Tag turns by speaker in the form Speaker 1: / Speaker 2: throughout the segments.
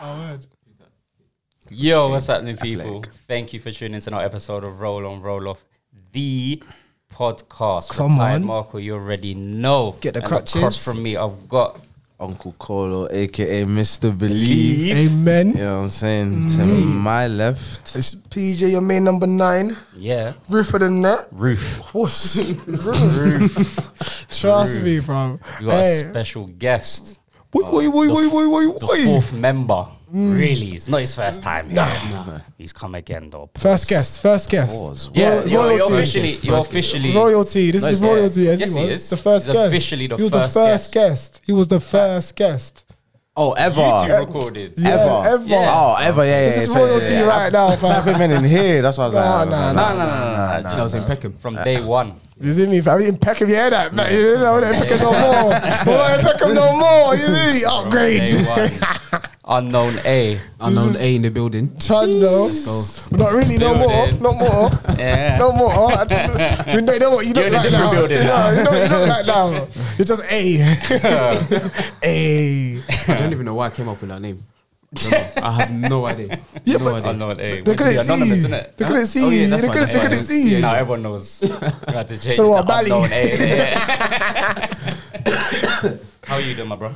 Speaker 1: Oh, word.
Speaker 2: Yo, what's happening, people?
Speaker 3: Affleck.
Speaker 2: Thank you for tuning in to another episode of Roll On Roll Off, the podcast.
Speaker 3: Come
Speaker 2: Retired
Speaker 3: on.
Speaker 2: Marco, you already know.
Speaker 3: Get the
Speaker 2: And
Speaker 3: crutches.
Speaker 2: across from me, I've got
Speaker 3: Uncle Colo, aka Mr. Believe.
Speaker 1: Amen.
Speaker 3: You know what I'm saying? To my left.
Speaker 1: Mm-hmm. It's PJ, your main number nine.
Speaker 2: yeah,
Speaker 1: Roof of the net.
Speaker 2: Roof.
Speaker 1: Whoosh. Trust me, bro.
Speaker 2: We got a
Speaker 1: Hey.
Speaker 2: special guest,
Speaker 1: Wait, wait, wait, wait, wait, wait,
Speaker 2: the
Speaker 1: wait.
Speaker 2: fourth member.
Speaker 1: Mm.
Speaker 2: Really, it's not his first time. here. He's come again though.
Speaker 1: First guest, first guest.
Speaker 3: Pause.
Speaker 2: Yeah,
Speaker 1: Royal-
Speaker 2: you're, you're
Speaker 1: royalty.
Speaker 2: officially, you're officially
Speaker 1: Royalty. This
Speaker 2: No,
Speaker 1: is
Speaker 2: yeah.
Speaker 1: royalty. Yes,
Speaker 2: Yes,
Speaker 1: he
Speaker 2: he
Speaker 1: was.
Speaker 2: is.
Speaker 1: The first
Speaker 2: He's
Speaker 1: guest.
Speaker 2: officially the
Speaker 1: he was
Speaker 2: first
Speaker 1: the first guest. He was the first guest.
Speaker 3: Oh, ever.
Speaker 2: YouTube recorded.
Speaker 1: Yeah,
Speaker 3: Ever.
Speaker 1: ever.
Speaker 2: Yeah.
Speaker 3: Oh, ever, yeah, yeah.
Speaker 1: This is
Speaker 3: yeah, yeah,
Speaker 1: royalty
Speaker 3: yeah.
Speaker 1: right now,
Speaker 3: I've- I've
Speaker 1: fam.
Speaker 3: been in here. That's what I was
Speaker 1: Nah,
Speaker 3: like.
Speaker 1: nah,
Speaker 2: No,
Speaker 1: nah.
Speaker 2: no, no, no, no.
Speaker 4: I was
Speaker 2: just
Speaker 4: in Peckham.
Speaker 2: From day one.
Speaker 1: You see me? If I didn't peck him, you hear that? man? You didn't know that peck him no more. We won't peck him no more. You see? Upgrade.
Speaker 2: Day one. Unknown A.
Speaker 4: Unknown A in the building.
Speaker 1: Turn though.
Speaker 4: Let's
Speaker 1: Not really, no more,
Speaker 2: Building.
Speaker 1: no more,
Speaker 2: Yeah.
Speaker 1: no more. I don't- You know, you know what you
Speaker 2: You're
Speaker 1: look
Speaker 2: in a
Speaker 1: like
Speaker 2: different
Speaker 1: now.
Speaker 2: building
Speaker 1: No,
Speaker 2: now.
Speaker 1: you know what you look like now. You're just A, A.
Speaker 4: I don't even know why I came up with that name. I have no idea.
Speaker 1: Yeah,
Speaker 4: no
Speaker 1: but-
Speaker 4: idea.
Speaker 2: Unknown
Speaker 1: They
Speaker 2: A.
Speaker 1: couldn't
Speaker 2: anonymous,
Speaker 1: see.
Speaker 2: innit?
Speaker 1: They couldn't see.
Speaker 4: Oh, yeah, that's
Speaker 1: they
Speaker 4: fine,
Speaker 1: couldn't.
Speaker 4: that's
Speaker 1: They
Speaker 4: fine.
Speaker 1: couldn't see.
Speaker 2: Now everyone knows. You had to change
Speaker 1: So
Speaker 2: the
Speaker 1: what, Bali?
Speaker 2: unknown A. How you doing, my bro?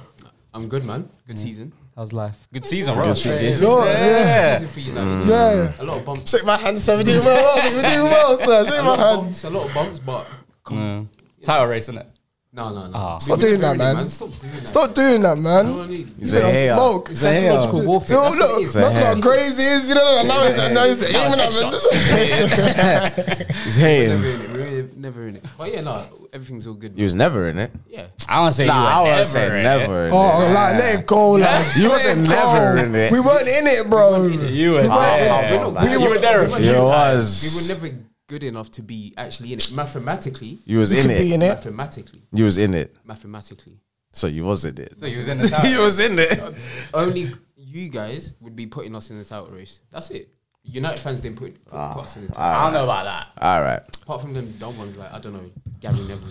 Speaker 4: I'm good, man. Good season.
Speaker 2: How's life? Good season, bro.
Speaker 3: season.
Speaker 1: Yours,
Speaker 2: Yeah.
Speaker 4: Season for you, like,
Speaker 1: Yeah.
Speaker 4: A lot of bumps.
Speaker 1: Shake my hand, sir. We're doing well. Robbie. We're doing well, sir.
Speaker 4: A
Speaker 1: Shake my
Speaker 4: lot of
Speaker 1: hand.
Speaker 4: bumps. A lot of bumps, but
Speaker 2: Mm. Title race, innit?
Speaker 4: no, no, no.
Speaker 2: Ah.
Speaker 4: We-
Speaker 1: Stop
Speaker 4: we-
Speaker 1: doing that,
Speaker 4: really,
Speaker 1: man.
Speaker 4: Stop doing that.
Speaker 1: Stop doing that,
Speaker 4: You know what I
Speaker 1: man.
Speaker 4: mean?
Speaker 1: You
Speaker 3: It's a
Speaker 1: said
Speaker 3: hair.
Speaker 1: I'm smoke.
Speaker 3: It's a hair.
Speaker 4: Psychological warfare.
Speaker 1: Yo,
Speaker 4: That's what it
Speaker 1: look,
Speaker 4: is.
Speaker 1: that's
Speaker 3: hair.
Speaker 1: what crazy is. You know, now it's now it's aiming at me.
Speaker 3: He's hating.
Speaker 4: Never in it. We're really never in it. But yeah, no. Everything's all good.
Speaker 3: You was never in it.
Speaker 4: Yeah.
Speaker 2: I want to say
Speaker 3: Nah,
Speaker 2: you
Speaker 3: I
Speaker 2: were
Speaker 3: was
Speaker 2: never
Speaker 3: saying
Speaker 2: in
Speaker 3: never. in
Speaker 1: Oh,
Speaker 3: it.
Speaker 1: like let it go, like
Speaker 3: You
Speaker 1: let
Speaker 3: wasn't
Speaker 1: it
Speaker 3: never
Speaker 1: go.
Speaker 3: in it.
Speaker 1: We weren't in it,
Speaker 2: it.
Speaker 1: bro.
Speaker 2: You were there.
Speaker 4: We're not-
Speaker 2: You were there. a
Speaker 4: we
Speaker 2: few
Speaker 3: You
Speaker 2: times.
Speaker 3: was.
Speaker 4: We were never good enough to be actually in it. Mathematically.
Speaker 3: You was
Speaker 1: Could
Speaker 3: in
Speaker 1: be
Speaker 3: it.
Speaker 1: in it.
Speaker 4: Mathematically.
Speaker 3: You was in it.
Speaker 4: Mathematically.
Speaker 3: So you was in it.
Speaker 2: So you was in the town.
Speaker 3: You was in it.
Speaker 4: only you guys would be putting us in the title race. That's it. United fans didn't put, put,
Speaker 2: Ah,
Speaker 4: put us in the title.
Speaker 2: I don't know about that.
Speaker 3: All right.
Speaker 4: Apart from them dumb ones like I don't know, Gary Neville,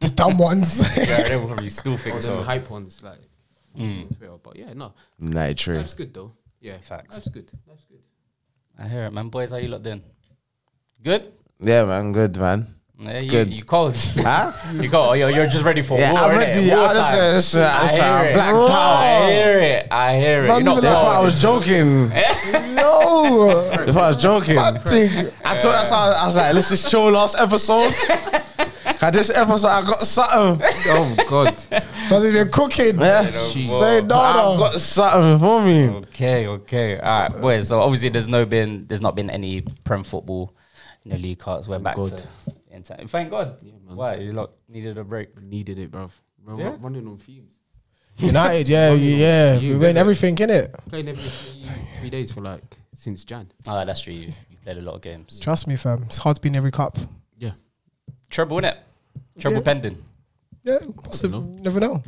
Speaker 1: The dumb ones.
Speaker 2: Yeah, they were probably still
Speaker 4: or
Speaker 2: think
Speaker 4: them
Speaker 2: so.
Speaker 4: hype ones like. on Twitter. But yeah, no,
Speaker 3: Night trip.
Speaker 4: life's good though. Yeah,
Speaker 2: Facts.
Speaker 4: Life's good. Life's good.
Speaker 2: I hear it, man. Boys, how you lot doing? Good?
Speaker 3: Yeah, man. Good, man.
Speaker 2: Yeah, you,
Speaker 3: Good.
Speaker 2: you cold.
Speaker 3: Huh?
Speaker 2: you go. You're, you're just ready for
Speaker 3: Yeah,
Speaker 2: war.
Speaker 3: I'm
Speaker 2: innit?
Speaker 3: ready.
Speaker 2: War
Speaker 3: Yeah, that's
Speaker 2: time.
Speaker 3: a- that's a- that's a
Speaker 2: I hear it.
Speaker 3: black
Speaker 2: Bro.
Speaker 3: power.
Speaker 2: I hear it. I hear it.
Speaker 1: Not
Speaker 2: You're not
Speaker 1: even
Speaker 3: That's
Speaker 1: that
Speaker 3: why I
Speaker 2: bored.
Speaker 3: was joking.
Speaker 1: no.
Speaker 3: If I was joking, I
Speaker 1: Patrick.
Speaker 3: told that's how I was like, let's just chill last episode. Cause this episode I got something.
Speaker 4: Oh God,
Speaker 1: Must have been cooking.
Speaker 3: Yeah.
Speaker 2: Jeez.
Speaker 1: Say no,
Speaker 3: I've
Speaker 1: no.
Speaker 3: got something for me.
Speaker 2: Okay, okay. All right, boys. So obviously there's no been there's not been any prem football, you know, league cards. We're back
Speaker 4: God.
Speaker 2: to in time. Thank God.
Speaker 4: man.
Speaker 2: Why? You lot needed a break.
Speaker 4: needed it, bruv. Bro,
Speaker 2: Yeah?
Speaker 4: we're running on fumes.
Speaker 1: United, yeah, yeah.
Speaker 4: You
Speaker 1: We win
Speaker 4: visit.
Speaker 1: everything in it.
Speaker 4: Played every three, three days for like since Jan.
Speaker 2: Oh, that's true. You, you played a lot of games.
Speaker 1: Trust me, fam. It's hard to be in every cup.
Speaker 4: Yeah,
Speaker 2: Trouble, innit? Trouble
Speaker 1: Yeah.
Speaker 2: pending.
Speaker 1: Yeah, possibly. Never know.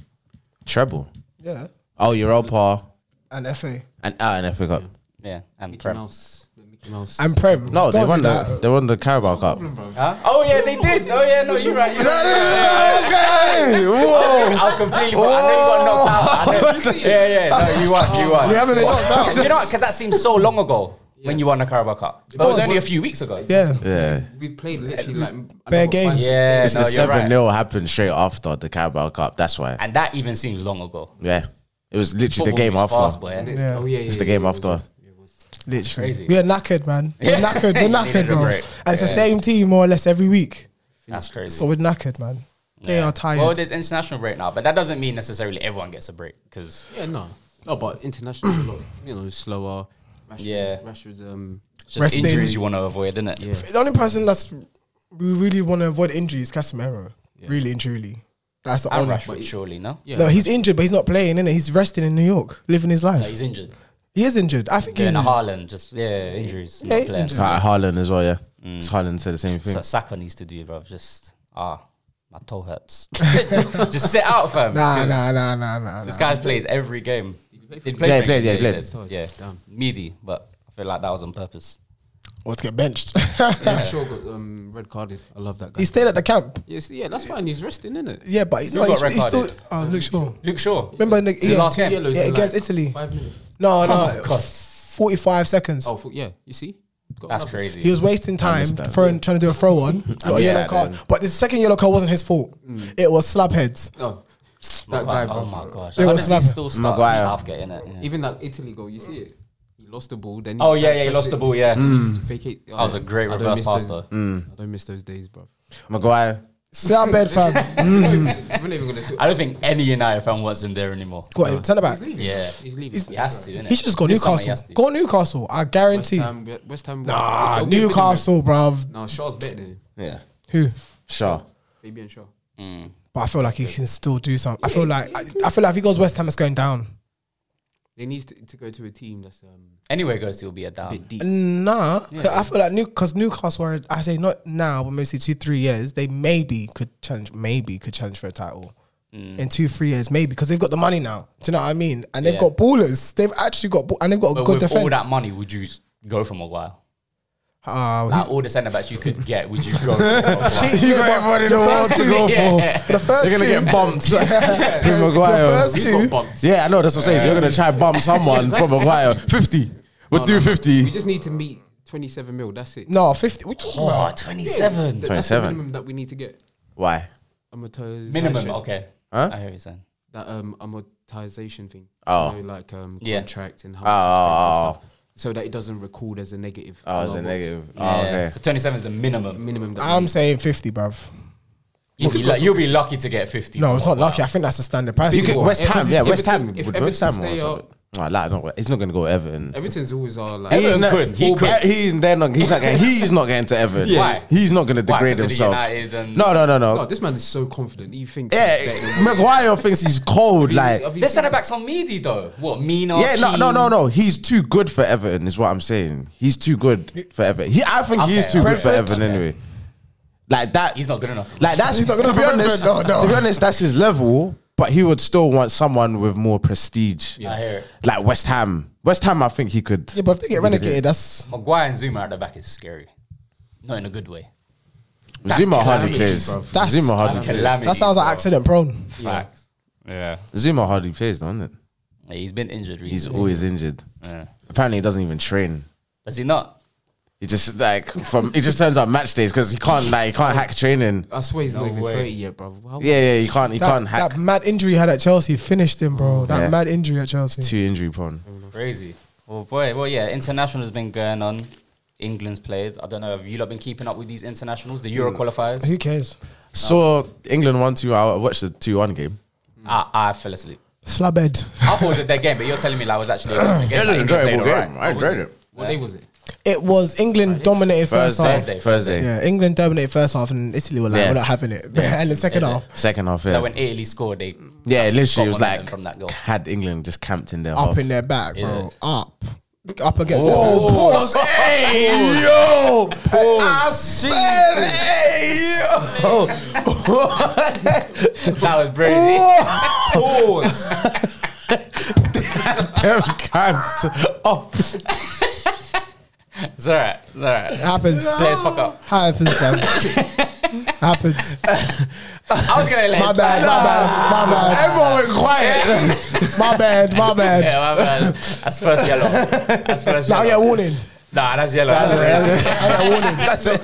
Speaker 3: Treble.
Speaker 1: Yeah.
Speaker 3: Oh, Europa
Speaker 1: And FA.
Speaker 3: and ah, and FA Cup.
Speaker 2: Yeah. And
Speaker 4: Mickey
Speaker 2: prem.
Speaker 4: Mouse, the Mickey Mouse.
Speaker 1: And Prem.
Speaker 3: No, they
Speaker 1: Don't do
Speaker 3: won
Speaker 1: that.
Speaker 3: the they won the Carabao Cup. No,
Speaker 2: Huh? Oh yeah, they did. Oh yeah, no, you're right. You're
Speaker 3: no, no,
Speaker 2: right.
Speaker 3: no, what's going on? Whoa.
Speaker 2: I was completely. wrong. I know you got knocked out. I know. Yeah, yeah. No, you won. You won.
Speaker 1: We haven't been knocked out.
Speaker 2: Do you know what? Because that seems so long ago when you won the Carabao Cup. But it was only a few weeks ago.
Speaker 1: Yeah.
Speaker 3: Yeah.
Speaker 4: we played literally like
Speaker 1: Bare
Speaker 4: another five,
Speaker 1: games.
Speaker 4: six
Speaker 2: Yeah,
Speaker 3: It's
Speaker 2: no,
Speaker 3: the
Speaker 2: you're right.
Speaker 3: 7 0 happened straight after the Carabao Cup. That's why.
Speaker 2: And that even seems long ago.
Speaker 3: Yeah. It was literally
Speaker 2: Football
Speaker 3: the game
Speaker 2: moves
Speaker 3: after.
Speaker 2: fast, boy.
Speaker 4: minutes.
Speaker 1: Yeah.
Speaker 4: Oh yeah,
Speaker 3: It's
Speaker 4: yeah,
Speaker 3: the
Speaker 4: yeah,
Speaker 3: game
Speaker 4: it was,
Speaker 3: after.
Speaker 4: yeah, it was.
Speaker 1: Literally.
Speaker 2: Crazy.
Speaker 1: We are knackered, man. We're
Speaker 2: Yeah.
Speaker 1: knackered. We're
Speaker 2: You
Speaker 1: knackered,
Speaker 2: needed a
Speaker 1: bro. And
Speaker 2: break.
Speaker 1: it's the
Speaker 2: Yeah.
Speaker 1: same team more or less every week.
Speaker 2: That's crazy.
Speaker 1: So we're knackered, man. They are
Speaker 2: Well,
Speaker 1: tired.
Speaker 2: there's international break now, but that doesn't mean necessarily everyone gets a break because
Speaker 4: Yeah, no, no, but international, is a lot, you know, slower. Rashford's,
Speaker 2: Yeah.
Speaker 4: Rashford's, um,
Speaker 2: just
Speaker 1: Resting.
Speaker 2: injuries you want to avoid, isn't it?
Speaker 4: yeah,
Speaker 1: The only person that's we really want to avoid injury is Casemiro. Really and truly. That's the
Speaker 2: And
Speaker 1: only.
Speaker 2: Rashford, surely no.
Speaker 4: yeah.
Speaker 1: No, he's injured, but he's not playing, innit? He's resting in New York, living his
Speaker 2: No,
Speaker 1: life.
Speaker 2: he's injured.
Speaker 1: He is injured. I think
Speaker 2: Yeah,
Speaker 1: he's
Speaker 2: and
Speaker 1: injured.
Speaker 2: Haaland, just yeah, injuries.
Speaker 1: Yeah, he's
Speaker 2: Playing.
Speaker 1: injured.
Speaker 3: Like Haaland as well, yeah.
Speaker 2: Mm.
Speaker 3: Haaland said the same
Speaker 2: So
Speaker 3: thing.
Speaker 2: Saka needs to do, bro. Just ah, my toe hurts. just sit out, fam.
Speaker 1: Nah, nah, nah, nah, nah. nah.
Speaker 2: This guy plays every game. Did he play
Speaker 3: Yeah, he
Speaker 2: for England?
Speaker 3: played, yeah, he played.
Speaker 2: Yeah,
Speaker 4: Damn.
Speaker 2: meaty, but I feel like that was on purpose.
Speaker 1: was to get benched.
Speaker 4: Yeah. Shaw got um, red carded. I love that guy.
Speaker 1: he stayed at the camp.
Speaker 4: Yes, yeah, that's fine. He's resting, isn't it?
Speaker 1: Yeah, but he's,
Speaker 2: Who
Speaker 1: no, he's,
Speaker 2: got
Speaker 1: he's still.
Speaker 2: red-carded?
Speaker 1: Oh, Luke Shaw.
Speaker 2: Luke Shaw.
Speaker 1: Remember in the,
Speaker 2: The
Speaker 1: yeah,
Speaker 2: last game.
Speaker 4: Yellows
Speaker 1: yeah,
Speaker 4: in,
Speaker 1: against
Speaker 4: like,
Speaker 1: Italy.
Speaker 4: Five minutes.
Speaker 1: No,
Speaker 2: my
Speaker 1: no,
Speaker 2: God.
Speaker 1: forty-five seconds.
Speaker 4: Oh, fu- yeah. You see, Got
Speaker 2: That's
Speaker 4: another.
Speaker 2: crazy.
Speaker 1: He was wasting time throwing, trying to do a throw on, got a
Speaker 3: missed
Speaker 1: yellow
Speaker 3: that
Speaker 1: card.
Speaker 3: then.
Speaker 1: But the second yellow card wasn't his fault.
Speaker 2: Mm.
Speaker 1: It was slab heads.
Speaker 4: No,
Speaker 2: My
Speaker 4: that
Speaker 2: God,
Speaker 4: guy,
Speaker 2: oh
Speaker 4: bro.
Speaker 2: my gosh.
Speaker 1: They
Speaker 2: How
Speaker 1: were
Speaker 2: does he
Speaker 1: slapping.
Speaker 2: still start
Speaker 3: Maguire.
Speaker 2: Southgate in it? Yeah.
Speaker 4: Even that Italy goal, you see it. He lost the ball. Then.
Speaker 2: Oh,
Speaker 4: tried
Speaker 2: yeah,
Speaker 4: to
Speaker 2: yeah, he
Speaker 4: press
Speaker 2: lost
Speaker 4: it.
Speaker 2: the ball, yeah. Mm.
Speaker 4: He used to fake it.
Speaker 2: That was a great
Speaker 4: I don't
Speaker 2: reverse
Speaker 4: miss
Speaker 2: pass,
Speaker 4: those-
Speaker 2: though.
Speaker 4: I don't miss those days, bro.
Speaker 3: Maguire.
Speaker 1: Slab head fam.
Speaker 4: We're not even gonna talk.
Speaker 2: I don't think any United fan wants him there anymore.
Speaker 1: Go on, turn it back.
Speaker 4: He's leaving.
Speaker 2: Yeah.
Speaker 4: he's leaving.
Speaker 2: He has to, innit?
Speaker 1: He should just go
Speaker 2: This summer he has
Speaker 1: Newcastle.
Speaker 2: to.
Speaker 1: Go Newcastle. I
Speaker 4: West
Speaker 1: guarantee.
Speaker 4: Ham, West Ham.
Speaker 1: Nah,
Speaker 4: They'll give him
Speaker 1: Newcastle, bruv.
Speaker 4: a- No, Shaw's better than him.
Speaker 3: Yeah.
Speaker 1: Who?
Speaker 3: Sure.
Speaker 4: Fabian Shaw.
Speaker 1: But I feel like he can still do something. I feel like I, I feel like if he goes West Ham, it's going down.
Speaker 4: They need to, to go to a team that's um,
Speaker 2: Anywhere he goes, he'll be a
Speaker 4: a
Speaker 2: down.
Speaker 4: bit deep.
Speaker 1: Nah, 'cause I feel like New because Newcastle are I say not now, but maybe two three years they maybe could challenge, maybe could challenge for a title
Speaker 3: Mm.
Speaker 1: in two three years, maybe because they've got the money now. Do you know what I mean? And they've
Speaker 2: Yeah.
Speaker 1: got ballers. They've actually got ball, and they've got a
Speaker 2: But
Speaker 1: good
Speaker 2: with all
Speaker 1: defense.
Speaker 2: that money, would you s- go for Maguire?
Speaker 1: Uh,
Speaker 2: Like, all the centre backs you could get, would you go for Maguire?
Speaker 1: you
Speaker 3: got everyone in the world to go
Speaker 2: for.
Speaker 1: The first
Speaker 3: You're gonna
Speaker 1: two,
Speaker 3: get bumped. With
Speaker 1: The
Speaker 3: Maguire.
Speaker 1: first
Speaker 4: He's
Speaker 1: two,
Speaker 4: got bumped.
Speaker 3: Yeah, I know that's what I'm saying. So you're gonna try bump someone from Maguire. Fifty. We'll do
Speaker 4: We
Speaker 3: fifty.
Speaker 4: just need to meet 27 mil. That's it.
Speaker 1: no fifty. What you talking
Speaker 2: Oh,
Speaker 1: about?
Speaker 2: 27.
Speaker 4: Th- That's the
Speaker 3: 27.
Speaker 4: minimum that we need to get.
Speaker 3: Why?
Speaker 4: Amortization.
Speaker 2: Minimum, okay.
Speaker 3: Huh?
Speaker 2: I hear what you're saying.
Speaker 4: That um, amortization thing.
Speaker 3: Oh.
Speaker 4: You know, like um,
Speaker 2: Yeah.
Speaker 4: contract and how
Speaker 3: Oh,
Speaker 4: much
Speaker 3: oh,
Speaker 4: it's spent and stuff. So that it doesn't record as a negative.
Speaker 3: oh, oh, it's
Speaker 4: on
Speaker 3: a
Speaker 4: our books.
Speaker 3: negative.
Speaker 2: Yeah.
Speaker 3: Oh, okay.
Speaker 2: So 27 is the minimum.
Speaker 4: Minimum. That we
Speaker 1: I'm
Speaker 4: need.
Speaker 1: saying fifty, bruv.
Speaker 2: You'll be, lu- you'll be lucky to get 50.
Speaker 1: No, it's not lucky. I think that's the standard price.
Speaker 3: You could, West
Speaker 4: Everton-
Speaker 3: Ham, yeah,
Speaker 4: if
Speaker 3: West Ham.
Speaker 4: Everton- if
Speaker 3: would
Speaker 4: Everton
Speaker 3: West Ham
Speaker 4: stay
Speaker 3: or
Speaker 4: up-
Speaker 3: something? Nah, nah, not, it's not going to go Everton.
Speaker 4: Everton's always are like.
Speaker 3: He's
Speaker 2: Everton
Speaker 3: not,
Speaker 2: could, he
Speaker 3: Well,
Speaker 2: could.
Speaker 3: He's there. Not, he's not. Getting, he's not getting to Everton.
Speaker 2: Yeah. Why?
Speaker 3: He's not going to
Speaker 2: Why?
Speaker 3: degrade
Speaker 2: 'Cause of the
Speaker 3: himself.
Speaker 2: United and-
Speaker 3: No, no, no, no.
Speaker 4: Oh, this man is so confident. He thinks. he's better
Speaker 3: yeah,
Speaker 4: than-
Speaker 3: Maguire thinks he's cold. Like,
Speaker 4: Have you
Speaker 2: Their
Speaker 4: seen
Speaker 2: centre
Speaker 4: that?
Speaker 2: backs are meaty, though. What, Mina?
Speaker 3: yeah, no, no,
Speaker 2: Keane?
Speaker 3: no, no. He's too good for Everton. Is what I'm saying. He's too good for Everton. He, I think he is
Speaker 2: Okay,
Speaker 3: too good for
Speaker 1: Brentford?
Speaker 3: Everton anyway. Like that.
Speaker 2: He's not good enough.
Speaker 3: Like that's
Speaker 1: He's not
Speaker 3: to
Speaker 1: gonna
Speaker 3: be
Speaker 1: prevent
Speaker 3: honest.
Speaker 1: it, no, no.
Speaker 3: To be honest, that's his level. But he would still want someone with more prestige.
Speaker 2: I hear it.
Speaker 3: Like West Ham. West Ham, I think he could.
Speaker 1: Yeah, but if they get relegated, that's
Speaker 2: Maguire and Zuma at the back is scary. Not in a good way.
Speaker 3: Zuma hardly
Speaker 4: calamity,
Speaker 3: plays.
Speaker 4: bruv.
Speaker 1: That's-
Speaker 3: Zuma hardly
Speaker 2: That's
Speaker 3: plays.
Speaker 2: calamity.
Speaker 1: that sounds like accident prone.
Speaker 2: bro. Facts. Yeah.
Speaker 3: Zuma hardly plays, doesn't it?
Speaker 2: Yeah, He's been injured recently.
Speaker 3: He's always injured.
Speaker 2: Yeah.
Speaker 3: Apparently, he doesn't even train.
Speaker 2: Does he not?
Speaker 3: He just like from he just turns up match days because he can't like he can't hack training.
Speaker 4: I swear he's
Speaker 2: No
Speaker 4: not even
Speaker 2: way.
Speaker 4: 30 yet, bro. How
Speaker 3: Yeah, yeah, he can't he
Speaker 1: That,
Speaker 3: can't hack
Speaker 1: that mad injury he had at Chelsea finished him, bro. That
Speaker 3: Yeah.
Speaker 1: mad injury at Chelsea.
Speaker 3: too injury prone.
Speaker 2: Crazy. Well, boy. Well, yeah. International has been going on. England's played. I don't know. Have you lot been keeping up with these internationals, the Euro qualifiers?
Speaker 1: Who cares?
Speaker 3: Saw England one two. I watched the two one game.
Speaker 2: I, I fell asleep.
Speaker 1: Slabhead.
Speaker 2: I thought it was a dead game, but you're telling me like, it was actually a decent game.
Speaker 3: It was
Speaker 2: Like,
Speaker 3: an
Speaker 2: England
Speaker 3: enjoyable
Speaker 2: played
Speaker 3: game.
Speaker 2: alright.
Speaker 3: I enjoyed it.
Speaker 4: What day was it?
Speaker 1: It was England dominated first half.
Speaker 3: Thursday,
Speaker 2: Thursday.
Speaker 3: Thursday,
Speaker 1: Yeah, England dominated first half, and Italy were like,
Speaker 3: Yeah.
Speaker 1: "We're not having it." and the second half,
Speaker 3: second half.
Speaker 2: Like,
Speaker 3: Yeah,
Speaker 2: when Italy scored, they
Speaker 3: yeah
Speaker 2: got
Speaker 3: literally
Speaker 2: one
Speaker 3: it was
Speaker 2: of them
Speaker 3: like
Speaker 2: from that goal.
Speaker 3: had England just camped in their half.
Speaker 1: up in their back, bro.
Speaker 2: it?
Speaker 1: Up, up against. Oh, pause. Hey, yo, I said, hey, yo.
Speaker 2: that was crazy.
Speaker 4: Pause.
Speaker 3: Them camped up.
Speaker 2: It's alright. It's
Speaker 1: It
Speaker 2: alright.
Speaker 1: happens.
Speaker 2: Players fuck up.
Speaker 1: Happens, man. happens.
Speaker 2: I was gonna let
Speaker 1: My
Speaker 2: it
Speaker 1: bad,
Speaker 2: slide.
Speaker 1: my bad, my bad,
Speaker 3: Everyone went quiet.
Speaker 1: my bad, my bad.
Speaker 2: Yeah, my bad. That's first yellow. That's first
Speaker 1: Now
Speaker 2: yellow.
Speaker 1: you're warning.
Speaker 2: Nah, that's yellow.
Speaker 3: That's it.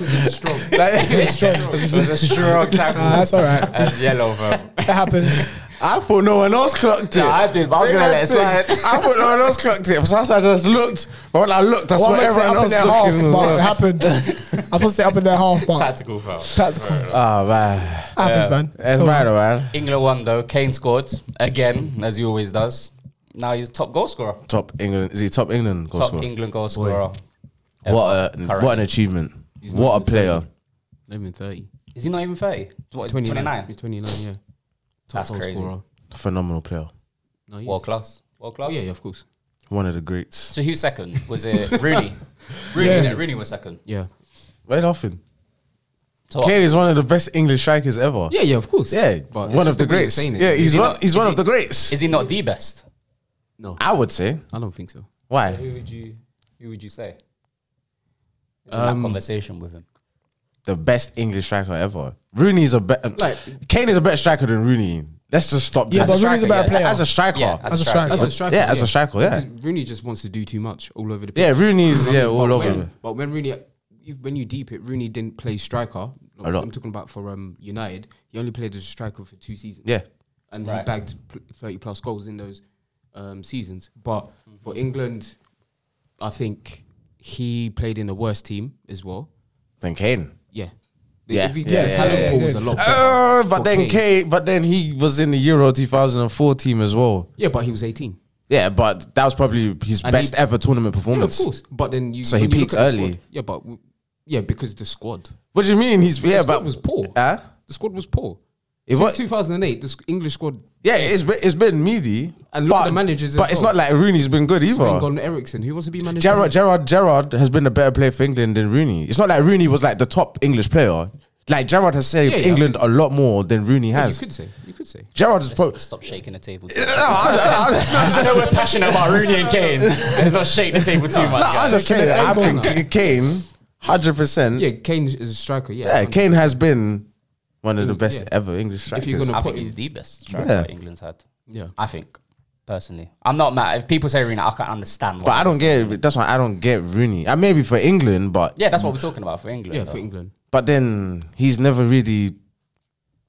Speaker 3: Like,
Speaker 2: It was a strong tackle.
Speaker 1: Ah, that's all right.
Speaker 2: That's yellow, bro.
Speaker 1: It happens.
Speaker 3: I thought no one else clocked it.
Speaker 2: No, I did, but I was gonna let it slide.
Speaker 3: I thought no one else clocked it. So I just looked. But when I looked, that's
Speaker 1: Well,
Speaker 3: what
Speaker 1: I'm gonna say
Speaker 3: everyone
Speaker 1: up in
Speaker 3: else
Speaker 1: their half, but it
Speaker 3: looking.
Speaker 1: happened. I'm supposed to say up in their half, but
Speaker 2: Tactical foul.
Speaker 1: tactical.
Speaker 3: Oh man,
Speaker 1: Happens, man.
Speaker 3: it's
Speaker 1: Come on.
Speaker 3: right, man.
Speaker 2: England won though. Kane scored again, as he always does. Now he's top goal scorer.
Speaker 3: Top England is he top England goal
Speaker 2: top uh,
Speaker 3: scorer?
Speaker 2: England goal scorer.
Speaker 3: What a
Speaker 2: Current.
Speaker 3: what an achievement!
Speaker 4: He's
Speaker 3: What
Speaker 4: not
Speaker 3: a player!
Speaker 4: Not even 30.
Speaker 2: Is he not even 30? What, 29?
Speaker 4: 29. He's 29, yeah. Top
Speaker 2: That's
Speaker 4: goal
Speaker 2: crazy.
Speaker 4: scorer.
Speaker 3: Phenomenal player.
Speaker 4: No, he
Speaker 2: World
Speaker 4: is.
Speaker 2: class. World class.
Speaker 4: Oh, yeah, yeah, of course.
Speaker 3: One of the greats.
Speaker 2: So who's second? Was it Rooney? Rooney,
Speaker 1: Yeah.
Speaker 2: innit? Rooney was second.
Speaker 4: Yeah.
Speaker 3: Why laughing?
Speaker 2: So
Speaker 3: Kane is one of the best English strikers ever.
Speaker 4: Yeah, yeah, of course.
Speaker 3: Yeah,
Speaker 4: But it's
Speaker 3: one of
Speaker 4: just
Speaker 3: the
Speaker 4: way you're
Speaker 3: greats.
Speaker 4: saying it.
Speaker 3: Yeah,
Speaker 4: Is
Speaker 3: he's
Speaker 4: he
Speaker 3: one.
Speaker 4: not-
Speaker 3: He's
Speaker 4: is
Speaker 3: one
Speaker 4: he-
Speaker 3: of the greats.
Speaker 2: is he not the best?
Speaker 4: No,
Speaker 3: I would say. Oh,
Speaker 4: I don't think so.
Speaker 3: Why?
Speaker 2: Who would you who would you say? in that conversation with him.
Speaker 3: the best English striker ever. Rooney's a better.
Speaker 4: Like-
Speaker 3: Kane is a better striker than Rooney. Let's just stop.
Speaker 1: Yeah, but
Speaker 3: this.
Speaker 2: a
Speaker 1: Rooney's a
Speaker 2: striker,
Speaker 1: better
Speaker 2: yeah.
Speaker 1: player.
Speaker 3: as a striker,
Speaker 2: Yeah,
Speaker 3: yeah,
Speaker 1: As a striker.
Speaker 4: As a striker.
Speaker 3: as a striker, yeah,
Speaker 4: Because Rooney just wants to do too much all over the
Speaker 3: yeah.
Speaker 4: place.
Speaker 3: Rooney's yeah all
Speaker 4: but
Speaker 3: over.
Speaker 4: When,
Speaker 3: it.
Speaker 4: but when Rooney, if- when you deep it, Rooney didn't play striker.
Speaker 3: A lot.
Speaker 4: I'm talking about for um, United. He only played as a striker for two seasons.
Speaker 3: Yeah,
Speaker 4: and he
Speaker 2: Right.
Speaker 4: bagged pl- 30 plus goals in those um, seasons. But for England, I think he played in the worst team as well.
Speaker 3: then Kane.
Speaker 4: Yeah.
Speaker 3: Yeah.
Speaker 4: If you-
Speaker 3: Yeah,
Speaker 4: the
Speaker 1: yeah,
Speaker 4: talent
Speaker 1: yeah,
Speaker 4: pool
Speaker 1: yeah.
Speaker 4: was a lot better.
Speaker 3: Uh, but
Speaker 4: for
Speaker 3: then Kane. But then he was in the Euro 2004 team as well.
Speaker 4: Yeah, but he was 18.
Speaker 3: Yeah, but that was probably his
Speaker 4: And
Speaker 3: best
Speaker 4: he-
Speaker 3: ever tournament
Speaker 4: Yeah, of
Speaker 3: performance.
Speaker 4: course. But then you.
Speaker 3: So he
Speaker 4: when you look
Speaker 3: peaked
Speaker 4: at the
Speaker 3: early.
Speaker 4: squad- yeah, but. w- Yeah, because the squad.
Speaker 3: What do you mean? He's yeah,
Speaker 4: the squad
Speaker 3: but
Speaker 4: was poor.
Speaker 3: Huh?
Speaker 4: The squad was poor.
Speaker 3: It
Speaker 4: Since
Speaker 3: was,
Speaker 4: 2008, the s- English squad.
Speaker 3: yeah, it's been, it's been meaty.
Speaker 4: And look at the managers as
Speaker 3: But it's
Speaker 4: well.
Speaker 3: not like Rooney's been good either.
Speaker 4: Sven Eriksson, who wants to be manager?
Speaker 3: Gerard, Gerard, Gerard has been a better player for England than Rooney. It's not like Rooney was like the top English player. Like Gerard has saved
Speaker 4: Yeah, yeah.
Speaker 3: England a lot more than Rooney
Speaker 4: Yeah, you
Speaker 3: has.
Speaker 4: could say. You could say.
Speaker 3: Gerard is probably.
Speaker 2: Stop shaking the table.
Speaker 3: No, I, I,
Speaker 2: I know we're passionate about Rooney and Kane. Let's not shake the table too much.
Speaker 3: I, I,
Speaker 2: guys.
Speaker 3: understand that. I think Kane, hundred percent.
Speaker 4: Yeah, Kane is a striker. Yeah.
Speaker 3: Yeah, Kane has been one of the best
Speaker 4: Mm, yeah.
Speaker 3: ever English strikers.
Speaker 4: If you're gonna-
Speaker 2: I think he's the best striker
Speaker 3: Yeah.
Speaker 2: England's had.
Speaker 4: Yeah.
Speaker 2: I think, personally. I'm not mad. If people say Rooney, I can't understand. why.
Speaker 3: but I don't get. it. That's why I don't get Rooney. I maybe for England, but
Speaker 2: Yeah, that's what we're talking about for England.
Speaker 4: Yeah,
Speaker 2: though.
Speaker 4: for England.
Speaker 3: but then he's never really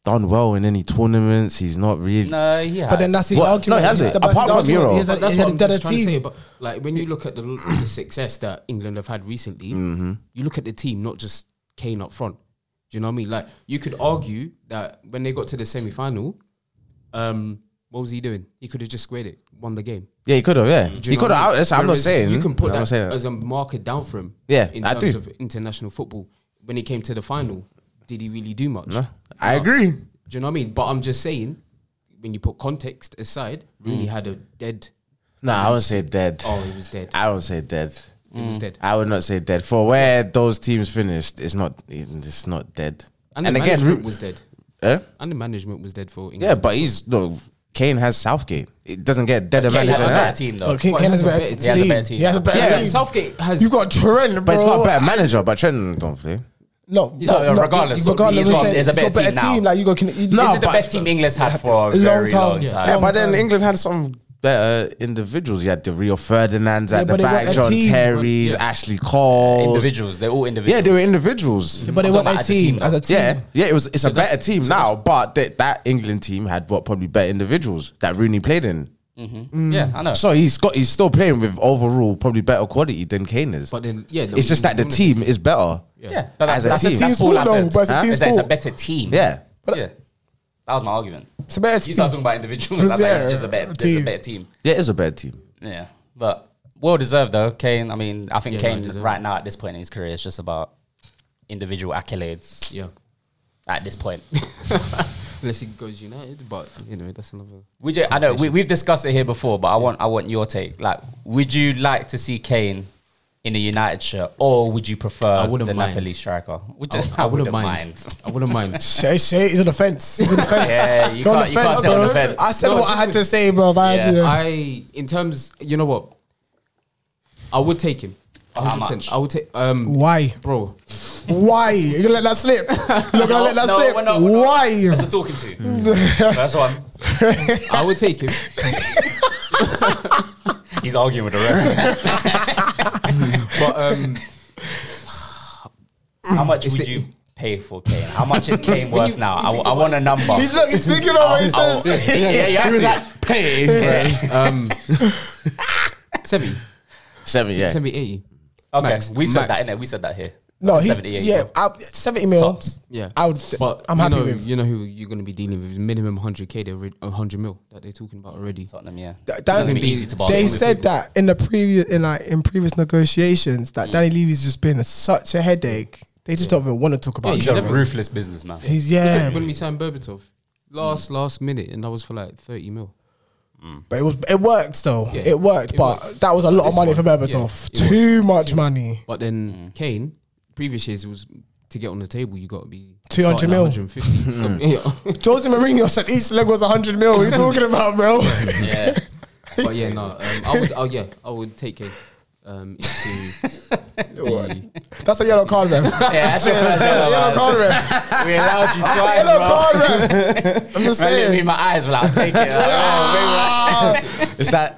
Speaker 3: done well in any tournaments. He's not really.
Speaker 2: No, yeah.
Speaker 1: But then that's his
Speaker 3: What?
Speaker 1: argument.
Speaker 3: No, he hasn't.
Speaker 1: He's the best-
Speaker 3: Apart
Speaker 1: he's
Speaker 3: from
Speaker 1: the-
Speaker 3: Euro.
Speaker 1: he's the-
Speaker 4: But that's
Speaker 1: he's
Speaker 4: what I'm
Speaker 1: the
Speaker 4: just trying to
Speaker 1: team.
Speaker 4: say. But like when you look at the, the success that England have had recently,
Speaker 3: Mm-hmm.
Speaker 4: you look at the team, not just Kane up front. Do you know what I mean? Like you could argue that when they got to the semi final, um, what was he doing? He could have just squared it, won the game.
Speaker 3: Yeah, he could have. Yeah,
Speaker 4: Do you
Speaker 3: he
Speaker 4: know
Speaker 3: could
Speaker 4: what I mean?
Speaker 3: have. Listen, I'm not
Speaker 4: Whereas
Speaker 3: saying
Speaker 4: you can put
Speaker 3: I'm not
Speaker 4: that
Speaker 3: saying
Speaker 4: as a marker down for him.
Speaker 3: Yeah,
Speaker 4: in
Speaker 3: I
Speaker 4: terms
Speaker 3: do.
Speaker 4: of international football, when he came to the final, did he really do much?
Speaker 3: No, I agree.
Speaker 4: Do you know what I mean? But I'm just saying, when you put context aside,
Speaker 3: Mm.
Speaker 4: Rooney had a dead.
Speaker 3: Nah, I wouldn't say dead.
Speaker 4: Oh, he was dead.
Speaker 3: I would not say dead.
Speaker 4: He
Speaker 2: Mm.
Speaker 4: was dead.
Speaker 3: I would not say dead. For where those teams finished, it's not. It's not dead.
Speaker 4: And,
Speaker 3: And,
Speaker 4: the
Speaker 3: again,
Speaker 4: management
Speaker 3: Ru-
Speaker 4: was dead.
Speaker 3: eh?
Speaker 4: And the management was dead for England.
Speaker 3: yeah, but he's no. Kane has Southgate. It doesn't get dead a
Speaker 2: yeah, he
Speaker 3: manager
Speaker 2: has a
Speaker 3: than
Speaker 2: better
Speaker 3: that.
Speaker 2: team, though.
Speaker 1: But Kane
Speaker 4: Well,
Speaker 1: Kane
Speaker 4: he
Speaker 1: has a
Speaker 4: has a
Speaker 1: better
Speaker 4: better
Speaker 1: team.
Speaker 2: team.
Speaker 1: He has a
Speaker 3: Yeah.
Speaker 1: better
Speaker 4: Like,
Speaker 1: team.
Speaker 4: Southgate has.
Speaker 1: You got Trent, bro.
Speaker 3: But he's got a better manager. But Trent don't play.
Speaker 1: No,
Speaker 2: He's not-
Speaker 1: no, no,
Speaker 2: regardless.
Speaker 1: regardless,
Speaker 2: He's
Speaker 1: we
Speaker 2: got-
Speaker 1: said
Speaker 2: there's a
Speaker 1: he's got
Speaker 2: better team now.
Speaker 1: Like you got, can,
Speaker 3: No,
Speaker 2: this is the
Speaker 3: but-
Speaker 2: best team England's had for a
Speaker 1: Long
Speaker 2: very
Speaker 1: time.
Speaker 2: long
Speaker 1: Yeah.
Speaker 2: time.
Speaker 3: Yeah,
Speaker 1: Long
Speaker 3: but then
Speaker 1: time.
Speaker 3: England had some better individuals. You had the Rio Ferdinands
Speaker 1: Yeah, but
Speaker 3: at the
Speaker 1: they weren't a
Speaker 3: back, John
Speaker 1: team.
Speaker 3: Terry's, Ashley Cole.
Speaker 2: Individuals, they're all individuals.
Speaker 3: Yeah, they were individuals.
Speaker 1: but they
Speaker 2: I'm
Speaker 1: want
Speaker 2: talking
Speaker 1: a
Speaker 2: about
Speaker 1: team as a team.
Speaker 3: Yeah, yeah, it was. It's a
Speaker 4: that's-
Speaker 3: better team now, but that that England team had what probably better individuals that Rooney played in.
Speaker 2: Yeah, I know.
Speaker 3: So he's got he's still playing with overall probably better quality than Kane is.
Speaker 4: But then, yeah.
Speaker 3: it's just that the team is better.
Speaker 2: yeah, but
Speaker 3: As a
Speaker 2: that's,
Speaker 3: team.
Speaker 2: that's
Speaker 1: Team
Speaker 2: all
Speaker 1: sport,
Speaker 2: I
Speaker 1: though,
Speaker 2: said.
Speaker 1: but it's a
Speaker 2: Huh?
Speaker 1: team
Speaker 2: Is that it's a
Speaker 1: sport.
Speaker 2: better team.
Speaker 3: Yeah,
Speaker 2: yeah. That was my argument.
Speaker 1: It's a better
Speaker 2: You
Speaker 1: team.
Speaker 2: start talking about individuals. I was like,
Speaker 1: Yeah.
Speaker 2: it's just a better, there's a
Speaker 1: Team.
Speaker 2: better team.
Speaker 3: yeah, it is a better team.
Speaker 2: Yeah, but well deserved though. Kane. I mean, I think
Speaker 4: Yeah, well
Speaker 2: Kane
Speaker 4: deserved.
Speaker 2: right now at this point in his career is just about individual accolades.
Speaker 4: Yeah.
Speaker 2: At this point,
Speaker 4: Unless he goes United, but, you know, that's another.
Speaker 2: would you? I know we, we've discussed it here before, but I want I want your take. Like, would you like to see Kane in a United shirt, or would you prefer
Speaker 4: I wouldn't
Speaker 2: the
Speaker 4: mind.
Speaker 2: Napoli striker? Would you-
Speaker 4: I, I wouldn't mind. I wouldn't mind.
Speaker 1: Shay, Shay, he's on the fence. He's on the fence.
Speaker 2: Yeah, you
Speaker 1: You're on
Speaker 2: can't- you
Speaker 1: the
Speaker 2: can't
Speaker 1: fence,
Speaker 2: stay on the
Speaker 1: bro.
Speaker 2: fence.
Speaker 1: I said
Speaker 4: No,
Speaker 1: what I had to
Speaker 4: just-
Speaker 1: say, bro. I had
Speaker 2: Yeah.
Speaker 1: to-
Speaker 4: I, in terms, you know what? I would take him. 100%.
Speaker 2: How much?
Speaker 4: I would take. Um,
Speaker 1: Why?
Speaker 4: bro.
Speaker 1: Why? You're gonna let that slip? You're gonna let that
Speaker 2: no,
Speaker 1: slip?
Speaker 2: we're not, we're not.
Speaker 1: Why?
Speaker 2: That's a talking to. First one,
Speaker 4: I would take him.
Speaker 2: he's arguing with the rest.
Speaker 4: But, um,
Speaker 2: How much
Speaker 4: It's
Speaker 2: would
Speaker 4: the-
Speaker 2: you pay for Kane? How much is Kane worth now? I, I want a number.
Speaker 1: He's look, he's thinking about what he
Speaker 4: Oh,
Speaker 2: I'll-
Speaker 1: says.
Speaker 2: yeah, yeah, you have to like, pay. Yeah.
Speaker 4: um, 70.
Speaker 3: Seven, yeah.
Speaker 4: 70, 80.
Speaker 2: Okay,
Speaker 4: Max,
Speaker 2: we said
Speaker 4: max.
Speaker 2: that, innit? We said that here.
Speaker 1: No, he,
Speaker 2: 78
Speaker 1: yeah,
Speaker 2: mil.
Speaker 1: I, 70 mil.
Speaker 2: Tops.
Speaker 4: Yeah,
Speaker 1: I would,
Speaker 4: But
Speaker 1: I'm
Speaker 4: you
Speaker 1: happy
Speaker 4: know,
Speaker 1: with
Speaker 4: You know who you're going to be dealing with? Minimum 100k, they're re- 100 mil that they're talking about already.
Speaker 2: Tottenham, yeah.
Speaker 1: that.
Speaker 2: It's gonna
Speaker 1: Danny,
Speaker 2: be
Speaker 4: be-
Speaker 2: easy to bargain
Speaker 1: they
Speaker 2: with.
Speaker 1: said that in the previous, in like in previous negotiations,
Speaker 4: Mm.
Speaker 1: that Danny Levy's just been a, such a headache. They just don't even want to talk about.
Speaker 4: Yeah,
Speaker 1: it.
Speaker 2: he's
Speaker 4: you
Speaker 2: a
Speaker 4: never-
Speaker 2: ruthless businessman.
Speaker 1: He's yeah,
Speaker 4: When we signed Berbatov, last last minute, and that was for like 30 mil.
Speaker 1: but it was it worked though.
Speaker 4: Yeah.
Speaker 1: It worked,
Speaker 4: It
Speaker 1: but
Speaker 4: worked.
Speaker 1: that was a lot of
Speaker 4: This
Speaker 1: money for
Speaker 4: one,
Speaker 1: Berbatov.
Speaker 4: yeah, it
Speaker 1: Too much money.
Speaker 4: But then
Speaker 2: Mm.
Speaker 4: Kane, previous years it was to get on the table, you got to be
Speaker 1: 200
Speaker 4: starting
Speaker 1: mil.
Speaker 4: 150. Yeah.
Speaker 1: Jose Mourinho said each leg was 100 mil. What are you talking about, bro?
Speaker 2: Yeah.
Speaker 4: but yeah, no, um, I would. Oh yeah, I would take Kane. um, into
Speaker 1: What? That's a yellow card, man.
Speaker 2: Yeah, that's your first
Speaker 1: That's a yellow
Speaker 2: yellow,
Speaker 1: card, man.
Speaker 2: man. We allowed you
Speaker 1: That's a yellow
Speaker 2: twice,
Speaker 1: card, man. I'm just
Speaker 2: bro. Man, look at me,
Speaker 1: saying.
Speaker 2: my eyes were like, take it. Like, oh, maybe like-
Speaker 3: Is that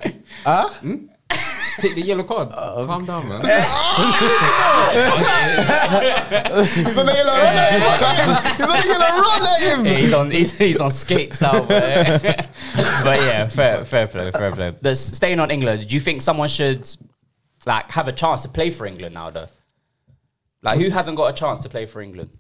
Speaker 4: take the yellow card.
Speaker 3: Um,
Speaker 4: Calm down, man.
Speaker 1: He's on the yellow run at him. run at him. He's on the yellow run at
Speaker 2: Yeah,
Speaker 1: him.
Speaker 2: he's on he's, he's on skates now, but, but yeah, fair fair play, fair play. But s- staying on England, do you think someone should like have a chance to play for England now though? Like who hasn't got a chance to play for England?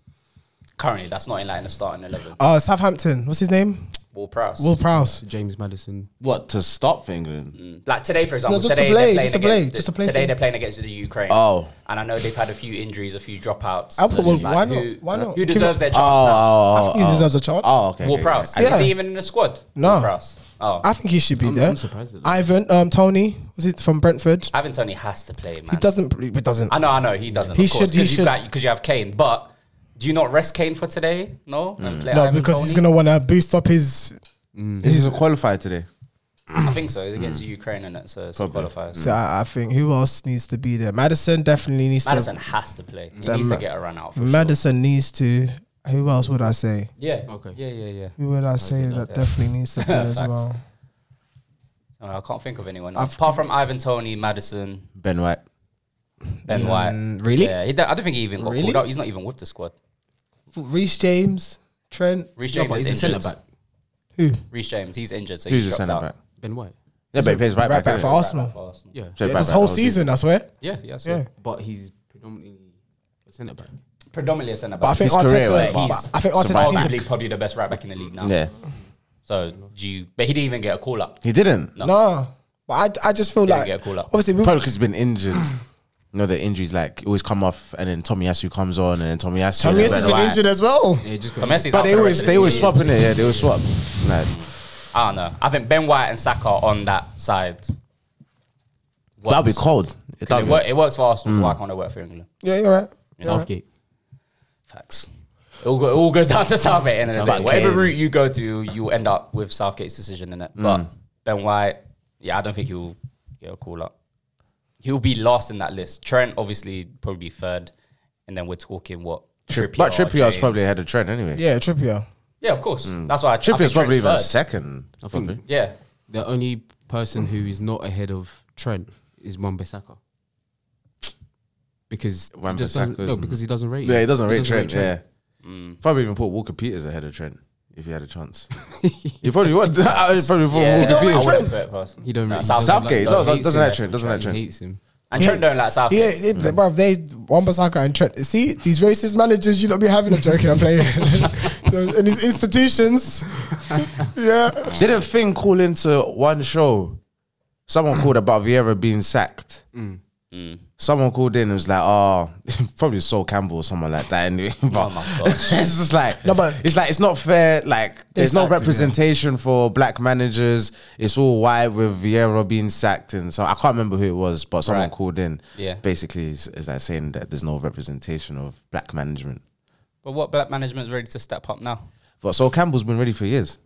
Speaker 2: Currently, that's not in like in the starting eleven.
Speaker 1: Uh, Southampton. What's his name?
Speaker 2: Will Prowse.
Speaker 1: Will Prowse.
Speaker 4: James Madison.
Speaker 3: what to stop for England?
Speaker 2: like today, for example,
Speaker 1: just to
Speaker 2: today
Speaker 1: play,
Speaker 2: they're playing
Speaker 1: just to
Speaker 2: against
Speaker 1: play, just to play
Speaker 2: today
Speaker 1: for-
Speaker 2: they're playing against the Ukraine.
Speaker 3: Oh.
Speaker 2: and I know they've had a few injuries, a few dropouts.
Speaker 1: I'll put-
Speaker 2: So it's
Speaker 1: well, why not? Why not?
Speaker 2: Who
Speaker 1: Give
Speaker 2: deserves their
Speaker 3: Oh,
Speaker 2: chance now?
Speaker 3: oh,
Speaker 1: I
Speaker 3: oh,
Speaker 1: think he
Speaker 3: oh.
Speaker 1: deserves a chance.
Speaker 3: Oh, okay.
Speaker 2: Will
Speaker 3: okay,
Speaker 2: Prowse.
Speaker 3: okay.
Speaker 2: And Is
Speaker 1: Yeah.
Speaker 2: he even in the squad?
Speaker 1: No.
Speaker 2: Will Prowse. Oh,
Speaker 1: I think he should be there.
Speaker 4: I'm surprised at that.
Speaker 1: Ivan, um, Tony, was it from Brentford?
Speaker 2: Ivan Tony has to play, man.
Speaker 1: He doesn't. He doesn't.
Speaker 2: I know, I know, he doesn't.
Speaker 1: He
Speaker 2: of
Speaker 1: should, he should.
Speaker 2: because you have Kane. But do you not rest Kane for today? No,
Speaker 3: Mm.
Speaker 2: and play
Speaker 1: No,
Speaker 2: Ivan
Speaker 1: because he's
Speaker 2: Toney?
Speaker 1: gonna want to boost up his.
Speaker 3: He's a qualifier today.
Speaker 2: I think so. It's against Ukraine and it, so it's
Speaker 3: Mm. Probably.
Speaker 2: qualifiers.
Speaker 1: So I, I think who else needs to be there? Madison definitely needs
Speaker 2: Madison has to play. He needs to get a run out. For
Speaker 1: to. Madison needs to. Who else would I say?
Speaker 2: Sure. Yeah.
Speaker 4: Okay.
Speaker 2: Yeah, yeah, yeah.
Speaker 1: Who would I say that definitely needs to play as
Speaker 2: Facts.
Speaker 1: well?
Speaker 2: No, I can't think of anyone
Speaker 1: I've-
Speaker 2: apart from Ivan Tony, Madison,
Speaker 3: Ben White.
Speaker 2: Ben White.
Speaker 1: Mm, really?
Speaker 2: Yeah, he, don't- I don't think he even got
Speaker 1: Really?
Speaker 2: called out. He's not even with the squad.
Speaker 1: Reece James, Trent.
Speaker 2: Reece
Speaker 4: No,
Speaker 2: James
Speaker 4: but
Speaker 2: is
Speaker 4: he's a
Speaker 2: injured.
Speaker 4: centre back.
Speaker 1: Who?
Speaker 2: Reece James, he's injured, so
Speaker 3: Who's
Speaker 2: he's
Speaker 3: the
Speaker 2: dropped
Speaker 3: centre
Speaker 2: out.
Speaker 3: back?
Speaker 4: Ben White.
Speaker 3: Yeah, but he plays right,
Speaker 1: Right back
Speaker 3: innit?
Speaker 1: for Arsenal.
Speaker 2: For Arsenal.
Speaker 4: Yeah.
Speaker 3: Plays right
Speaker 1: this
Speaker 3: back
Speaker 1: whole
Speaker 3: the
Speaker 1: season, I swear.
Speaker 4: Yeah. Yeah.
Speaker 1: Yeah.
Speaker 4: But he's predominantly a centre back.
Speaker 2: Predominantly a centre back.
Speaker 1: But I think
Speaker 3: His career,
Speaker 1: Arteta.
Speaker 3: like,
Speaker 1: but
Speaker 2: he's
Speaker 1: I think
Speaker 2: Arguably
Speaker 1: Arteta. he's
Speaker 2: probably the best right back in the league now.
Speaker 3: Yeah,
Speaker 2: So do you? But he didn't even get a call up.
Speaker 3: he didn't.
Speaker 1: a- Nah, but I I just feel
Speaker 2: Didn't
Speaker 1: like
Speaker 2: get a call up.
Speaker 1: obviously we
Speaker 3: Probably because he's been injured. You know, the injuries like always come off, and then Tommy Asu comes on, and then Tommy Asu.
Speaker 1: Tom has been injured as well.
Speaker 4: Yeah, just
Speaker 2: So Messi's
Speaker 3: But
Speaker 2: out
Speaker 3: they
Speaker 2: for the
Speaker 3: always
Speaker 2: rest of
Speaker 3: they
Speaker 2: the
Speaker 3: always
Speaker 2: season.
Speaker 3: swapping it. Yeah, they always swap. Like,
Speaker 2: I don't know. I think Ben White and Saka on that side.
Speaker 3: that'll be
Speaker 2: works.
Speaker 3: cold. That'll
Speaker 2: It,
Speaker 3: be- Mm.
Speaker 2: wor- it works for Arsenal. so Why can't it work for England?
Speaker 1: Yeah, you're right.
Speaker 4: Southgate.
Speaker 2: Facts. It all, go- it all goes down to Southgate. And
Speaker 3: Southgate.
Speaker 2: whatever
Speaker 3: Kane.
Speaker 2: route you go to, you'll end up with Southgate's decision in it.
Speaker 3: Hmm.
Speaker 2: But Ben White, yeah, I don't think he'll get a call up. He'll be last in that list. Trent, obviously, probably third. And then we're talking what? Trippier.
Speaker 3: but Trippier's
Speaker 2: James.
Speaker 3: probably ahead of Trent anyway.
Speaker 1: Yeah, Trippier.
Speaker 2: Yeah, of course. That's why I, I think
Speaker 3: Trippier's
Speaker 2: Trent's
Speaker 3: probably even
Speaker 2: third.
Speaker 3: second. I
Speaker 4: think-
Speaker 3: think.
Speaker 2: Yeah.
Speaker 4: The only person who is not ahead of Trent is Wan Bissaka. Because he just doesn't-
Speaker 3: Wan-Bissaka
Speaker 4: no,
Speaker 3: isn't-
Speaker 4: because he doesn't rate.
Speaker 3: Yeah,
Speaker 4: him.
Speaker 3: he doesn't rate Trent.
Speaker 4: Trent.
Speaker 3: Yeah, probably even put Walker Peters ahead of Trent if he had a chance. He probably would. I would probably put
Speaker 2: Yeah,
Speaker 3: Walker
Speaker 2: I
Speaker 3: Peters.
Speaker 2: wouldn't put it past.
Speaker 4: He don't
Speaker 2: No,
Speaker 4: rate
Speaker 2: South-
Speaker 4: doesn't
Speaker 3: Southgate,
Speaker 4: like-
Speaker 3: no,
Speaker 4: hates
Speaker 3: doesn't
Speaker 4: him.
Speaker 3: like Trent, doesn't like Trent.
Speaker 4: He hates him.
Speaker 2: And Trent don't like Southgate.
Speaker 1: Yeah, it, bro, they Wan-Bissaka and Trent. See these racist managers you not be having. I'm joking. I'm playing. and these institutions. Yeah,
Speaker 3: Didn't Finn call into one show? Someone called about Vieira being sacked.
Speaker 2: Hmm.
Speaker 3: Someone called in and was like, "Oh, probably Sol Campbell or someone like that." Anyway, but
Speaker 2: Oh my God.
Speaker 3: it's just like
Speaker 1: No, but-
Speaker 3: it's like it's not fair. Like there's no
Speaker 1: sacked him, yeah.
Speaker 3: representation for black managers. It's all white with Vieira being sacked, and so I can't remember who it was, but someone
Speaker 2: Right.
Speaker 3: called in.
Speaker 2: Yeah.
Speaker 3: basically, is, is that saying that there's no representation of black management?
Speaker 2: But what black management is ready to step up now?
Speaker 3: But Sol Campbell's been ready for years.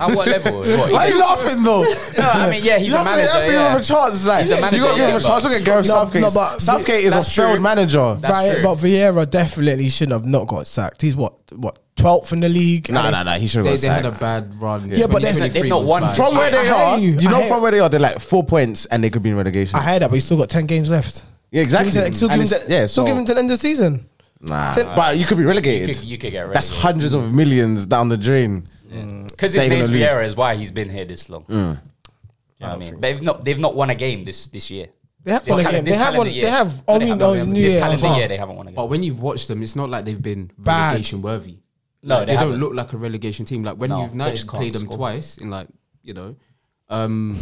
Speaker 2: At what level? What,
Speaker 3: Why are you laughing though?
Speaker 2: No, I mean, yeah, he's
Speaker 3: you
Speaker 2: a
Speaker 3: have To,
Speaker 2: manager.
Speaker 3: you have
Speaker 2: yeah.
Speaker 3: to give him a chance. It's Like,
Speaker 2: He's a manager,
Speaker 3: you got to give
Speaker 2: yeah,
Speaker 3: him a chance.
Speaker 2: but-
Speaker 3: Look at Gareth
Speaker 1: No,
Speaker 3: Southgate.
Speaker 1: no, but-
Speaker 3: Southgate is a
Speaker 2: That's true.
Speaker 3: failed manager.
Speaker 2: That's
Speaker 1: right.
Speaker 2: true.
Speaker 1: But Vieira definitely shouldn't have not got sacked. He's what what twelfth in the league.
Speaker 3: No,
Speaker 1: And
Speaker 3: no,
Speaker 1: it's-
Speaker 3: no. He should
Speaker 4: They,
Speaker 3: have got
Speaker 4: they had a
Speaker 3: sacked.
Speaker 4: bad run.
Speaker 1: Yeah, but they've-
Speaker 4: 2023
Speaker 2: they've not
Speaker 4: was
Speaker 2: won
Speaker 4: bad.
Speaker 3: From where
Speaker 1: I
Speaker 3: they
Speaker 1: hear
Speaker 3: are,
Speaker 1: you.
Speaker 3: you
Speaker 1: I
Speaker 3: know,
Speaker 1: hear-
Speaker 3: from where they are, they're like four points and they could be in relegation.
Speaker 1: I heard that, but he's still got ten games left.
Speaker 3: Yeah, exactly.
Speaker 1: Give him to- still
Speaker 3: And
Speaker 1: give him
Speaker 3: it's-
Speaker 1: to-
Speaker 3: yeah,
Speaker 1: still
Speaker 3: so-
Speaker 1: give him to the end of the season.
Speaker 3: Nah, but you could be
Speaker 2: You
Speaker 3: relegated.
Speaker 2: could, you could get
Speaker 3: That's
Speaker 2: ready.
Speaker 3: hundreds of millions down the drain.
Speaker 2: Because his
Speaker 3: they're gonna
Speaker 2: name's
Speaker 3: lose.
Speaker 2: Vieira is why he's been here this
Speaker 1: Mm.
Speaker 2: long. You know what I mean? They've not they've not won a game this this year.
Speaker 1: They have
Speaker 2: This
Speaker 1: won a
Speaker 2: calen-
Speaker 1: game.
Speaker 2: this
Speaker 1: They have
Speaker 2: calendar
Speaker 1: won.
Speaker 2: year.
Speaker 1: They have
Speaker 2: No,
Speaker 1: only
Speaker 2: haven't.
Speaker 1: no
Speaker 2: This
Speaker 1: New Year.
Speaker 2: calendar
Speaker 1: But
Speaker 2: year they haven't won a game.
Speaker 4: But when you've watched them, it's not like they've been
Speaker 1: Bad.
Speaker 4: relegation worthy.
Speaker 2: No,
Speaker 4: Like,
Speaker 2: they
Speaker 4: they, don't
Speaker 2: haven't.
Speaker 4: look like a relegation team. Like when
Speaker 2: No, they
Speaker 4: United
Speaker 2: just can't
Speaker 4: played them
Speaker 2: score.
Speaker 4: twice in like you know, um,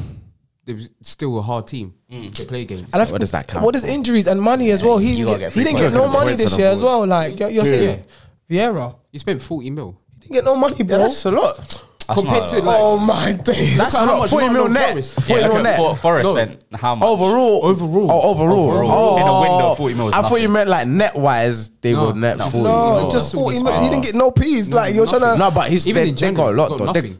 Speaker 4: they was still a hard team
Speaker 2: Mm.
Speaker 4: to play against.
Speaker 1: And I think-
Speaker 3: What does that count
Speaker 1: What is injuries and money as well? He
Speaker 2: you
Speaker 1: didn't
Speaker 2: gotta
Speaker 1: get,
Speaker 2: get
Speaker 1: he didn't
Speaker 2: free
Speaker 1: get no
Speaker 3: points.
Speaker 1: money
Speaker 3: Points
Speaker 1: this
Speaker 3: on the
Speaker 1: year as
Speaker 3: board.
Speaker 1: well. Like you're, you're saying, Vieira
Speaker 4: You spent forty mil
Speaker 1: didn't get no money, bro.
Speaker 3: That's a lot.
Speaker 2: That's
Speaker 4: compared
Speaker 2: not-
Speaker 4: to like
Speaker 1: oh my days.
Speaker 3: That's
Speaker 4: how
Speaker 3: how
Speaker 4: much
Speaker 3: much. Forty mil
Speaker 4: Marlon
Speaker 3: net.
Speaker 4: Forrest-
Speaker 3: Forty
Speaker 2: Yeah,
Speaker 3: mil
Speaker 2: look at
Speaker 3: net.
Speaker 2: For- Forrest
Speaker 4: No.
Speaker 2: spent how
Speaker 1: Oh,
Speaker 2: much?
Speaker 3: Overall,
Speaker 4: Overall.
Speaker 3: oh, overall,
Speaker 4: Overall.
Speaker 3: Oh,
Speaker 2: In a window, 40 mil is
Speaker 3: I thought you
Speaker 2: nothing.
Speaker 3: meant like net wise, they
Speaker 4: No,
Speaker 3: were net
Speaker 4: no.
Speaker 3: forty.
Speaker 1: no,
Speaker 4: Oh.
Speaker 1: just
Speaker 4: Oh.
Speaker 1: forty. mil. He didn't get no peas.
Speaker 4: No,
Speaker 1: like you're
Speaker 4: nothing.
Speaker 1: trying to.
Speaker 3: No, but he's
Speaker 4: Even
Speaker 3: they,
Speaker 4: in
Speaker 3: they got
Speaker 4: January,
Speaker 3: a lot.
Speaker 4: got
Speaker 3: though. They-
Speaker 4: nothing.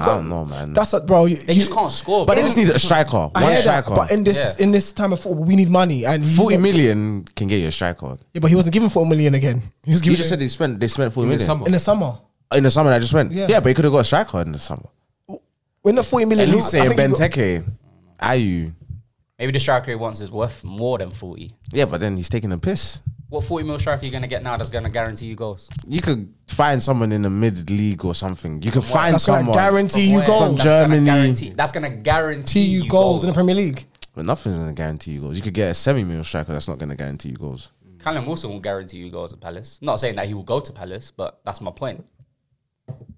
Speaker 3: I don't know, man.
Speaker 1: That's a, bro. You,
Speaker 2: They
Speaker 1: you-
Speaker 2: just can't score.
Speaker 3: but they
Speaker 2: bro.
Speaker 3: just need a striker.
Speaker 1: I
Speaker 3: one
Speaker 1: hear that,
Speaker 3: striker.
Speaker 1: but in this
Speaker 2: Yeah.
Speaker 1: in this time of football, we need money and he's
Speaker 3: forty
Speaker 1: not-
Speaker 3: million can get you a striker.
Speaker 1: Yeah, but he wasn't given forty million again. He was
Speaker 3: You
Speaker 1: given
Speaker 3: just said they spent they spent forty
Speaker 4: in the
Speaker 3: million
Speaker 4: summer.
Speaker 1: in the summer.
Speaker 3: in the summer. I just went.
Speaker 1: Yeah.
Speaker 3: Yeah, but you could have got a striker in the summer.
Speaker 1: We're not forty million.
Speaker 3: At least
Speaker 1: I
Speaker 3: say
Speaker 1: think you got-
Speaker 3: Benteke, Ayu.
Speaker 2: Maybe the striker he wants is worth more than 40.
Speaker 3: Yeah, but then he's taking a piss.
Speaker 2: What 40 mil striker are you going to get now that's going to guarantee you goals?
Speaker 3: You could find someone in the mid league or something. You could find
Speaker 1: That's gonna
Speaker 3: someone,
Speaker 1: guarantee you
Speaker 2: Where?
Speaker 1: goals.
Speaker 2: That's gonna
Speaker 3: Germany.
Speaker 2: guarantee- That's going to guarantee
Speaker 1: Guarantee you goals in the Premier League.
Speaker 3: but nothing's gonna guarantee you goals. You could get a semi-million striker. That's not gonna guarantee you goals.
Speaker 2: Callum Wilson will guarantee you goals at Palace. Not saying that he will go to Palace, but that's my point.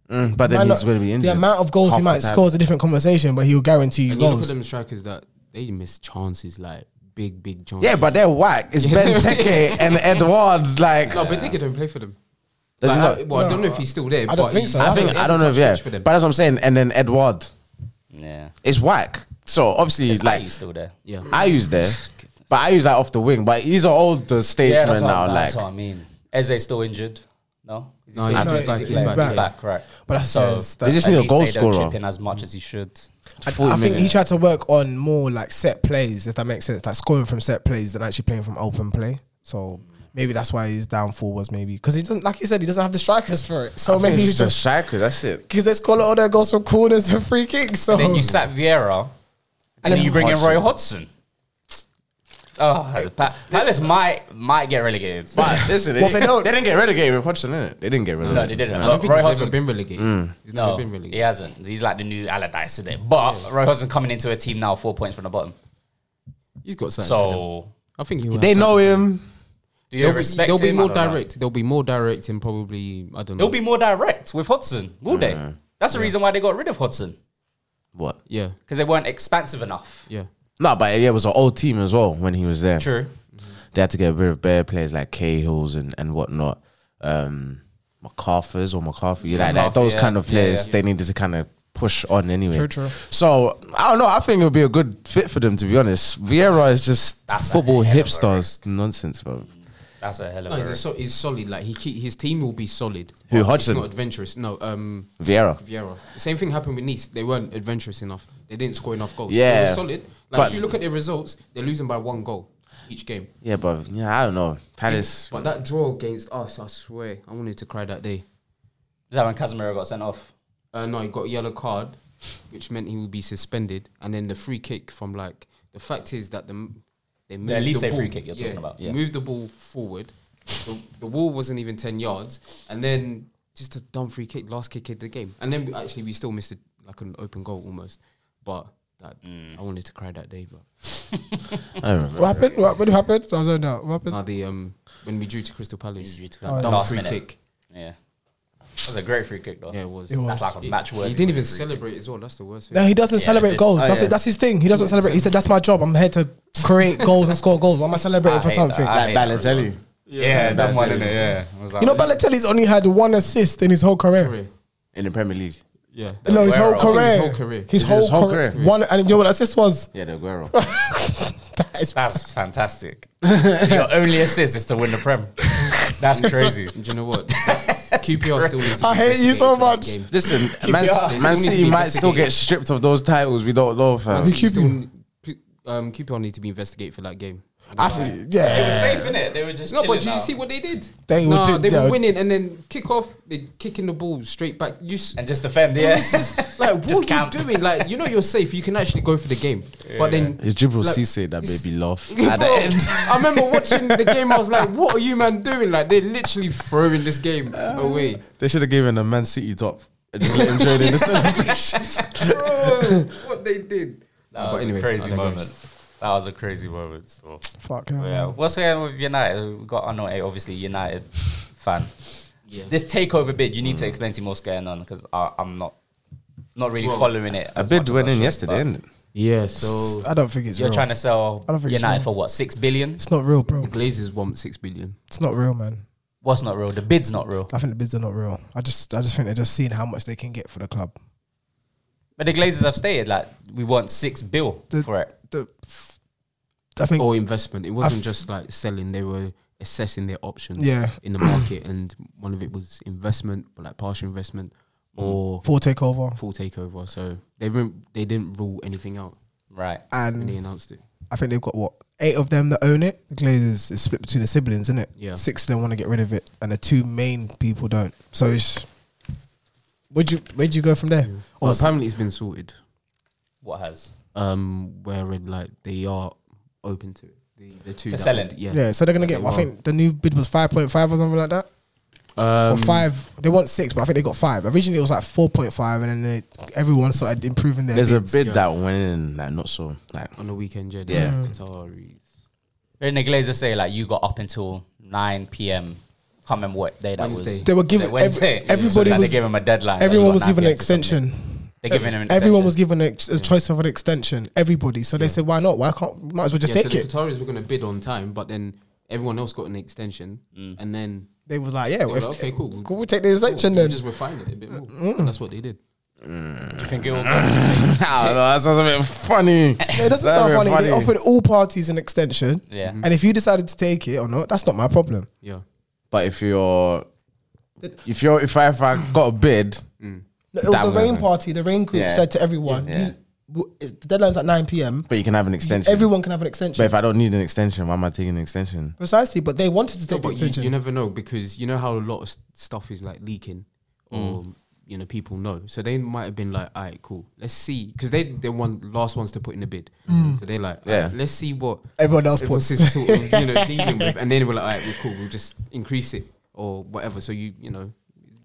Speaker 3: Mm, but then
Speaker 1: Might
Speaker 3: he's
Speaker 1: not-
Speaker 3: gonna be injured.
Speaker 1: The amount of goals
Speaker 3: half
Speaker 1: he
Speaker 3: the
Speaker 1: might
Speaker 3: time.
Speaker 1: score is a different conversation, but he'll guarantee you
Speaker 4: And you look at
Speaker 1: goals.
Speaker 4: them strikers that they miss chances, like big, big chances.
Speaker 3: Yeah, but they're whack. It's
Speaker 4: Yeah.
Speaker 3: Benteke and Edwards. Like,
Speaker 4: no, Benteke don't play for them.
Speaker 3: Does he
Speaker 4: Like, I,
Speaker 3: not?
Speaker 4: well, I
Speaker 1: No.
Speaker 4: don't know if he's still there.
Speaker 1: I
Speaker 4: but
Speaker 1: don't think
Speaker 4: he's-
Speaker 1: so.
Speaker 3: I think
Speaker 1: It's
Speaker 3: I don't know if
Speaker 4: touch
Speaker 3: yeah,
Speaker 4: pitch for them.
Speaker 3: but that's what I'm saying. And then Edward,
Speaker 2: Yeah.
Speaker 3: it's whack. So obviously,
Speaker 2: Is
Speaker 3: it's like
Speaker 2: Ayew still there?
Speaker 4: yeah,
Speaker 3: I use there, but I use that off the wing. But he's an older
Speaker 2: Yeah,
Speaker 3: statesman
Speaker 2: that's, what,
Speaker 3: now.
Speaker 2: that's
Speaker 3: Like,
Speaker 2: what I mean. Eze still injured? No? Is he
Speaker 4: No,
Speaker 2: still
Speaker 4: he's
Speaker 2: injured?
Speaker 4: back,
Speaker 1: it's
Speaker 4: he's
Speaker 1: like
Speaker 4: back,
Speaker 1: back.
Speaker 4: he's back.
Speaker 2: back, right?
Speaker 1: But that's
Speaker 2: So-
Speaker 1: just-
Speaker 3: they
Speaker 1: that's-
Speaker 3: just need
Speaker 2: At
Speaker 3: a
Speaker 2: least
Speaker 3: goal
Speaker 2: they don't
Speaker 3: scorer.
Speaker 2: chip in as much as he should.
Speaker 1: I,
Speaker 3: 40
Speaker 1: I think he
Speaker 3: minutes.
Speaker 1: tried to work on more like set plays, if that makes sense, like scoring from set plays than actually playing from open play. So maybe that's why his downfall was maybe because he doesn't, like you said, he doesn't have the strikers for it. So maybe
Speaker 3: Maybe
Speaker 1: he's
Speaker 3: he's a
Speaker 1: just
Speaker 3: striker. That's it.
Speaker 1: because they score all their goals from corners and free kicks. So
Speaker 4: Oh.
Speaker 2: Then you sat Vieira, and,
Speaker 1: then
Speaker 2: then you bring
Speaker 3: Hodgson.
Speaker 2: in Roy Hodgson. Oh, the Pa- Palace might might get relegated.
Speaker 3: But listen,
Speaker 1: Well, they don't-
Speaker 3: didn't get relegated with Hodgson, innit? They didn't get relegated.
Speaker 2: No, they didn't.
Speaker 4: I
Speaker 2: But
Speaker 4: don't think
Speaker 2: Roy
Speaker 4: he's
Speaker 2: Hodgson-
Speaker 4: ever been relegated.
Speaker 3: Mm.
Speaker 4: He's never
Speaker 2: No,
Speaker 4: been
Speaker 2: he
Speaker 4: relegated.
Speaker 2: hasn't. He's like the new Allardyce, isn't it? But Roy Hodgson coming into a team now four points from the bottom.
Speaker 4: He's got something. for them.
Speaker 2: So
Speaker 4: I think he'll
Speaker 3: They
Speaker 4: have
Speaker 3: know him.
Speaker 2: do you
Speaker 4: They'll be,
Speaker 2: respect
Speaker 4: they'll be
Speaker 2: him? I
Speaker 4: more
Speaker 2: don't know.
Speaker 4: direct. They'll be more direct in probably I don't know.
Speaker 2: They'll be more direct with Hodgson, will they? That's the reason why they got rid of Hodgson
Speaker 3: What?
Speaker 4: yeah,
Speaker 2: because they weren't expansive enough.
Speaker 4: yeah.
Speaker 3: No, but yeah, it was an old team as well when he was there.
Speaker 2: True.
Speaker 3: They had to get rid of bare players like Cahill's and, and whatnot. Um, MacArthur's or MacArthur, you like that.
Speaker 2: MacArthur,
Speaker 3: Those
Speaker 2: yeah.
Speaker 3: kind of
Speaker 2: Yeah,
Speaker 3: players,
Speaker 2: yeah.
Speaker 3: they needed to kind of push on anyway.
Speaker 1: True, true.
Speaker 3: So I don't know. I think it would be a good fit for them to be honest. Vieira is just
Speaker 2: That's a
Speaker 3: football
Speaker 2: hell of a
Speaker 3: hipsters nonsense, bro.
Speaker 2: That's a hell of a.
Speaker 4: No, he's, a so, he's solid. Like he, keep, his team will be solid.
Speaker 3: Who,
Speaker 4: But
Speaker 3: Hodgson?
Speaker 4: It's not adventurous. No, um,
Speaker 3: Vieira.
Speaker 4: Vieira. Same thing happened with Nice. They weren't adventurous enough. They didn't score enough goals.
Speaker 3: Yeah.
Speaker 4: they were solid. Like
Speaker 3: But-
Speaker 4: if you look at their results, they're losing by one goal each game.
Speaker 3: Yeah, but yeah, I don't know. Palace.
Speaker 4: But that draw against us, I swear, I wanted to cry that day.
Speaker 2: Is that when Casemiro got sent off?
Speaker 4: Uh, no, he got a yellow card, which meant he would be suspended, and then the free kick from like the fact is that the m- they moved
Speaker 2: Elise
Speaker 4: the ball.
Speaker 2: free kick you're talking about, yeah.
Speaker 4: moved the ball forward. The, the wall wasn't even ten yards, and then just a dumb free kick, last kick of the game, and then we- actually we still missed a, like an open goal almost. But that
Speaker 2: Mm.
Speaker 4: I wanted to cry that day, but
Speaker 3: I don't remember.
Speaker 1: what happened? What, what happened? I was zoned out. What
Speaker 3: Oh,
Speaker 1: happened?
Speaker 4: now the um when we drew to Crystal Palace,
Speaker 2: drew to
Speaker 4: that
Speaker 2: Crystal
Speaker 4: dumb
Speaker 2: Palace.
Speaker 4: free
Speaker 2: Last minute.
Speaker 4: kick,
Speaker 2: Yeah, that was a great free kick though.
Speaker 4: yeah, it was.
Speaker 1: It was.
Speaker 2: That's like a
Speaker 4: He-
Speaker 2: match worthy.
Speaker 4: He didn't even celebrate as well. That's the worst thing.
Speaker 1: No, he doesn't
Speaker 2: Yeah,
Speaker 1: celebrate
Speaker 2: this-
Speaker 1: goals.
Speaker 2: oh,
Speaker 1: that's,
Speaker 2: yeah.
Speaker 1: it, that's his thing. He doesn't celebrate. He said, "That's my job. I'm here to create goals and score goals. Why am I celebrating
Speaker 2: I
Speaker 1: for
Speaker 2: hate that.
Speaker 1: something?"
Speaker 2: I hate that.
Speaker 3: Balotelli.
Speaker 2: Yeah, that one in it. Yeah, I was like,
Speaker 1: You know, Balotelli's only had one assist in his whole career.
Speaker 4: Career.
Speaker 3: In the Premier League.
Speaker 4: Yeah.
Speaker 1: No, his whole
Speaker 2: Aguero. I
Speaker 4: think his
Speaker 1: career.
Speaker 4: whole career.
Speaker 1: His
Speaker 3: Is it
Speaker 1: whole,
Speaker 3: his whole
Speaker 1: career.
Speaker 3: career?
Speaker 1: One, and you know what assist was?
Speaker 3: Yeah, the Aguero.
Speaker 1: That is
Speaker 2: That's fantastic. Your only assist is to win the Prem. That's crazy.
Speaker 4: Do you know what? QPR still needs to
Speaker 1: I
Speaker 4: be
Speaker 1: hate you so
Speaker 4: investigated for that
Speaker 1: much.
Speaker 4: game.
Speaker 3: Listen, Man,
Speaker 2: up.
Speaker 3: Man
Speaker 4: They still need
Speaker 3: City
Speaker 4: to be
Speaker 3: might still get
Speaker 4: investigated.
Speaker 3: stripped of those titles we don't know, fam.
Speaker 4: Man City
Speaker 1: Q-
Speaker 4: still- um, QPR need to be investigated for that game.
Speaker 1: I feel,
Speaker 2: They were
Speaker 1: yeah.
Speaker 2: safe in it. They were just.
Speaker 4: No, but
Speaker 2: chilling
Speaker 4: do you
Speaker 2: out.
Speaker 4: see what they did?
Speaker 1: They would
Speaker 4: nah,
Speaker 1: do-
Speaker 4: they
Speaker 1: they
Speaker 4: were
Speaker 1: would-
Speaker 4: winning, and then kick off. They kicking the ball straight back. You, s-
Speaker 2: and just defend.
Speaker 4: it
Speaker 2: Yeah,
Speaker 4: was just like what
Speaker 2: Just
Speaker 4: are
Speaker 2: camp.
Speaker 4: you doing? Like you know you're safe. You can actually go for the game, but then
Speaker 3: It's Jibril
Speaker 4: Like,
Speaker 3: Cisse that
Speaker 4: it's-
Speaker 3: baby laugh
Speaker 4: Bro,
Speaker 3: at the end.
Speaker 4: I remember watching the game. I was like, "What are you man doing? Like they're literally throwing this game
Speaker 1: Uh,
Speaker 4: away."
Speaker 3: They should have given a Man City top and just let him join in the celebrations.
Speaker 4: Bro, what they did.
Speaker 2: that
Speaker 4: But
Speaker 2: was
Speaker 4: anyway,
Speaker 2: a crazy
Speaker 4: I digress.
Speaker 2: moment. That was a crazy moment. So.
Speaker 1: Fuck yeah.
Speaker 2: Yeah, what's going on with United? We got Arnold A, obviously United fan.
Speaker 4: Yeah.
Speaker 2: This takeover bid, you need
Speaker 1: Mm.
Speaker 2: to explain to me what's going on because I'm not not really following it.
Speaker 3: A
Speaker 2: as much
Speaker 3: bid
Speaker 2: as
Speaker 3: went
Speaker 2: I
Speaker 3: in
Speaker 2: should,
Speaker 3: yesterday,
Speaker 2: but
Speaker 3: didn't it?
Speaker 4: Yeah, so
Speaker 1: I don't think it's
Speaker 2: You're
Speaker 1: real.
Speaker 2: trying to sell
Speaker 1: I don't think it's
Speaker 2: United
Speaker 1: real.
Speaker 2: for what six billion?
Speaker 1: it's not real, bro.
Speaker 4: Glazers want six billion.
Speaker 1: It's not real, man.
Speaker 2: What's not real? The bid's not real.
Speaker 1: I think the bids are not real. I just, I just think they're just seeing how much they can get for the club.
Speaker 2: But the Glazers have stated like we want six bill
Speaker 1: The-
Speaker 2: for it.
Speaker 1: The, I think,
Speaker 4: Or investment. It wasn't
Speaker 1: I've-
Speaker 4: just like selling. They were assessing their options
Speaker 1: yeah,
Speaker 4: in the market, and one of it was investment, but like partial investment.
Speaker 1: Mm.
Speaker 4: or
Speaker 1: Full takeover.
Speaker 4: full takeover. So they didn't they didn't rule anything out
Speaker 2: Right.
Speaker 4: when
Speaker 1: And
Speaker 4: they announced it.
Speaker 1: I think they've got what? Eight of them that own it. The Glazers is split between the siblings, isn't it?
Speaker 4: Yeah.
Speaker 1: Six of them want to get rid of it, and the two main people don't. So it's. Would you where'd you go from there? Or
Speaker 4: Well,
Speaker 1: s-
Speaker 4: apparently it's been sorted.
Speaker 2: What has?
Speaker 4: Um, where it, like they are open to it. The, the two
Speaker 2: To
Speaker 4: that
Speaker 2: sell
Speaker 4: would-
Speaker 2: it.
Speaker 4: yeah.
Speaker 1: yeah, so they're gonna get.
Speaker 4: Okay,
Speaker 1: I
Speaker 4: well.
Speaker 1: think the new bid was five point five or something like that,
Speaker 4: Um,
Speaker 1: or five. They want six, but I think they got five. Originally it was like four point five, and then they, everyone started improving their.
Speaker 3: There's a
Speaker 1: bids.
Speaker 3: bid
Speaker 4: yeah.
Speaker 3: that went in, like not so like
Speaker 4: on the weekend. Yeah,
Speaker 3: Yeah.
Speaker 4: yeah.
Speaker 1: Mm.
Speaker 4: Qataris.
Speaker 2: Didn't the Glazer say like you got up until nine p.m. Can't remember what day that
Speaker 4: Wednesday.
Speaker 2: was.
Speaker 1: They were given-
Speaker 2: Was it Wednesday.
Speaker 1: every- everybody
Speaker 2: so like
Speaker 1: was-
Speaker 2: they gave him a deadline. like, you
Speaker 1: Everyone
Speaker 2: got
Speaker 1: was
Speaker 2: 9
Speaker 1: given an
Speaker 2: p.m. to submit.
Speaker 1: extension.
Speaker 2: They're giving him. An
Speaker 1: Everyone
Speaker 2: extension.
Speaker 1: was given a, a choice of an extension. Everybody. So they said, why not? Why can't? Might as well just
Speaker 4: yeah,
Speaker 1: take
Speaker 4: so
Speaker 1: it.
Speaker 4: the Qataris were going to bid on time, but then everyone else got an extension,
Speaker 2: Mm.
Speaker 4: and then
Speaker 1: They was like, yeah,
Speaker 4: they were
Speaker 1: if,
Speaker 4: like, okay, cool.
Speaker 1: cool, we'll take the extension
Speaker 4: Cool,
Speaker 1: then. Mm.
Speaker 4: we just refine it a bit more. And that's what they did.
Speaker 2: You think it will go?
Speaker 3: I don't know, that sounds a bit funny.
Speaker 1: Yeah, it doesn't
Speaker 3: That's
Speaker 1: sound
Speaker 3: a bit
Speaker 1: funny. They offered all parties an extension.
Speaker 2: Yeah.
Speaker 1: And if you decided to take it or not, that's not my problem.
Speaker 4: Yeah,
Speaker 3: But if you're, if you're, if I, if I got a bid,
Speaker 1: No, It was
Speaker 3: That
Speaker 1: the rain
Speaker 3: wasn't-
Speaker 1: party. The rain group
Speaker 3: Yeah.
Speaker 1: said to everyone,
Speaker 3: Yeah.
Speaker 1: you- w- it's- the deadline's at 9 p.m.
Speaker 3: but you can have an extension.
Speaker 1: Everyone can have an
Speaker 3: but
Speaker 1: extension.
Speaker 3: if I don't need an extension, why am I taking an extension?
Speaker 1: Precisely. But they wanted to
Speaker 4: No,
Speaker 1: take the
Speaker 4: but you,
Speaker 1: extension.
Speaker 4: you never know because you know how a lot of s- stuff is like leaking, or you know people know. So they might have been like, "All right, cool, let's see," because they they one last ones to put in the bid. So they're like,
Speaker 3: Yeah.
Speaker 4: "Alright, let's see what
Speaker 1: Mm. everyone else puts.
Speaker 4: what's this sort of you know dealing with," and then we're like, "All right, we're cool, we'll just increase it or whatever." So you you know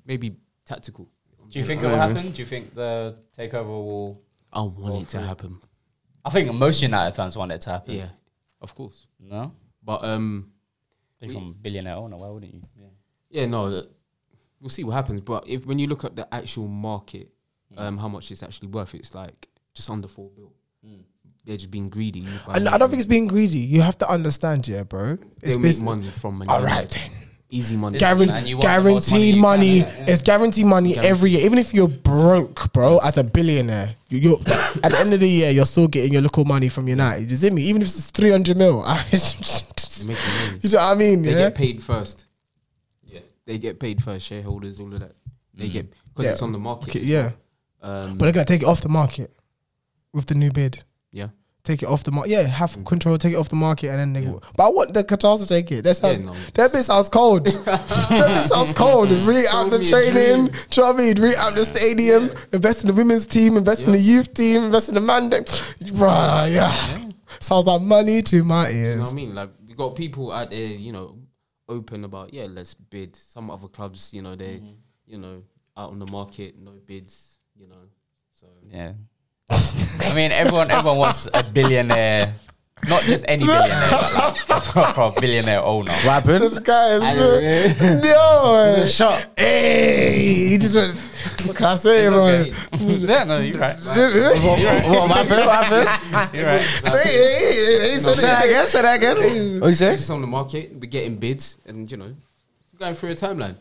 Speaker 4: maybe tactical.
Speaker 2: Do you think it will happen? Do you think the takeover will?
Speaker 4: I want it to happen.
Speaker 2: I think most United fans want it to happen.
Speaker 4: Yeah, of course.
Speaker 2: No.
Speaker 4: But um,
Speaker 2: Become billionaire owner. Why wouldn't you? Yeah.
Speaker 4: yeah, no, uh, we'll see what happens. But if when you look at the actual market, um, how much it's actually worth, it's like just under four bill. They're just being greedy. by
Speaker 1: And I don't think
Speaker 4: making-
Speaker 1: it's being greedy. You have to understand, yeah, bro. It's
Speaker 4: they'll make
Speaker 1: business.
Speaker 4: money from Man
Speaker 1: All
Speaker 4: United.
Speaker 1: right then.
Speaker 4: easy money.
Speaker 2: Gar-
Speaker 1: Guaran-
Speaker 2: And you want the most money
Speaker 1: guaranteed
Speaker 2: you can,
Speaker 1: money.
Speaker 2: yeah, yeah.
Speaker 1: It's guaranteed money every year. Even if you're broke, bro, as a billionaire, you- you're at the end of the year, you're still getting your little money from United. You see me? Even if it's 300 mil. I-
Speaker 4: They're making money.
Speaker 1: you know what I mean?
Speaker 4: They
Speaker 1: Yeah?
Speaker 4: get paid first. Yeah, they get paid first. Shareholders, all of that. They get because
Speaker 1: Yeah.
Speaker 4: it's on the market.
Speaker 1: Okay, yeah.
Speaker 4: Um,
Speaker 1: But they're going to take it off the market with the new bid.
Speaker 4: yeah,
Speaker 1: Take it off the market. Yeah, have control, take it off the market, and then they will. But I want the Qatars to take it. That's how,
Speaker 4: Yeah, no.
Speaker 1: That bit sounds cold. that bit sounds cold. Re out the
Speaker 4: me a
Speaker 1: training, do you know what I mean? Re out the stadium, invest in the women's team, invest in the youth team, invest in the man. Bruh, yeah. Sounds like money to my
Speaker 4: You know what I
Speaker 1: ears.
Speaker 4: mean? Like we got people out there, you know, open about yeah, let's bid. Some other clubs, you know, they, you know, out on the market, no bids, you know. So
Speaker 2: Yeah. I mean, everyone everyone wants a billionaire, not just any billionaire, but like a proper billionaire owner.
Speaker 3: What happened?
Speaker 1: This guy is
Speaker 3: I-
Speaker 1: real- Yo,
Speaker 3: Shot.
Speaker 1: hey, he just went. What can I say, man?
Speaker 2: yeah, no, you're right.
Speaker 3: What happened? What happened?
Speaker 2: You're right.
Speaker 1: Say, hey, hey, he
Speaker 3: Say
Speaker 1: said
Speaker 3: that
Speaker 1: it.
Speaker 3: again. Say that again. What you say?
Speaker 4: just on the market, we're getting bids, and you know, going through a timeline.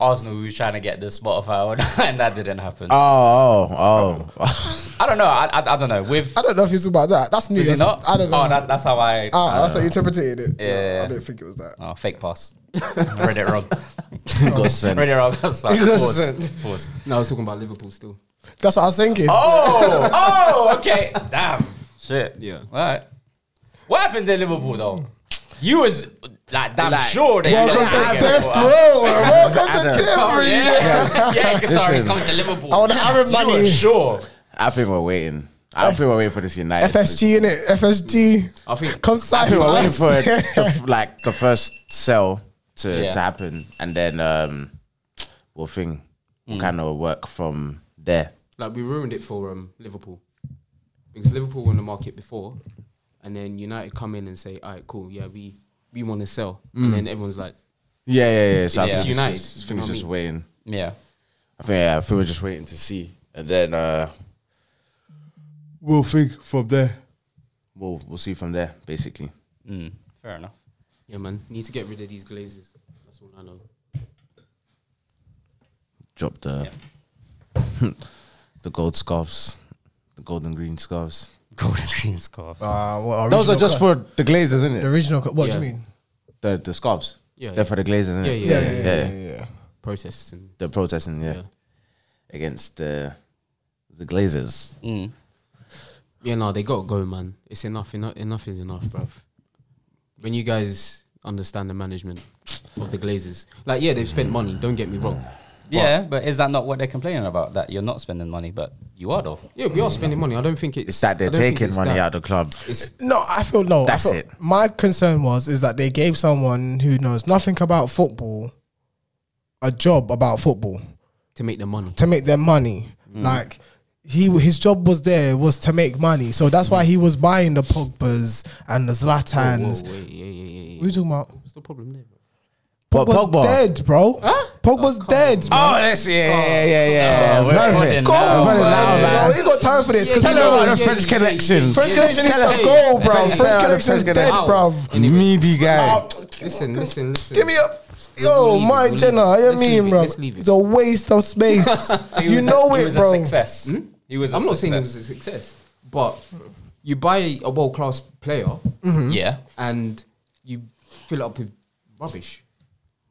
Speaker 2: Arsenal, we were trying to get the Spotify on, and that didn't happen.
Speaker 1: Uh,
Speaker 3: Oh, oh, oh.
Speaker 2: I don't know. I, I, I don't know. With
Speaker 1: I don't know if you talk about that. That's new.
Speaker 2: is it
Speaker 1: That's-
Speaker 2: not?
Speaker 1: I don't know.
Speaker 2: Oh, that, that's how I.
Speaker 1: Ah,
Speaker 3: Uh,
Speaker 1: that's how you interpreted it.
Speaker 2: Yeah.
Speaker 1: I didn't think it was that.
Speaker 2: Oh, fake pass. I read it wrong.
Speaker 3: Got sent.
Speaker 2: read it wrong. I'm sorry.
Speaker 3: You got
Speaker 2: Pause.
Speaker 3: sent.
Speaker 2: Pause.
Speaker 4: No, I was talking about Liverpool still.
Speaker 1: That's what I was thinking.
Speaker 2: Oh, oh, okay. Damn. Shit.
Speaker 4: Yeah.
Speaker 2: All right. What happened to Liverpool though? You was like damn
Speaker 3: Like,
Speaker 2: sure they
Speaker 1: Welcome
Speaker 2: lost
Speaker 1: to
Speaker 2: again.
Speaker 1: death row. Welcome
Speaker 3: Adam.
Speaker 1: to death
Speaker 2: Oh,
Speaker 1: row.
Speaker 2: yeah, yeah. Guitarist
Speaker 3: Listen.
Speaker 2: comes to Liverpool.
Speaker 1: I want the Arab
Speaker 2: You were
Speaker 1: money.
Speaker 2: sure.
Speaker 3: I think we're waiting. I think we're waiting for this United.
Speaker 1: FSG in it. FSG.
Speaker 4: I think
Speaker 1: Come
Speaker 3: Oh. I
Speaker 1: sign
Speaker 3: think
Speaker 1: for
Speaker 3: we're waiting
Speaker 1: us.
Speaker 3: for it, the, f- like the first sell to,
Speaker 2: Yeah.
Speaker 3: to happen, and then um, we'll think
Speaker 4: Mm.
Speaker 3: we'll kind of work from there.
Speaker 4: like we ruined it for um Liverpool because Liverpool were on the market before, and then United come in and say, all right, cool, yeah, we we want to sell, and then everyone's like,
Speaker 3: Yeah, yeah, yeah. So I
Speaker 2: It's
Speaker 3: think
Speaker 4: just United,
Speaker 3: Just, I
Speaker 4: you
Speaker 3: think
Speaker 4: know
Speaker 3: it's
Speaker 4: what I
Speaker 3: just
Speaker 4: mean?
Speaker 3: waiting.
Speaker 2: Yeah.
Speaker 3: I think yeah, I think we're just waiting to see, and then uh, we'll think from there. We'll we'll see from there, basically.
Speaker 2: Mm, fair enough.
Speaker 4: yeah, man, need to get rid of these glazers. That's all I know.
Speaker 3: Drop the the gold scarves, the golden green scarves.
Speaker 2: Golden green scarf.
Speaker 1: Uh, what,
Speaker 3: Those are
Speaker 1: original
Speaker 3: just
Speaker 1: cut?
Speaker 3: for the glazers, isn't
Speaker 1: the
Speaker 3: it?
Speaker 1: original. cut. What do you
Speaker 4: Yeah.
Speaker 1: mean?
Speaker 3: The the scarves.
Speaker 4: Yeah,
Speaker 3: They're for the glazers, isn't
Speaker 4: Yeah,
Speaker 3: it?
Speaker 4: yeah,
Speaker 1: Yeah, yeah, yeah. yeah, yeah.
Speaker 4: protests and
Speaker 3: They're protesting, yeah.
Speaker 4: Yeah.
Speaker 3: against the the Glazers.
Speaker 2: Mm.
Speaker 4: Yeah, no, they got to go, man. It's enough. Enough, enough is enough, bruv. When you guys understand the management of the Glazers, like, yeah, they've spent money. Don't get me wrong.
Speaker 2: Yeah, but is that not what they're complaining about? That you're not spending money, but you are though.
Speaker 4: Yeah, we are spending money. I don't think it's
Speaker 3: It's that they're
Speaker 4: I don't think
Speaker 3: taking
Speaker 4: it's
Speaker 3: money
Speaker 4: that.
Speaker 3: out of the club.
Speaker 4: It's
Speaker 1: No, I feel no. I
Speaker 3: That's
Speaker 1: feel-
Speaker 3: it.
Speaker 1: My concern was is that they gave someone who knows nothing about football a job about football
Speaker 4: to make the money.
Speaker 1: to make their money. Like he, his job was there was to make money. So that's why he was buying the Pogba's and the Zlatans.
Speaker 4: Whoa, wait, yeah, yeah, yeah, yeah.
Speaker 1: What are you talking about?
Speaker 4: What's the problem there? Bro?
Speaker 3: But
Speaker 1: Pogba's
Speaker 3: Pogba.
Speaker 1: dead, bro. Pogba's dead. bro.
Speaker 3: Oh, that's yeah, yeah, yeah, yeah.
Speaker 2: we're recording
Speaker 1: Go,
Speaker 2: now,
Speaker 1: man.
Speaker 3: man.
Speaker 1: Bro, you got time for this? 'Cause
Speaker 4: Yeah,
Speaker 1: you
Speaker 4: yeah,
Speaker 1: know
Speaker 4: yeah,
Speaker 1: what?
Speaker 3: about
Speaker 4: yeah,
Speaker 3: the French
Speaker 4: yeah, yeah,
Speaker 3: connection.
Speaker 4: yeah,
Speaker 1: French
Speaker 4: yeah.
Speaker 1: connection is
Speaker 4: Tell
Speaker 1: the
Speaker 4: me-
Speaker 1: goal, bro.
Speaker 4: tell me-
Speaker 1: French
Speaker 4: tell me-
Speaker 1: connection is dead,
Speaker 4: Ow.
Speaker 1: bruv.
Speaker 3: Meaty guy.
Speaker 4: Listen, listen, listen.
Speaker 1: Give me up.
Speaker 4: We'll
Speaker 1: Yo,
Speaker 4: leave it,
Speaker 1: my
Speaker 4: we'll
Speaker 1: Jenna,
Speaker 4: leave it.
Speaker 1: I am
Speaker 4: Let's leave
Speaker 1: mean,
Speaker 4: it,
Speaker 1: bro.
Speaker 4: let's leave it.
Speaker 1: It's a waste of space.
Speaker 2: He
Speaker 1: you
Speaker 2: was a-
Speaker 1: know
Speaker 2: he
Speaker 1: it,
Speaker 2: was
Speaker 1: bro.
Speaker 2: A success. He was.
Speaker 4: I'm
Speaker 2: a
Speaker 4: not saying it
Speaker 2: success.
Speaker 4: was a success, but you buy a world class player
Speaker 1: Mm-hmm.
Speaker 2: Yeah.
Speaker 4: and you fill it up with rubbish.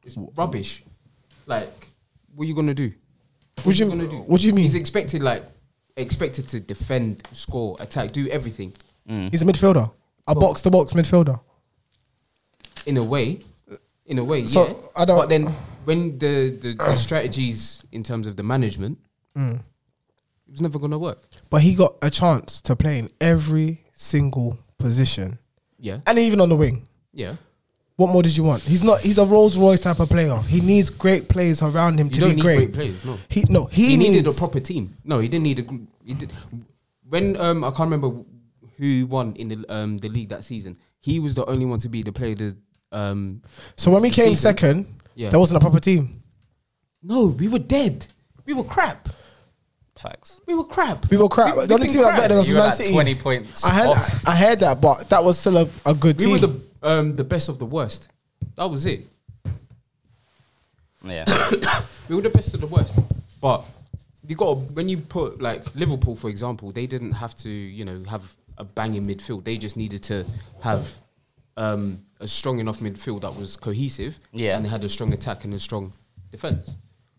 Speaker 4: It's rubbish. Like, what are you gonna do?
Speaker 1: What do you-
Speaker 4: gonna
Speaker 1: what do you mean?
Speaker 4: He's expected like expected to defend, score, attack, do everything
Speaker 1: He's a midfielder, a box to box midfielder.
Speaker 4: in a way. In a way,
Speaker 1: So,
Speaker 4: yeah.
Speaker 1: I don't-
Speaker 4: but then when the, the, the strategies in terms of the management,
Speaker 1: Mm.
Speaker 4: it was never gonna work.
Speaker 1: But he got a chance to play in every single position,
Speaker 4: Yeah.
Speaker 1: and even on the wing.
Speaker 4: Yeah.
Speaker 1: What more did you want? He's not. He's a Rolls Royce type of player. He needs great players around him
Speaker 4: You
Speaker 1: to
Speaker 4: don't
Speaker 1: be
Speaker 4: need
Speaker 1: great.
Speaker 4: great players, no.
Speaker 1: He no. He,
Speaker 4: he, needed
Speaker 1: needs
Speaker 4: a proper team. No, he didn't need a group. He did. When um, I can't remember who won in the um, the league that season. He was the only one to be the player. The um,
Speaker 1: So when we came
Speaker 4: season.
Speaker 1: second,
Speaker 4: Yeah.
Speaker 1: there wasn't a proper team.
Speaker 4: no, we were dead. We were crap.
Speaker 2: Facts.
Speaker 4: We were crap.
Speaker 1: We were crap.
Speaker 4: We- we
Speaker 1: the only
Speaker 4: been
Speaker 1: team that was better than us
Speaker 2: You
Speaker 1: was
Speaker 2: were
Speaker 1: Man
Speaker 2: like
Speaker 1: City.
Speaker 2: 20 points
Speaker 1: I had
Speaker 2: off.
Speaker 1: I heard that, but that was still a, a good
Speaker 4: Oh. We
Speaker 1: team.
Speaker 4: were the um, the best of the worst. That was it.
Speaker 2: Yeah.
Speaker 4: We were the best of the worst. But you got to, when you put like Liverpool for example, they didn't have to you know have a banging midfield. They just needed to have um, a strong enough midfield that was cohesive.
Speaker 2: Yeah.
Speaker 4: and they had a strong attack and a strong defense.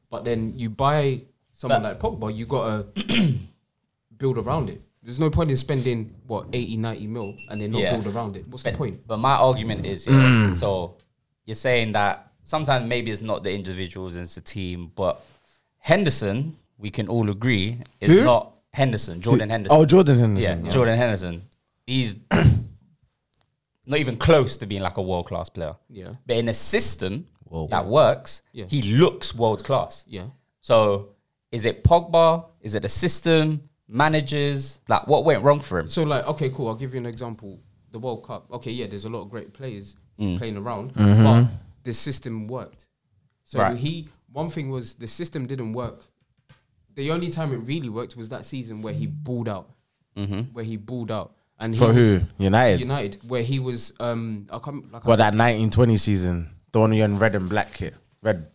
Speaker 4: But then you buy someone
Speaker 2: But-
Speaker 4: like Pogba, you got to build around it. There's no point in spending what 80, 90 mil and then not
Speaker 2: Yeah.
Speaker 4: build around it. What's the
Speaker 2: But-
Speaker 4: point?
Speaker 2: But my argument is, yeah,
Speaker 3: Mm.
Speaker 2: so you're saying that sometimes maybe it's not the individuals, it's the team. But Henderson, we can all agree, is
Speaker 1: Who?
Speaker 2: not Henderson, Jordan Henderson.
Speaker 3: Oh, Jordan
Speaker 2: yeah,
Speaker 3: Henderson.
Speaker 2: Jordan Henderson. He's not even close to being like a world class player.
Speaker 4: Yeah.
Speaker 2: But in a system
Speaker 3: Whoa.
Speaker 2: that works,
Speaker 4: Yeah.
Speaker 2: he looks world class.
Speaker 4: Yeah,
Speaker 2: So is it Pogba? Is it the system? Managers? Like what went wrong for him?
Speaker 4: So like, okay, cool. I'll give you an example. The World Cup. Okay, yeah. There's a lot of great players he's
Speaker 3: Mm.
Speaker 4: playing around,
Speaker 3: Mm-hmm.
Speaker 4: but the system worked. So
Speaker 2: Right.
Speaker 4: he one thing was the system didn't work. The only time it really worked was that season where he balled out,
Speaker 3: Mm-hmm.
Speaker 4: where he balled out, and he
Speaker 3: For who?
Speaker 4: was-
Speaker 3: United?
Speaker 4: United, where he was. Um, I can't. Like I
Speaker 3: Well,
Speaker 4: said,
Speaker 3: that 1920 season, the one you're in red and black kit. Red.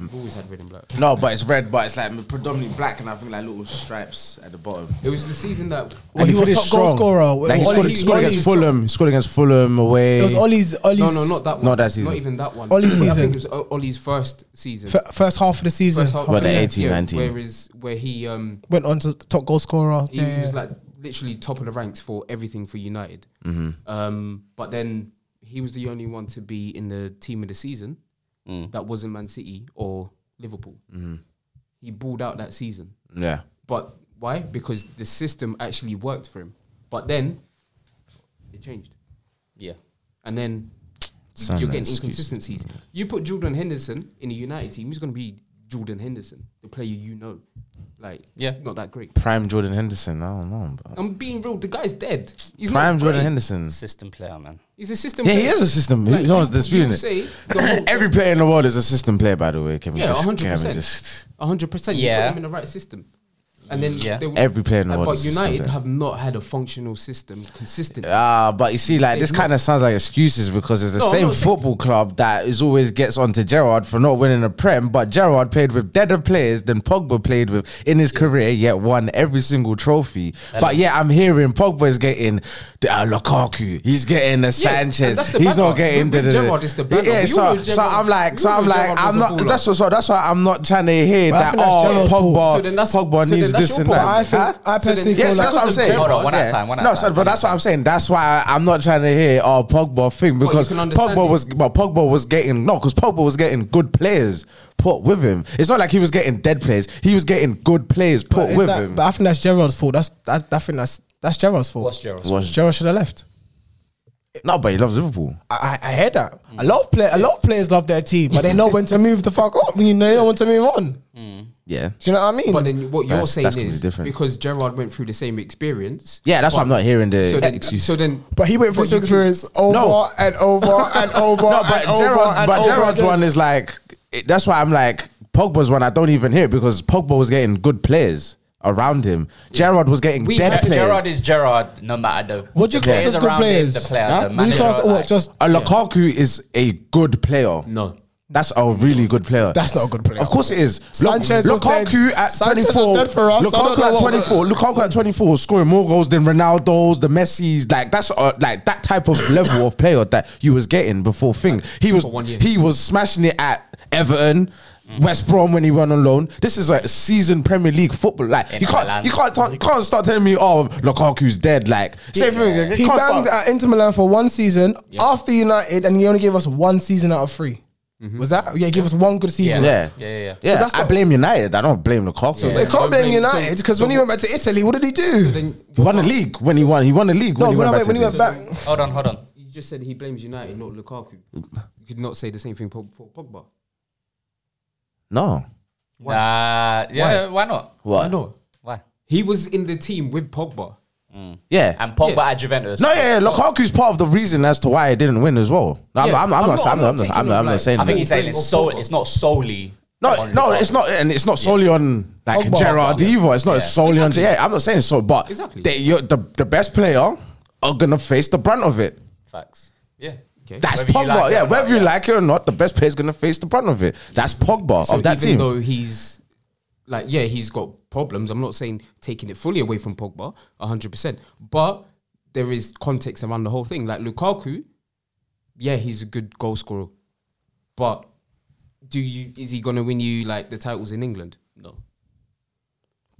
Speaker 4: we've always had red and black.
Speaker 3: No, but it's red, but it's like predominantly black, and I think like little stripes at the bottom.
Speaker 4: It was the season that
Speaker 1: Well, he was top
Speaker 3: finished
Speaker 1: goal
Speaker 3: strong.
Speaker 1: scorer with
Speaker 3: Like he
Speaker 1: Oli-
Speaker 3: scored, he
Speaker 1: he-
Speaker 3: scored
Speaker 1: Oli-
Speaker 3: against Fulham. He scored against Fulham away.
Speaker 1: it was Ollie's Ollie's
Speaker 4: no, no, not that one.
Speaker 3: Not that season.
Speaker 4: Not even that one.
Speaker 1: Ollie's
Speaker 4: I
Speaker 1: season.
Speaker 4: think it was O- Ollie's first season.
Speaker 1: f- first half of the season.
Speaker 4: First half-
Speaker 3: Well, the
Speaker 1: Yeah.
Speaker 3: 18, 19.
Speaker 4: Where is where he um
Speaker 1: went on to top goal scorer.
Speaker 4: he
Speaker 1: there.
Speaker 4: was like literally top of the ranks for everything for United. Um, but then he was the only one to be in the team of the season that wasn't Man City or Liverpool. He balled out that season,
Speaker 3: Yeah.
Speaker 4: but why? Because the system actually worked for him. But then it changed,
Speaker 2: Yeah.
Speaker 4: and then
Speaker 3: Son,
Speaker 4: you're
Speaker 3: no
Speaker 4: getting
Speaker 3: excuses.
Speaker 4: inconsistencies. You put Jordan Henderson in a United team, he's going to be Jordan Henderson, the player you know, like
Speaker 2: Yeah.
Speaker 4: not that great.
Speaker 3: Prime Jordan Henderson. I don't know. Bro.
Speaker 4: I'm being real. The guy's dead. He's
Speaker 3: Prime
Speaker 4: not
Speaker 3: Jordan
Speaker 4: great.
Speaker 3: Henderson.
Speaker 2: System player, man.
Speaker 4: He's a system.
Speaker 3: Yeah, he
Speaker 4: player.
Speaker 3: is a system. Who- no one's
Speaker 4: you-
Speaker 3: disputing
Speaker 4: you
Speaker 3: it.
Speaker 4: say the whole-
Speaker 3: Every player in the world is a system player, by the way. Can we
Speaker 4: yeah,
Speaker 3: just,
Speaker 4: hundred
Speaker 3: can we
Speaker 4: percent.
Speaker 3: just
Speaker 4: hundred percent.
Speaker 2: Yeah.
Speaker 4: Yeah, him in the right system. And then
Speaker 2: Yeah.
Speaker 4: they would-
Speaker 3: Every player in the
Speaker 4: Uh,
Speaker 3: world
Speaker 4: But
Speaker 3: is still
Speaker 4: United
Speaker 3: there.
Speaker 4: have not had a functional system consistently.
Speaker 3: Ah, but you see, like
Speaker 4: It's
Speaker 3: this kind of sounds like excuses because it's the
Speaker 4: No, I'm
Speaker 3: same
Speaker 4: not saying-
Speaker 3: football club that is always gets onto Gerard for not winning a Prem, but Gerard played with deader players than Pogba played with in his career, yet won every single trophy. But yeah, I'm hearing Pogba is getting the uh, Lukaku, he's getting the
Speaker 4: and
Speaker 3: Sanchez,
Speaker 4: that's the
Speaker 3: he's not getting
Speaker 4: background. With-
Speaker 3: the
Speaker 4: with Gerrard, it's the
Speaker 3: yeah. yeah,
Speaker 4: background. You
Speaker 3: So,
Speaker 4: know
Speaker 3: so
Speaker 4: Gerrard-
Speaker 3: I'm like, so
Speaker 4: you know
Speaker 3: I'm like,
Speaker 4: Gerrard was
Speaker 3: I'm
Speaker 4: a
Speaker 3: not.
Speaker 4: baller.
Speaker 3: That's what. So that's why I'm not trying to hear
Speaker 1: But I
Speaker 3: that.
Speaker 1: think that's
Speaker 3: Oh,
Speaker 1: Gerrard's fault.
Speaker 3: Pogba,
Speaker 4: So then that's-
Speaker 3: Pogba
Speaker 4: so then
Speaker 3: needs
Speaker 4: that's
Speaker 3: this
Speaker 4: your
Speaker 3: and
Speaker 4: problem.
Speaker 3: that.
Speaker 1: I think
Speaker 3: Huh?
Speaker 1: I
Speaker 4: So then-
Speaker 1: personally feel
Speaker 4: Yeah,
Speaker 1: like
Speaker 3: Yes,
Speaker 4: so
Speaker 3: that's what I'm
Speaker 4: because of
Speaker 3: saying.
Speaker 4: Gerrard,
Speaker 2: Hold on, one at a
Speaker 3: Yeah.
Speaker 2: time, one at a
Speaker 3: no,
Speaker 2: time,
Speaker 3: so-
Speaker 2: one
Speaker 3: but that's what I'm saying. That's why I, am not trying to hear oh Pogba thing because
Speaker 4: can understand
Speaker 3: Pogba
Speaker 4: it.
Speaker 3: was well, Pogba was getting no because Pogba was getting good players put with him. It's not like he was getting dead players. He was getting good players put
Speaker 1: But, is
Speaker 3: with
Speaker 1: that-
Speaker 3: him.
Speaker 1: but I think that's Gerald's fault. That's that, I think that's that's Gerald's fault.
Speaker 2: What's Gerald's
Speaker 3: Was-
Speaker 1: Gerald should have left.
Speaker 3: no, but he loves Liverpool.
Speaker 1: I, I I hear that a lot of play, a lot of players love their team, but they know when to move the fuck up. You know, they know when to move on.
Speaker 3: Yeah,
Speaker 1: Do you know what I mean?
Speaker 4: But then what you're
Speaker 3: That's-
Speaker 4: saying
Speaker 3: that's completely
Speaker 4: is
Speaker 3: different.
Speaker 4: because Gerard went through the same experience.
Speaker 3: yeah. That's why I'm not hearing the
Speaker 4: So then,
Speaker 3: excuse.
Speaker 4: so then
Speaker 1: But he went through
Speaker 4: But
Speaker 1: this
Speaker 4: you can-
Speaker 1: experience over
Speaker 3: No.
Speaker 1: and over and over
Speaker 3: no,
Speaker 1: and
Speaker 3: but
Speaker 1: over
Speaker 3: Gerard,
Speaker 1: and
Speaker 3: but
Speaker 1: over.
Speaker 3: Gerard's
Speaker 1: again.
Speaker 3: one is like it- that's why I'm like Pogba's one. I don't even hear it because Pogba was getting good players around him. Gerard was getting
Speaker 4: We-
Speaker 3: dead
Speaker 4: Ger-
Speaker 3: players.
Speaker 2: Gerard is Gerard, no matter the
Speaker 1: What do you
Speaker 2: the
Speaker 1: class
Speaker 2: players
Speaker 1: as good
Speaker 2: around him,
Speaker 1: players?
Speaker 2: the player,
Speaker 3: Huh?
Speaker 2: the
Speaker 1: What do you
Speaker 2: manager,
Speaker 1: class- what,
Speaker 2: like-
Speaker 1: just
Speaker 3: a Uh, Lukaku is a good player.
Speaker 4: no.
Speaker 3: That's a really good player.
Speaker 1: that's not a good player.
Speaker 3: Of course it is.
Speaker 1: Sanchez
Speaker 3: Luk-
Speaker 1: was
Speaker 3: Lukaku
Speaker 1: dead.
Speaker 3: at
Speaker 1: Sanchez was
Speaker 3: 24.
Speaker 1: dead for us. I don't
Speaker 3: Lukaku
Speaker 1: know
Speaker 3: at
Speaker 1: what-
Speaker 3: 24. Lukaku at 24 scoring more goals than Ronaldo's, the Messi's. Like that's uh, like that type of level of player that you was getting before thing. He was
Speaker 4: for one year.
Speaker 3: he was smashing it at Everton. West Brom when he went on loan. This is a seasoned Premier League football. Like
Speaker 2: In
Speaker 3: you can't,
Speaker 2: Milan.
Speaker 3: you can't, ta- you can't start telling me, oh, Lukaku's dead. Like same thing.
Speaker 1: He
Speaker 3: can't
Speaker 1: banged
Speaker 3: start-
Speaker 1: at Inter Milan for one season after United, and he only gave us one season out of 3 Was that? Yeah, he gave us one good season.
Speaker 3: Yeah,
Speaker 2: Yeah, yeah, yeah.
Speaker 3: yeah.
Speaker 1: So that's
Speaker 3: I
Speaker 1: not-
Speaker 3: blame United. I don't blame Lukaku.
Speaker 1: They
Speaker 4: Don't
Speaker 1: can't blame
Speaker 4: blame-
Speaker 1: United because
Speaker 4: so-
Speaker 1: when he went back to Italy, what did he do?
Speaker 4: Then
Speaker 3: He won the league when he won. He won the league
Speaker 1: no,
Speaker 3: when he
Speaker 1: when,
Speaker 3: went
Speaker 1: I went,
Speaker 3: back.
Speaker 1: when he
Speaker 3: to
Speaker 1: went
Speaker 3: the-
Speaker 1: back,
Speaker 2: Hold on, hold on.
Speaker 4: he just said he blames United, not Lukaku. You could not say the same thing for for Pogba.
Speaker 3: No.
Speaker 2: Nah, yeah, why not?
Speaker 4: I
Speaker 3: What?
Speaker 4: know.
Speaker 2: Why?
Speaker 4: He was in the team with Pogba.
Speaker 3: Yeah.
Speaker 2: And Pogba
Speaker 4: Yeah.
Speaker 2: at Juventus.
Speaker 3: no, yeah, yeah. Lukaku's part of the reason as to why I didn't win as well. No, I'm, I'm,
Speaker 4: Yeah,
Speaker 3: I'm, not, I'm, not, I'm, not,
Speaker 4: taking
Speaker 3: I'm, not,
Speaker 4: him
Speaker 3: I'm not
Speaker 4: like-
Speaker 3: saying
Speaker 2: I think
Speaker 3: that.
Speaker 2: he's saying it's so.
Speaker 4: Pogba.
Speaker 2: It's not solely.
Speaker 3: No,
Speaker 2: on
Speaker 3: no,
Speaker 2: Lukaku.
Speaker 3: it's not, and it's not solely on like
Speaker 1: Pogba.
Speaker 3: Gerard
Speaker 2: Pogba.
Speaker 3: either. It's not solely on. Yeah, I'm not saying so, but
Speaker 4: Exactly.
Speaker 3: they, you're, the the best player are gonna face the brunt of it.
Speaker 2: facts. Yeah.
Speaker 4: Okay.
Speaker 3: That's
Speaker 2: Whether you
Speaker 3: Pogba.
Speaker 2: like it
Speaker 3: yeah,
Speaker 2: or not,
Speaker 3: whether you
Speaker 2: yeah.
Speaker 3: like it or not, the best player's gonna face the brunt of it. That's Pogba
Speaker 4: So
Speaker 3: of that
Speaker 4: even
Speaker 3: team.
Speaker 4: though he's like, yeah, he's got problems. I'm not saying taking it fully away from Pogba, 100, percent but there is context around the whole thing. Like Lukaku, yeah, he's a good goal scorer, but do you is he gonna win you like the titles in England? No,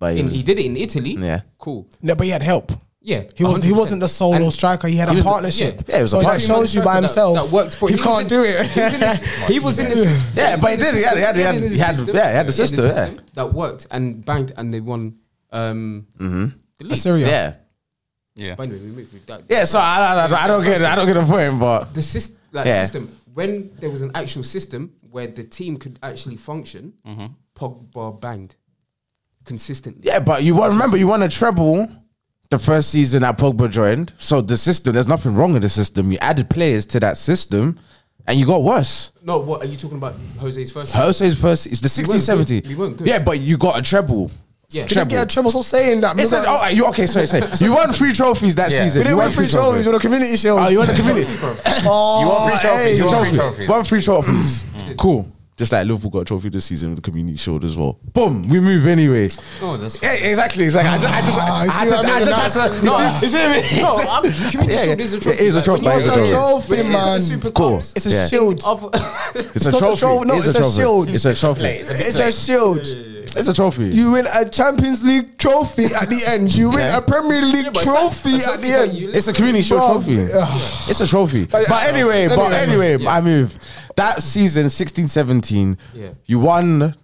Speaker 3: but he
Speaker 4: and
Speaker 3: was-
Speaker 4: he did it in Italy.
Speaker 3: Yeah.
Speaker 4: cool.
Speaker 1: no, but he had help.
Speaker 4: Yeah,
Speaker 1: He was he
Speaker 4: 100%.
Speaker 1: wasn't the solo
Speaker 4: And-
Speaker 1: striker. He had a
Speaker 4: He was the-
Speaker 1: partnership.
Speaker 4: yeah.
Speaker 3: Yeah, it was a
Speaker 1: so that
Speaker 3: partnership.
Speaker 1: shows you by
Speaker 4: That-
Speaker 1: himself.
Speaker 4: That, worked for.
Speaker 1: He,
Speaker 4: was
Speaker 1: can't
Speaker 4: in-
Speaker 1: do
Speaker 4: he was in
Speaker 1: it.
Speaker 4: this- He was in this.
Speaker 3: Yeah, but he
Speaker 4: was in
Speaker 3: did, he
Speaker 4: this
Speaker 3: had- he had- he had-
Speaker 4: system.
Speaker 3: he had-
Speaker 4: was in this
Speaker 3: yeah, he had the
Speaker 4: system.
Speaker 3: system, yeah.
Speaker 4: system That worked and banged, and they won. Um,
Speaker 3: Mm-hmm.
Speaker 4: the league.
Speaker 1: Syria.
Speaker 3: yeah,
Speaker 2: Yeah.
Speaker 4: By the way, we moved with that.
Speaker 3: yeah. So I, I, I don't get, I don't get the point, but
Speaker 4: The syst- like
Speaker 3: Yeah.
Speaker 4: system, when there was an actual system where the team could actually function, Pogba banged consistently.
Speaker 3: Yeah, but you won't remember you won a treble the first season that Pogba joined. So the system, there's nothing wrong with the system. You added players to that system, and you got worse.
Speaker 4: No, what are you talking about? Jose's first.
Speaker 3: Jose's first, it's the 60,
Speaker 4: weren't good.
Speaker 3: 70.
Speaker 4: We weren't good.
Speaker 3: Yeah, but you got a treble.
Speaker 4: Yeah.
Speaker 1: Didn't
Speaker 3: treble.
Speaker 1: get a treble. Stop saying that. man.
Speaker 3: It's a, oh, you okay? Sorry, sorry. You won three trophies that
Speaker 2: Yeah.
Speaker 3: season.
Speaker 1: we didn't
Speaker 3: You won
Speaker 1: win free trophies. You're the community shield.
Speaker 3: Oh, you won the community.
Speaker 1: Oh,
Speaker 2: You want free trophies,
Speaker 1: hey.
Speaker 2: you want free
Speaker 3: Trophy.
Speaker 2: trophies.
Speaker 3: Won three trophies. cool. Just like Liverpool got a trophy this season with the Community Shield as well. Boom, we move anyway.
Speaker 4: Oh, that's.
Speaker 3: Yeah, exactly, exactly. I just, I just,
Speaker 1: Ah,
Speaker 3: I,
Speaker 1: you see
Speaker 3: had
Speaker 1: what
Speaker 3: to-
Speaker 1: I
Speaker 3: I
Speaker 1: mean?
Speaker 3: just had to.
Speaker 1: No,
Speaker 3: You see, you see me?
Speaker 4: No, I'm, community
Speaker 3: Yeah,
Speaker 4: shield
Speaker 3: yeah.
Speaker 4: is a trophy.
Speaker 3: It is a
Speaker 4: like,
Speaker 3: trophy,
Speaker 4: when
Speaker 3: it
Speaker 4: you
Speaker 3: is ah.
Speaker 4: go
Speaker 3: a
Speaker 4: to the
Speaker 1: trophy.
Speaker 4: when you go to the
Speaker 1: man.
Speaker 4: Super
Speaker 3: Cool.
Speaker 4: Cups,
Speaker 1: It's a
Speaker 3: Yeah.
Speaker 1: shield.
Speaker 4: Other-
Speaker 3: It's,
Speaker 1: not a trophy, no, it's a shield.
Speaker 3: It's a trophy.
Speaker 2: Play, it's a big
Speaker 1: It's
Speaker 2: play.
Speaker 1: a shield.
Speaker 3: It's a trophy.
Speaker 1: You win a Champions League trophy at the end. You win a Premier League
Speaker 4: but it's a-
Speaker 1: trophy
Speaker 4: a
Speaker 1: at the
Speaker 4: trophy's like
Speaker 1: end.
Speaker 4: you
Speaker 3: it's a community show
Speaker 1: Bro,
Speaker 3: trophy. It's a trophy. But
Speaker 1: yeah,
Speaker 3: anyway, but
Speaker 1: anyway.
Speaker 3: anyway, I move. That season, 16 17,
Speaker 4: Yeah.
Speaker 3: you won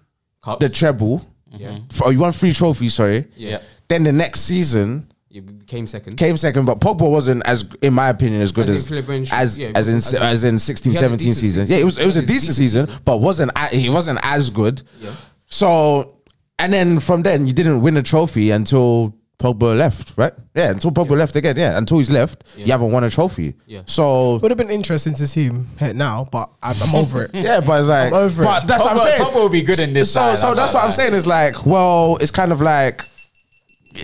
Speaker 4: Cups.
Speaker 3: the treble.
Speaker 4: Yeah.
Speaker 3: F- oh, You won three trophies, sorry.
Speaker 4: Yeah.
Speaker 3: Then the next season
Speaker 4: You became second.
Speaker 3: came second, but Pogba wasn't as, in my opinion, as good
Speaker 4: As in
Speaker 3: as
Speaker 4: Philip Renshaw,
Speaker 3: as
Speaker 4: yeah, he
Speaker 3: as in
Speaker 4: wasn't as
Speaker 3: as in 16
Speaker 4: He had a
Speaker 3: 17
Speaker 4: decent
Speaker 3: season.
Speaker 4: season.
Speaker 3: Yeah, it was it was
Speaker 4: He
Speaker 3: a
Speaker 4: had a
Speaker 3: decent
Speaker 4: decent
Speaker 3: season, but wasn't a- he wasn't as good.
Speaker 4: Yeah.
Speaker 3: So, and then from then, you didn't win a trophy until Pogba left, right? Yeah, until Pogba left again. Yeah, until he's left, you haven't won a trophy.
Speaker 4: Yeah.
Speaker 3: So,
Speaker 1: Would have been interesting to see him hit now, but I'm, I'm over it.
Speaker 3: yeah, but it's like,
Speaker 1: I'm over it.
Speaker 3: but that's what I'm
Speaker 2: Pogba-
Speaker 3: saying.
Speaker 2: Pogba will be good in this
Speaker 3: So,
Speaker 2: side,
Speaker 3: so
Speaker 2: I'm
Speaker 3: that's
Speaker 2: not
Speaker 3: what I'm
Speaker 2: lying.
Speaker 3: saying is like, well, it's kind of like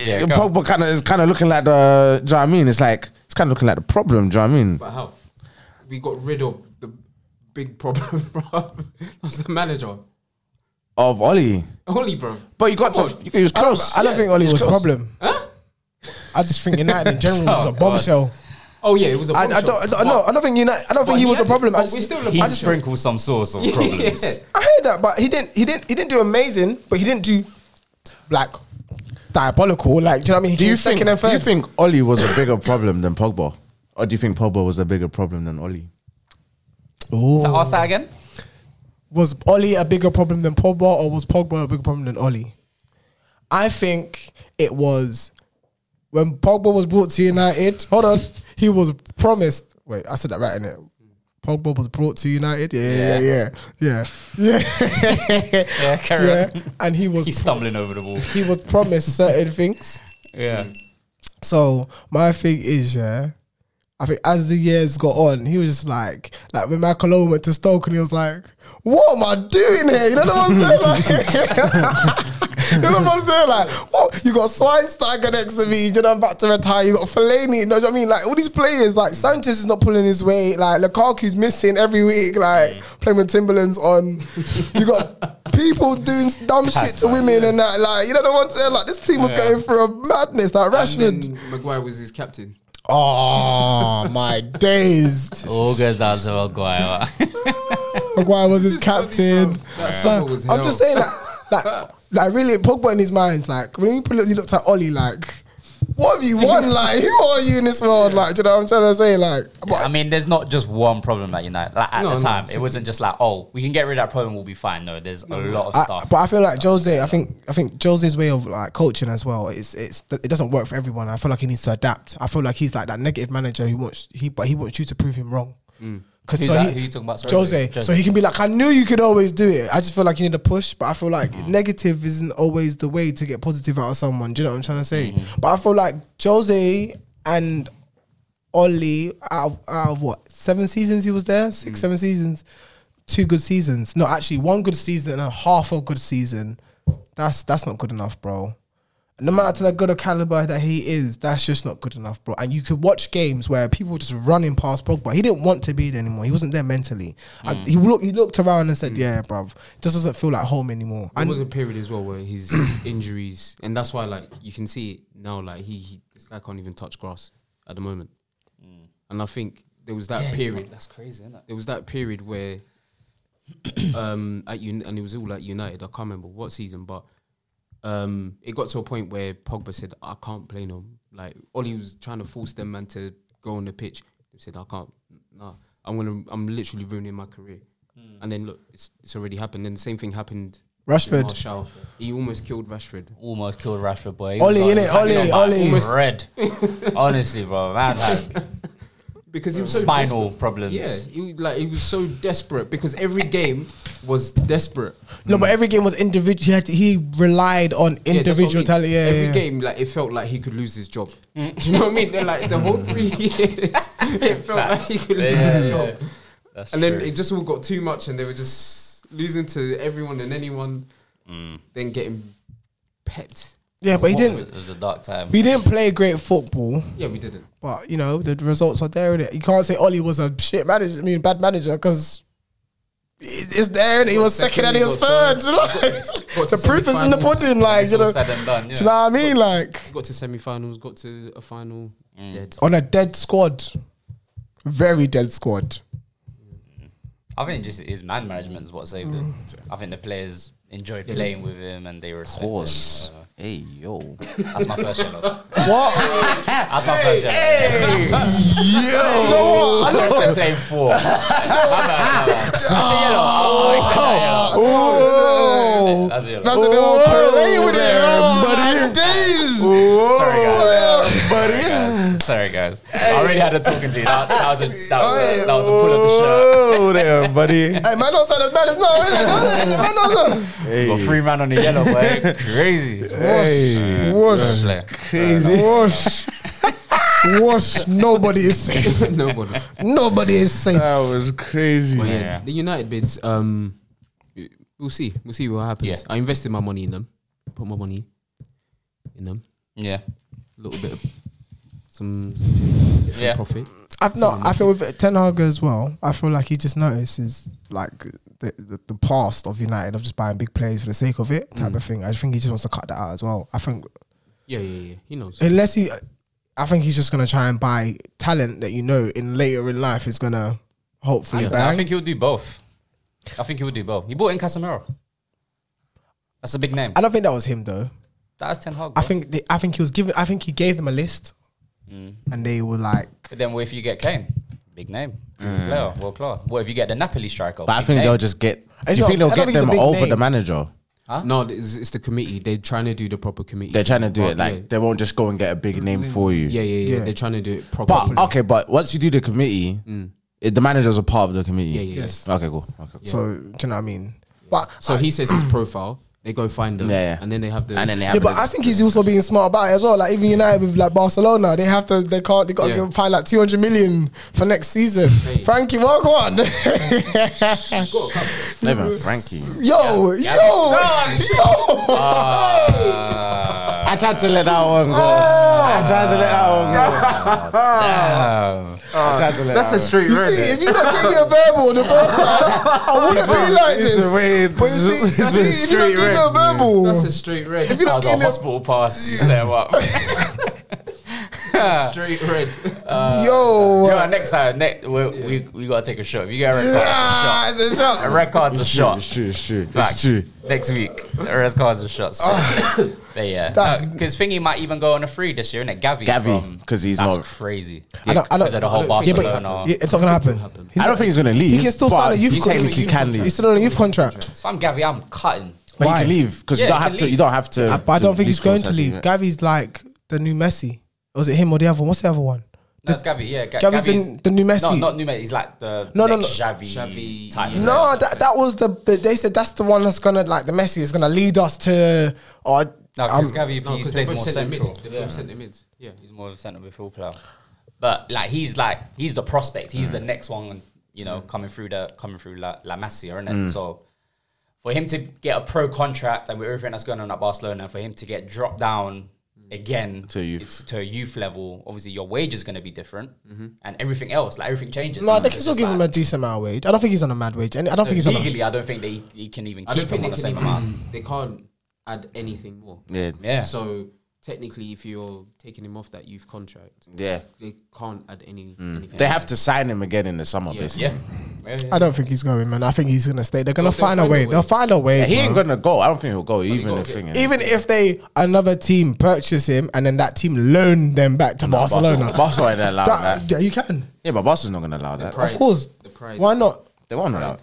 Speaker 2: Yeah, go.
Speaker 3: Pogba kind of is kind of looking like the. Do you know what I mean? It's like it's kind of looking like the problem. Do you know what I mean?
Speaker 4: But how? We got rid of the big problem, bro. That's the manager.
Speaker 3: Of Oli,
Speaker 4: Only, bro.
Speaker 3: but you got
Speaker 4: Come
Speaker 3: to.
Speaker 4: on.
Speaker 3: He was close.
Speaker 1: I don't think Oli was a
Speaker 3: close.
Speaker 1: problem. I just think United in general was a bombshell.
Speaker 4: Oh yeah, it was a
Speaker 1: I, I
Speaker 4: bombshell.
Speaker 1: don't. I, no, I don't think United. I don't think
Speaker 4: But
Speaker 1: he
Speaker 4: he
Speaker 1: was a
Speaker 4: had-
Speaker 1: problem. I
Speaker 4: but
Speaker 1: just,
Speaker 4: we still
Speaker 2: He
Speaker 4: I just-
Speaker 2: sprinkled some sauce on problems.
Speaker 4: Yeah.
Speaker 1: I heard that, but he didn't. He didn't. He didn't do amazing, but he didn't do like diabolical. Like, do you know what I mean? He
Speaker 3: Do you
Speaker 1: came second
Speaker 3: think?
Speaker 1: and
Speaker 3: Do you
Speaker 1: third.
Speaker 3: think Oli was a bigger problem than Pogba, or do you think Pogba was a bigger problem than Oli?
Speaker 2: So ask that again.
Speaker 1: was Oli a bigger problem than Pogba, or was Pogba a bigger problem than Oli? I think it was when Pogba was brought to United. Hold on, he was promised. Wait, I said that right in it. Pogba was brought to United. Yeah, yeah, yeah, yeah, yeah.
Speaker 2: Yeah, carry
Speaker 1: yeah.
Speaker 2: on.
Speaker 1: And he was
Speaker 2: He's stumbling over the wall.
Speaker 1: he was promised certain things.
Speaker 2: Yeah.
Speaker 1: So my thing is, yeah, I think as the years got on, he was just like, like when Michael Owen went to Stoke and he was like, what am I doing here? You know what I'm saying? Like, you know what I'm saying? Like, what? You got Schweinsteiger next to me, you know, I'm about to retire. You got Fellaini, you know what I mean? Like, all these players, like, Sanchez is not pulling his weight. Like, Lukaku's missing every week, like, playing with Timberlands on. You got people doing dumb shit to women and that, like, you know what I'm saying? Like, this team was going through a madness. Like,
Speaker 4: And
Speaker 1: Rashford.
Speaker 4: then Maguire was his captain.
Speaker 1: Oh my days!
Speaker 2: All goes down to Maguire.
Speaker 1: Maguire was his captain.
Speaker 4: funny, bro. That
Speaker 1: So,
Speaker 4: summer was
Speaker 1: I'm just
Speaker 4: hell.
Speaker 1: saying that, like, like really, Pogba in his mind, like when he looked, he looked at Ollie, like, what have you won? Like, who are you in this world? Like, do you know what I'm trying to say? Like, but
Speaker 2: I mean, there's not just one problem at United. Like at
Speaker 4: No,
Speaker 2: the
Speaker 4: no,
Speaker 2: time, it
Speaker 4: it's-
Speaker 2: wasn't just like, oh, we can get rid of that problem, we'll be fine. No, there's a lot of
Speaker 1: I,
Speaker 2: stuff.
Speaker 1: but I feel like Jose. I think I think Jose's way of like coaching as well. It's it's it doesn't work for everyone. I feel like he needs to adapt. I feel like he's like that negative manager who wants he but he wants you to prove him wrong. Cause
Speaker 2: Mm. Who's
Speaker 1: so
Speaker 2: that?
Speaker 1: he-
Speaker 2: Who you talking about? Sorry,
Speaker 1: Jose.
Speaker 2: Jose.
Speaker 1: So he can be like, I knew you could always do it. I just feel like you need a push, but I feel like
Speaker 2: Mm-hmm.
Speaker 1: negative isn't always the way to get positive out of someone. Do you know what I'm trying to say?
Speaker 2: Mm-hmm.
Speaker 1: But I feel like Jose and Oli out of, out of what seven seasons he was there,
Speaker 4: Mm.
Speaker 1: six seven seasons, two good seasons. No, actually one good season and a half a good season. That's that's not good enough, bro. No matter to the good of caliber that he is, that's just not good enough, bro. And you could watch games where people were just running past Pogba. He didn't want to be there anymore. He wasn't there mentally.
Speaker 4: Mm.
Speaker 1: And he looked, he looked around and said, "Yeah, bro, this doesn't feel like home anymore."
Speaker 4: There
Speaker 1: And
Speaker 4: was a period as well where his injuries, and that's why like you can see it now. Like he, he this guy can't even touch grass at the moment, and I think there was that period.
Speaker 2: That's crazy, isn't it?
Speaker 4: there was that period where um at Un- and it was all like United. I can't remember what season, but um it got to a point where Pogba said, "I can't play no." m-" Like Oli was trying to force them man to go on the pitch. He said, "I can't. Nah, I'm gonna. I'm literally ruining my career." And then look, it's, it's already happened. And the same thing happened. with
Speaker 1: Rashford.
Speaker 4: Martial. He almost killed Rashford.
Speaker 2: Almost killed Rashford, boy. He
Speaker 1: Oli,
Speaker 2: was
Speaker 1: innit?
Speaker 2: like-
Speaker 1: Oli,
Speaker 2: Almost
Speaker 1: Oli.
Speaker 2: Red. Honestly, bro, man, like,
Speaker 4: Because he was so
Speaker 2: spinal
Speaker 4: desperate.
Speaker 2: problems.
Speaker 4: Yeah, he, like he was so desperate because every game was desperate.
Speaker 1: no, but every game was individual. He, had to- he relied on
Speaker 4: Yeah, that's what I
Speaker 1: individual
Speaker 4: mean.
Speaker 1: talent. Yeah,
Speaker 4: Every
Speaker 1: yeah.
Speaker 4: game, like it felt like he could lose his job. Do you know what I mean? They're like the whole three years, it felt like he could lose
Speaker 2: Yeah,
Speaker 4: his
Speaker 2: yeah,
Speaker 4: job.
Speaker 2: yeah. That's
Speaker 4: And then
Speaker 2: true.
Speaker 4: it just all got too much, and they were just losing to everyone and anyone.
Speaker 2: Mm.
Speaker 4: Then getting pet.
Speaker 1: yeah, but he
Speaker 2: What was
Speaker 1: didn't.
Speaker 2: It It was a dark time.
Speaker 1: We didn't play great football,
Speaker 4: Yeah, we didn't.
Speaker 1: but you know the results are there. Innit? You can't say Ollie was a shit manager. I mean, bad manager because it's there. And he was second, and he was third.
Speaker 4: got
Speaker 1: you know?
Speaker 4: got to
Speaker 1: the proof is in the
Speaker 4: semi-finals.
Speaker 1: pudding. Like
Speaker 2: It's
Speaker 1: you
Speaker 2: all
Speaker 1: know,
Speaker 2: said and done,
Speaker 1: do you know
Speaker 2: yeah.
Speaker 1: what I mean? Like
Speaker 4: Got to semi-finals. Got to a final.
Speaker 2: Mm.
Speaker 4: Dead.
Speaker 1: on a dead squad, very dead squad.
Speaker 2: I think just his man management is what saved him. I think the players enjoyed playing with him and they respected
Speaker 3: Horse.
Speaker 2: him. whatever.
Speaker 3: Hey yo.
Speaker 2: That's my first yellow.
Speaker 1: What?
Speaker 2: That's my first yellow.
Speaker 1: Yo, you know what? I looked at-
Speaker 2: Play four. My bad, my bad. That's a yellow. I'll accept that yellow.
Speaker 1: Oh,
Speaker 2: That's a yellow.
Speaker 1: that's a little parade with it, oh, my days.
Speaker 2: Sorry,
Speaker 1: Oh,
Speaker 2: guys.
Speaker 1: yeah, buddy.
Speaker 2: Sorry, guys. Sorry, guys. I already had a talking to you. That, that was a that was a, that was a pull of the shirt.
Speaker 3: Oh there, buddy.
Speaker 1: Hey, man, don't say that. Man, it's not. innit? Man, don't say-
Speaker 3: Hey.
Speaker 2: Got three man on the yellow, boy. Crazy.
Speaker 3: Hey.
Speaker 1: Wash,
Speaker 3: Crazy.
Speaker 1: wash, wash. Nobody is safe.
Speaker 4: Nobody.
Speaker 1: Nobody is safe.
Speaker 3: That was crazy.
Speaker 4: But yeah,
Speaker 2: Yeah.
Speaker 4: the United bids. Um, we'll see. We'll see what happens.
Speaker 2: Yeah.
Speaker 4: I invested my money in them. Put my money in them.
Speaker 2: Yeah.
Speaker 4: A little bit of some, some
Speaker 2: Yeah.
Speaker 4: profit.
Speaker 1: I've not. I feel with Ten Hag as well. I feel like he just notices like the, the the past of United of just buying big players for the sake of it
Speaker 2: Hmm.
Speaker 1: type of thing. I just think he just wants to cut that out as well. I think
Speaker 4: Yeah, yeah, yeah. He knows.
Speaker 1: unless he, I think he's just gonna try and buy talent that you know in later in life is gonna hopefully
Speaker 2: I,
Speaker 1: bang.
Speaker 2: I think he'll do both. I think he'll do both. He bought in Casemiro. That's a big name.
Speaker 1: I don't think that was him though.
Speaker 2: That's Ten Hag.
Speaker 1: I
Speaker 2: bro.
Speaker 1: think they, I think he was given. I think he gave them a list,
Speaker 2: Hmm.
Speaker 1: and they were like,
Speaker 2: But then, what if you get Kane? Big name, player, world class. What if you get the Napoli striker?
Speaker 3: But I
Speaker 2: Big
Speaker 3: think
Speaker 2: name.
Speaker 3: they'll just get. Do
Speaker 1: It's
Speaker 3: you
Speaker 1: not-
Speaker 3: think they'll
Speaker 1: I don't
Speaker 3: get
Speaker 1: think it's a
Speaker 3: them
Speaker 1: big
Speaker 3: over
Speaker 1: name.
Speaker 3: the manager?
Speaker 4: No, it's, it's the committee. They're trying to do the proper committee.
Speaker 3: They're trying to do it
Speaker 4: Right,
Speaker 3: like they won't just go and get a big name for you.
Speaker 4: yeah. Yeah, yeah, yeah,
Speaker 1: Yeah.
Speaker 4: They're trying to do it
Speaker 3: But
Speaker 4: properly.
Speaker 3: okay, but once you do the committee,
Speaker 1: Mm.
Speaker 3: it, the managers are part of the committee.
Speaker 4: Yeah, yeah, yeah.
Speaker 1: Yes.
Speaker 3: Okay, cool. Okay, cool.
Speaker 1: so do you know what I mean? But
Speaker 4: So
Speaker 1: I-
Speaker 4: he says his profile. They go find them.
Speaker 3: Yeah, yeah.
Speaker 4: And then they have the.
Speaker 3: And then they
Speaker 1: Yeah,
Speaker 3: have-
Speaker 1: but I think he's also being smart about it as well. Like even United with like Barcelona, they have to, they can't, they got
Speaker 4: Yeah.
Speaker 1: to give, find like two hundred million for next season. Frankie, work one.
Speaker 3: Never mind, Frankie.
Speaker 1: yo, yo, yo.
Speaker 3: I tried
Speaker 1: Ah.
Speaker 3: to let that one go. I tried to let that one go.
Speaker 2: Damn.
Speaker 3: I tried to let that one
Speaker 4: street
Speaker 1: You see, if you don't give me a verbal the first time, I wouldn't be like
Speaker 3: It's a
Speaker 1: this.
Speaker 3: red.
Speaker 1: But you see,
Speaker 3: It's a
Speaker 1: if you don't
Speaker 4: straight
Speaker 1: give me a
Speaker 4: red.
Speaker 1: verbal,
Speaker 4: That's a straight red.
Speaker 1: if you
Speaker 2: I
Speaker 1: don't
Speaker 2: was
Speaker 1: give
Speaker 2: on
Speaker 1: me a
Speaker 2: hospital pass. You say what?
Speaker 4: straight red.
Speaker 1: yo,
Speaker 2: Yo, next time, next, we, we we gotta take a shot. If you get a red card, it's a shot.
Speaker 1: ah, it's a
Speaker 2: A
Speaker 1: shot.
Speaker 2: red card's a
Speaker 3: go.
Speaker 2: shot.
Speaker 3: It's true, it's true.
Speaker 2: Facts.
Speaker 3: It's true.
Speaker 2: Next week, the red card's a shot. So, there, yeah.
Speaker 1: That's-
Speaker 2: Because Thingy might even go on a free this year, innit? Gavi.
Speaker 3: Gavi,
Speaker 2: from-
Speaker 3: 'cause he's
Speaker 2: that's
Speaker 3: not-
Speaker 2: crazy.
Speaker 1: I don't, I
Speaker 2: Because of the
Speaker 1: don't.
Speaker 2: whole
Speaker 4: I don't think so.
Speaker 2: Barcelona.
Speaker 1: Yeah, it's not gonna happen. He's
Speaker 3: I don't
Speaker 1: not-
Speaker 3: think he's gonna leave.
Speaker 1: He can still
Speaker 3: but
Speaker 1: sign a youth
Speaker 3: He technically
Speaker 1: contract.
Speaker 3: can leave.
Speaker 1: He's still on a youth contract.
Speaker 2: If I'm Gavi, I'm cutting.
Speaker 3: But
Speaker 1: Why?
Speaker 3: he can leave because
Speaker 2: Yeah,
Speaker 3: you don't
Speaker 2: he
Speaker 3: have
Speaker 2: can
Speaker 3: to.
Speaker 2: leave.
Speaker 3: You don't have to.
Speaker 1: I, but I
Speaker 3: to
Speaker 1: don't think he's
Speaker 3: leave
Speaker 1: going Uh, to
Speaker 3: contract,
Speaker 1: leave.
Speaker 3: yeah.
Speaker 1: Gavi's like the new Messi. Or was it him or the other one? What's the other one?
Speaker 2: No, it's Gavi, yeah. Ga-
Speaker 1: Gavi's the- the new
Speaker 2: No,
Speaker 1: Messi.
Speaker 2: not new Messi. He's like the
Speaker 1: No, no,
Speaker 2: next
Speaker 1: no.
Speaker 2: Xavi,
Speaker 4: Xavi,
Speaker 2: type.
Speaker 4: yeah.
Speaker 1: No, that that was the, the they said that's the one that's gonna like the Messi is gonna lead us to or
Speaker 2: No,
Speaker 1: um,
Speaker 2: because Gavi
Speaker 4: No,
Speaker 2: he
Speaker 4: because they
Speaker 2: plays
Speaker 4: both
Speaker 2: more
Speaker 4: sent the mid.
Speaker 2: central.
Speaker 4: They both sent the mids. Yeah.
Speaker 2: He's more of a centre midfield player. But like he's like he's the prospect. He's
Speaker 4: Mm.
Speaker 2: the next one, you know, coming through the coming through La, La Masia, isn't it?
Speaker 4: Mm.
Speaker 2: So for him to get a pro contract and with everything that's going on at Barcelona, for him to get dropped down
Speaker 4: Mm.
Speaker 2: again
Speaker 3: To youth.
Speaker 2: it's to a youth level, obviously your wage is going to be different,
Speaker 4: Mm-hmm.
Speaker 2: and everything else, like everything changes.
Speaker 1: no,
Speaker 2: now.
Speaker 1: they
Speaker 2: It's
Speaker 1: can still
Speaker 2: just
Speaker 1: give
Speaker 2: like-
Speaker 1: him a decent amount of wage. I don't think he's on a mad wage. And I don't think he's on a,
Speaker 2: legally. I don't think that he, he can even
Speaker 4: I
Speaker 2: keep
Speaker 4: don't
Speaker 2: him
Speaker 4: think
Speaker 2: on
Speaker 4: they
Speaker 2: the
Speaker 4: can
Speaker 2: same amount.
Speaker 4: even. They can't add anything more.
Speaker 3: Yeah,
Speaker 2: Yeah.
Speaker 4: So technically, if you're taking him off that youth contract,
Speaker 3: yeah. Mm.
Speaker 4: they can't add any. anything.
Speaker 3: They have to sign him again in the summer,
Speaker 4: Yeah.
Speaker 3: basically.
Speaker 2: yeah. Yeah, yeah.
Speaker 1: I don't think he's going, man. I think he's gonna stay. They're gonna
Speaker 4: They'll- they'll
Speaker 1: find, a
Speaker 4: find a
Speaker 1: way.
Speaker 4: way.
Speaker 1: They'll find a way.
Speaker 3: Yeah, he ain't
Speaker 1: bro.
Speaker 3: gonna go. I don't think he'll go. Even if
Speaker 4: got-
Speaker 3: thing.
Speaker 1: Even if they another team purchase him and then that team loan them back to Barcelona.
Speaker 3: Barcelona, Barcelona ain't allowed
Speaker 1: That-
Speaker 3: that.
Speaker 1: yeah, you can.
Speaker 3: Yeah, but Barcelona's not gonna allow that.
Speaker 4: pride.
Speaker 1: Of course.
Speaker 4: The pride.
Speaker 1: Why not?
Speaker 3: They won't allow. it.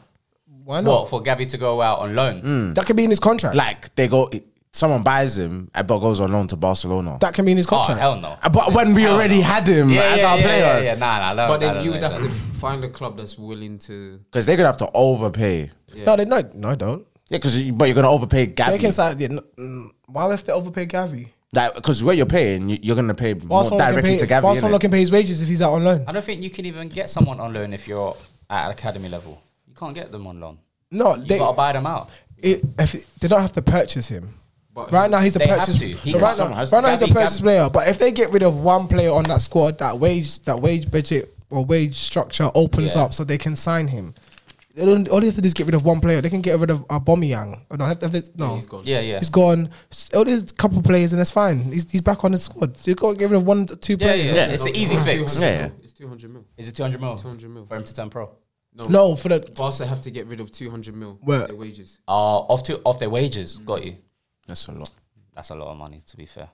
Speaker 1: Why not?
Speaker 2: What for Gavi to go out on loan?
Speaker 4: Mm.
Speaker 1: That could be in his contract.
Speaker 3: Like they go, someone buys him, but goes on loan to Barcelona.
Speaker 1: that can be in his
Speaker 2: Oh
Speaker 1: contract.
Speaker 2: hell no!
Speaker 3: Uh, But when we
Speaker 2: Hell
Speaker 3: already
Speaker 2: no.
Speaker 3: had him
Speaker 2: Yeah,
Speaker 3: as
Speaker 2: yeah,
Speaker 3: our
Speaker 2: yeah,
Speaker 3: player,
Speaker 2: yeah, yeah. Nah, nah, no,
Speaker 4: But
Speaker 2: nah,
Speaker 4: then
Speaker 2: no,
Speaker 4: you
Speaker 2: no,
Speaker 4: would
Speaker 2: it's
Speaker 4: have
Speaker 2: not.
Speaker 4: to find a club that's willing to.
Speaker 3: because they're gonna have to overpay.
Speaker 1: No, they no, no, don't.
Speaker 3: Yeah, because you, but you're gonna overpay
Speaker 1: They can
Speaker 3: Gavi.
Speaker 1: sign. Yeah, no, mm, why would they overpay Gavi?
Speaker 3: Like, because where you're paying, you- you're gonna pay more
Speaker 1: Barcelona can
Speaker 3: directly
Speaker 1: pay,
Speaker 3: to Gavi.
Speaker 1: Barcelona
Speaker 3: innit?
Speaker 1: can pay his wages if he's out on loan.
Speaker 2: I don't think you can even get someone on loan if you're at academy level. You can't get them on loan.
Speaker 1: No,
Speaker 2: You
Speaker 1: they
Speaker 2: gotta buy them out.
Speaker 1: it, if it- they don't have to purchase him.
Speaker 4: But
Speaker 1: right now he's a
Speaker 2: They have
Speaker 1: purchase.
Speaker 2: to. He
Speaker 1: no,
Speaker 2: can-
Speaker 1: right now,
Speaker 3: someone has
Speaker 1: right
Speaker 2: to.
Speaker 1: now he's a
Speaker 2: Gavi-
Speaker 1: purchase
Speaker 2: Gavi-
Speaker 1: player. But if they get rid of one player on that squad, that wage that wage budget or wage structure opens
Speaker 2: Yeah.
Speaker 1: up so they can sign him. They don't, all they have to do is get rid of one player. They can get rid of Aubameyang. Oh, No, have they- no.
Speaker 4: He's gone.
Speaker 2: Yeah, yeah.
Speaker 1: He's gone. Oh, there's a couple of players, and that's fine. He's, he's back on the squad. You've got to get rid of one, two
Speaker 2: yeah,
Speaker 1: players.
Speaker 2: yeah,
Speaker 3: Yeah.
Speaker 2: It's an easy fix.
Speaker 3: Yeah.
Speaker 4: It's 200 mil.
Speaker 2: Is it 200 mil?
Speaker 4: 200 mil.
Speaker 2: For him to turn pro.
Speaker 1: No, for the
Speaker 4: Barca have to get rid of 200 mil.
Speaker 1: Where?
Speaker 4: Their wages.
Speaker 2: Uh, off, to, off their wages. Got you.
Speaker 3: That's a lot.
Speaker 2: That's a lot of money, to be fair.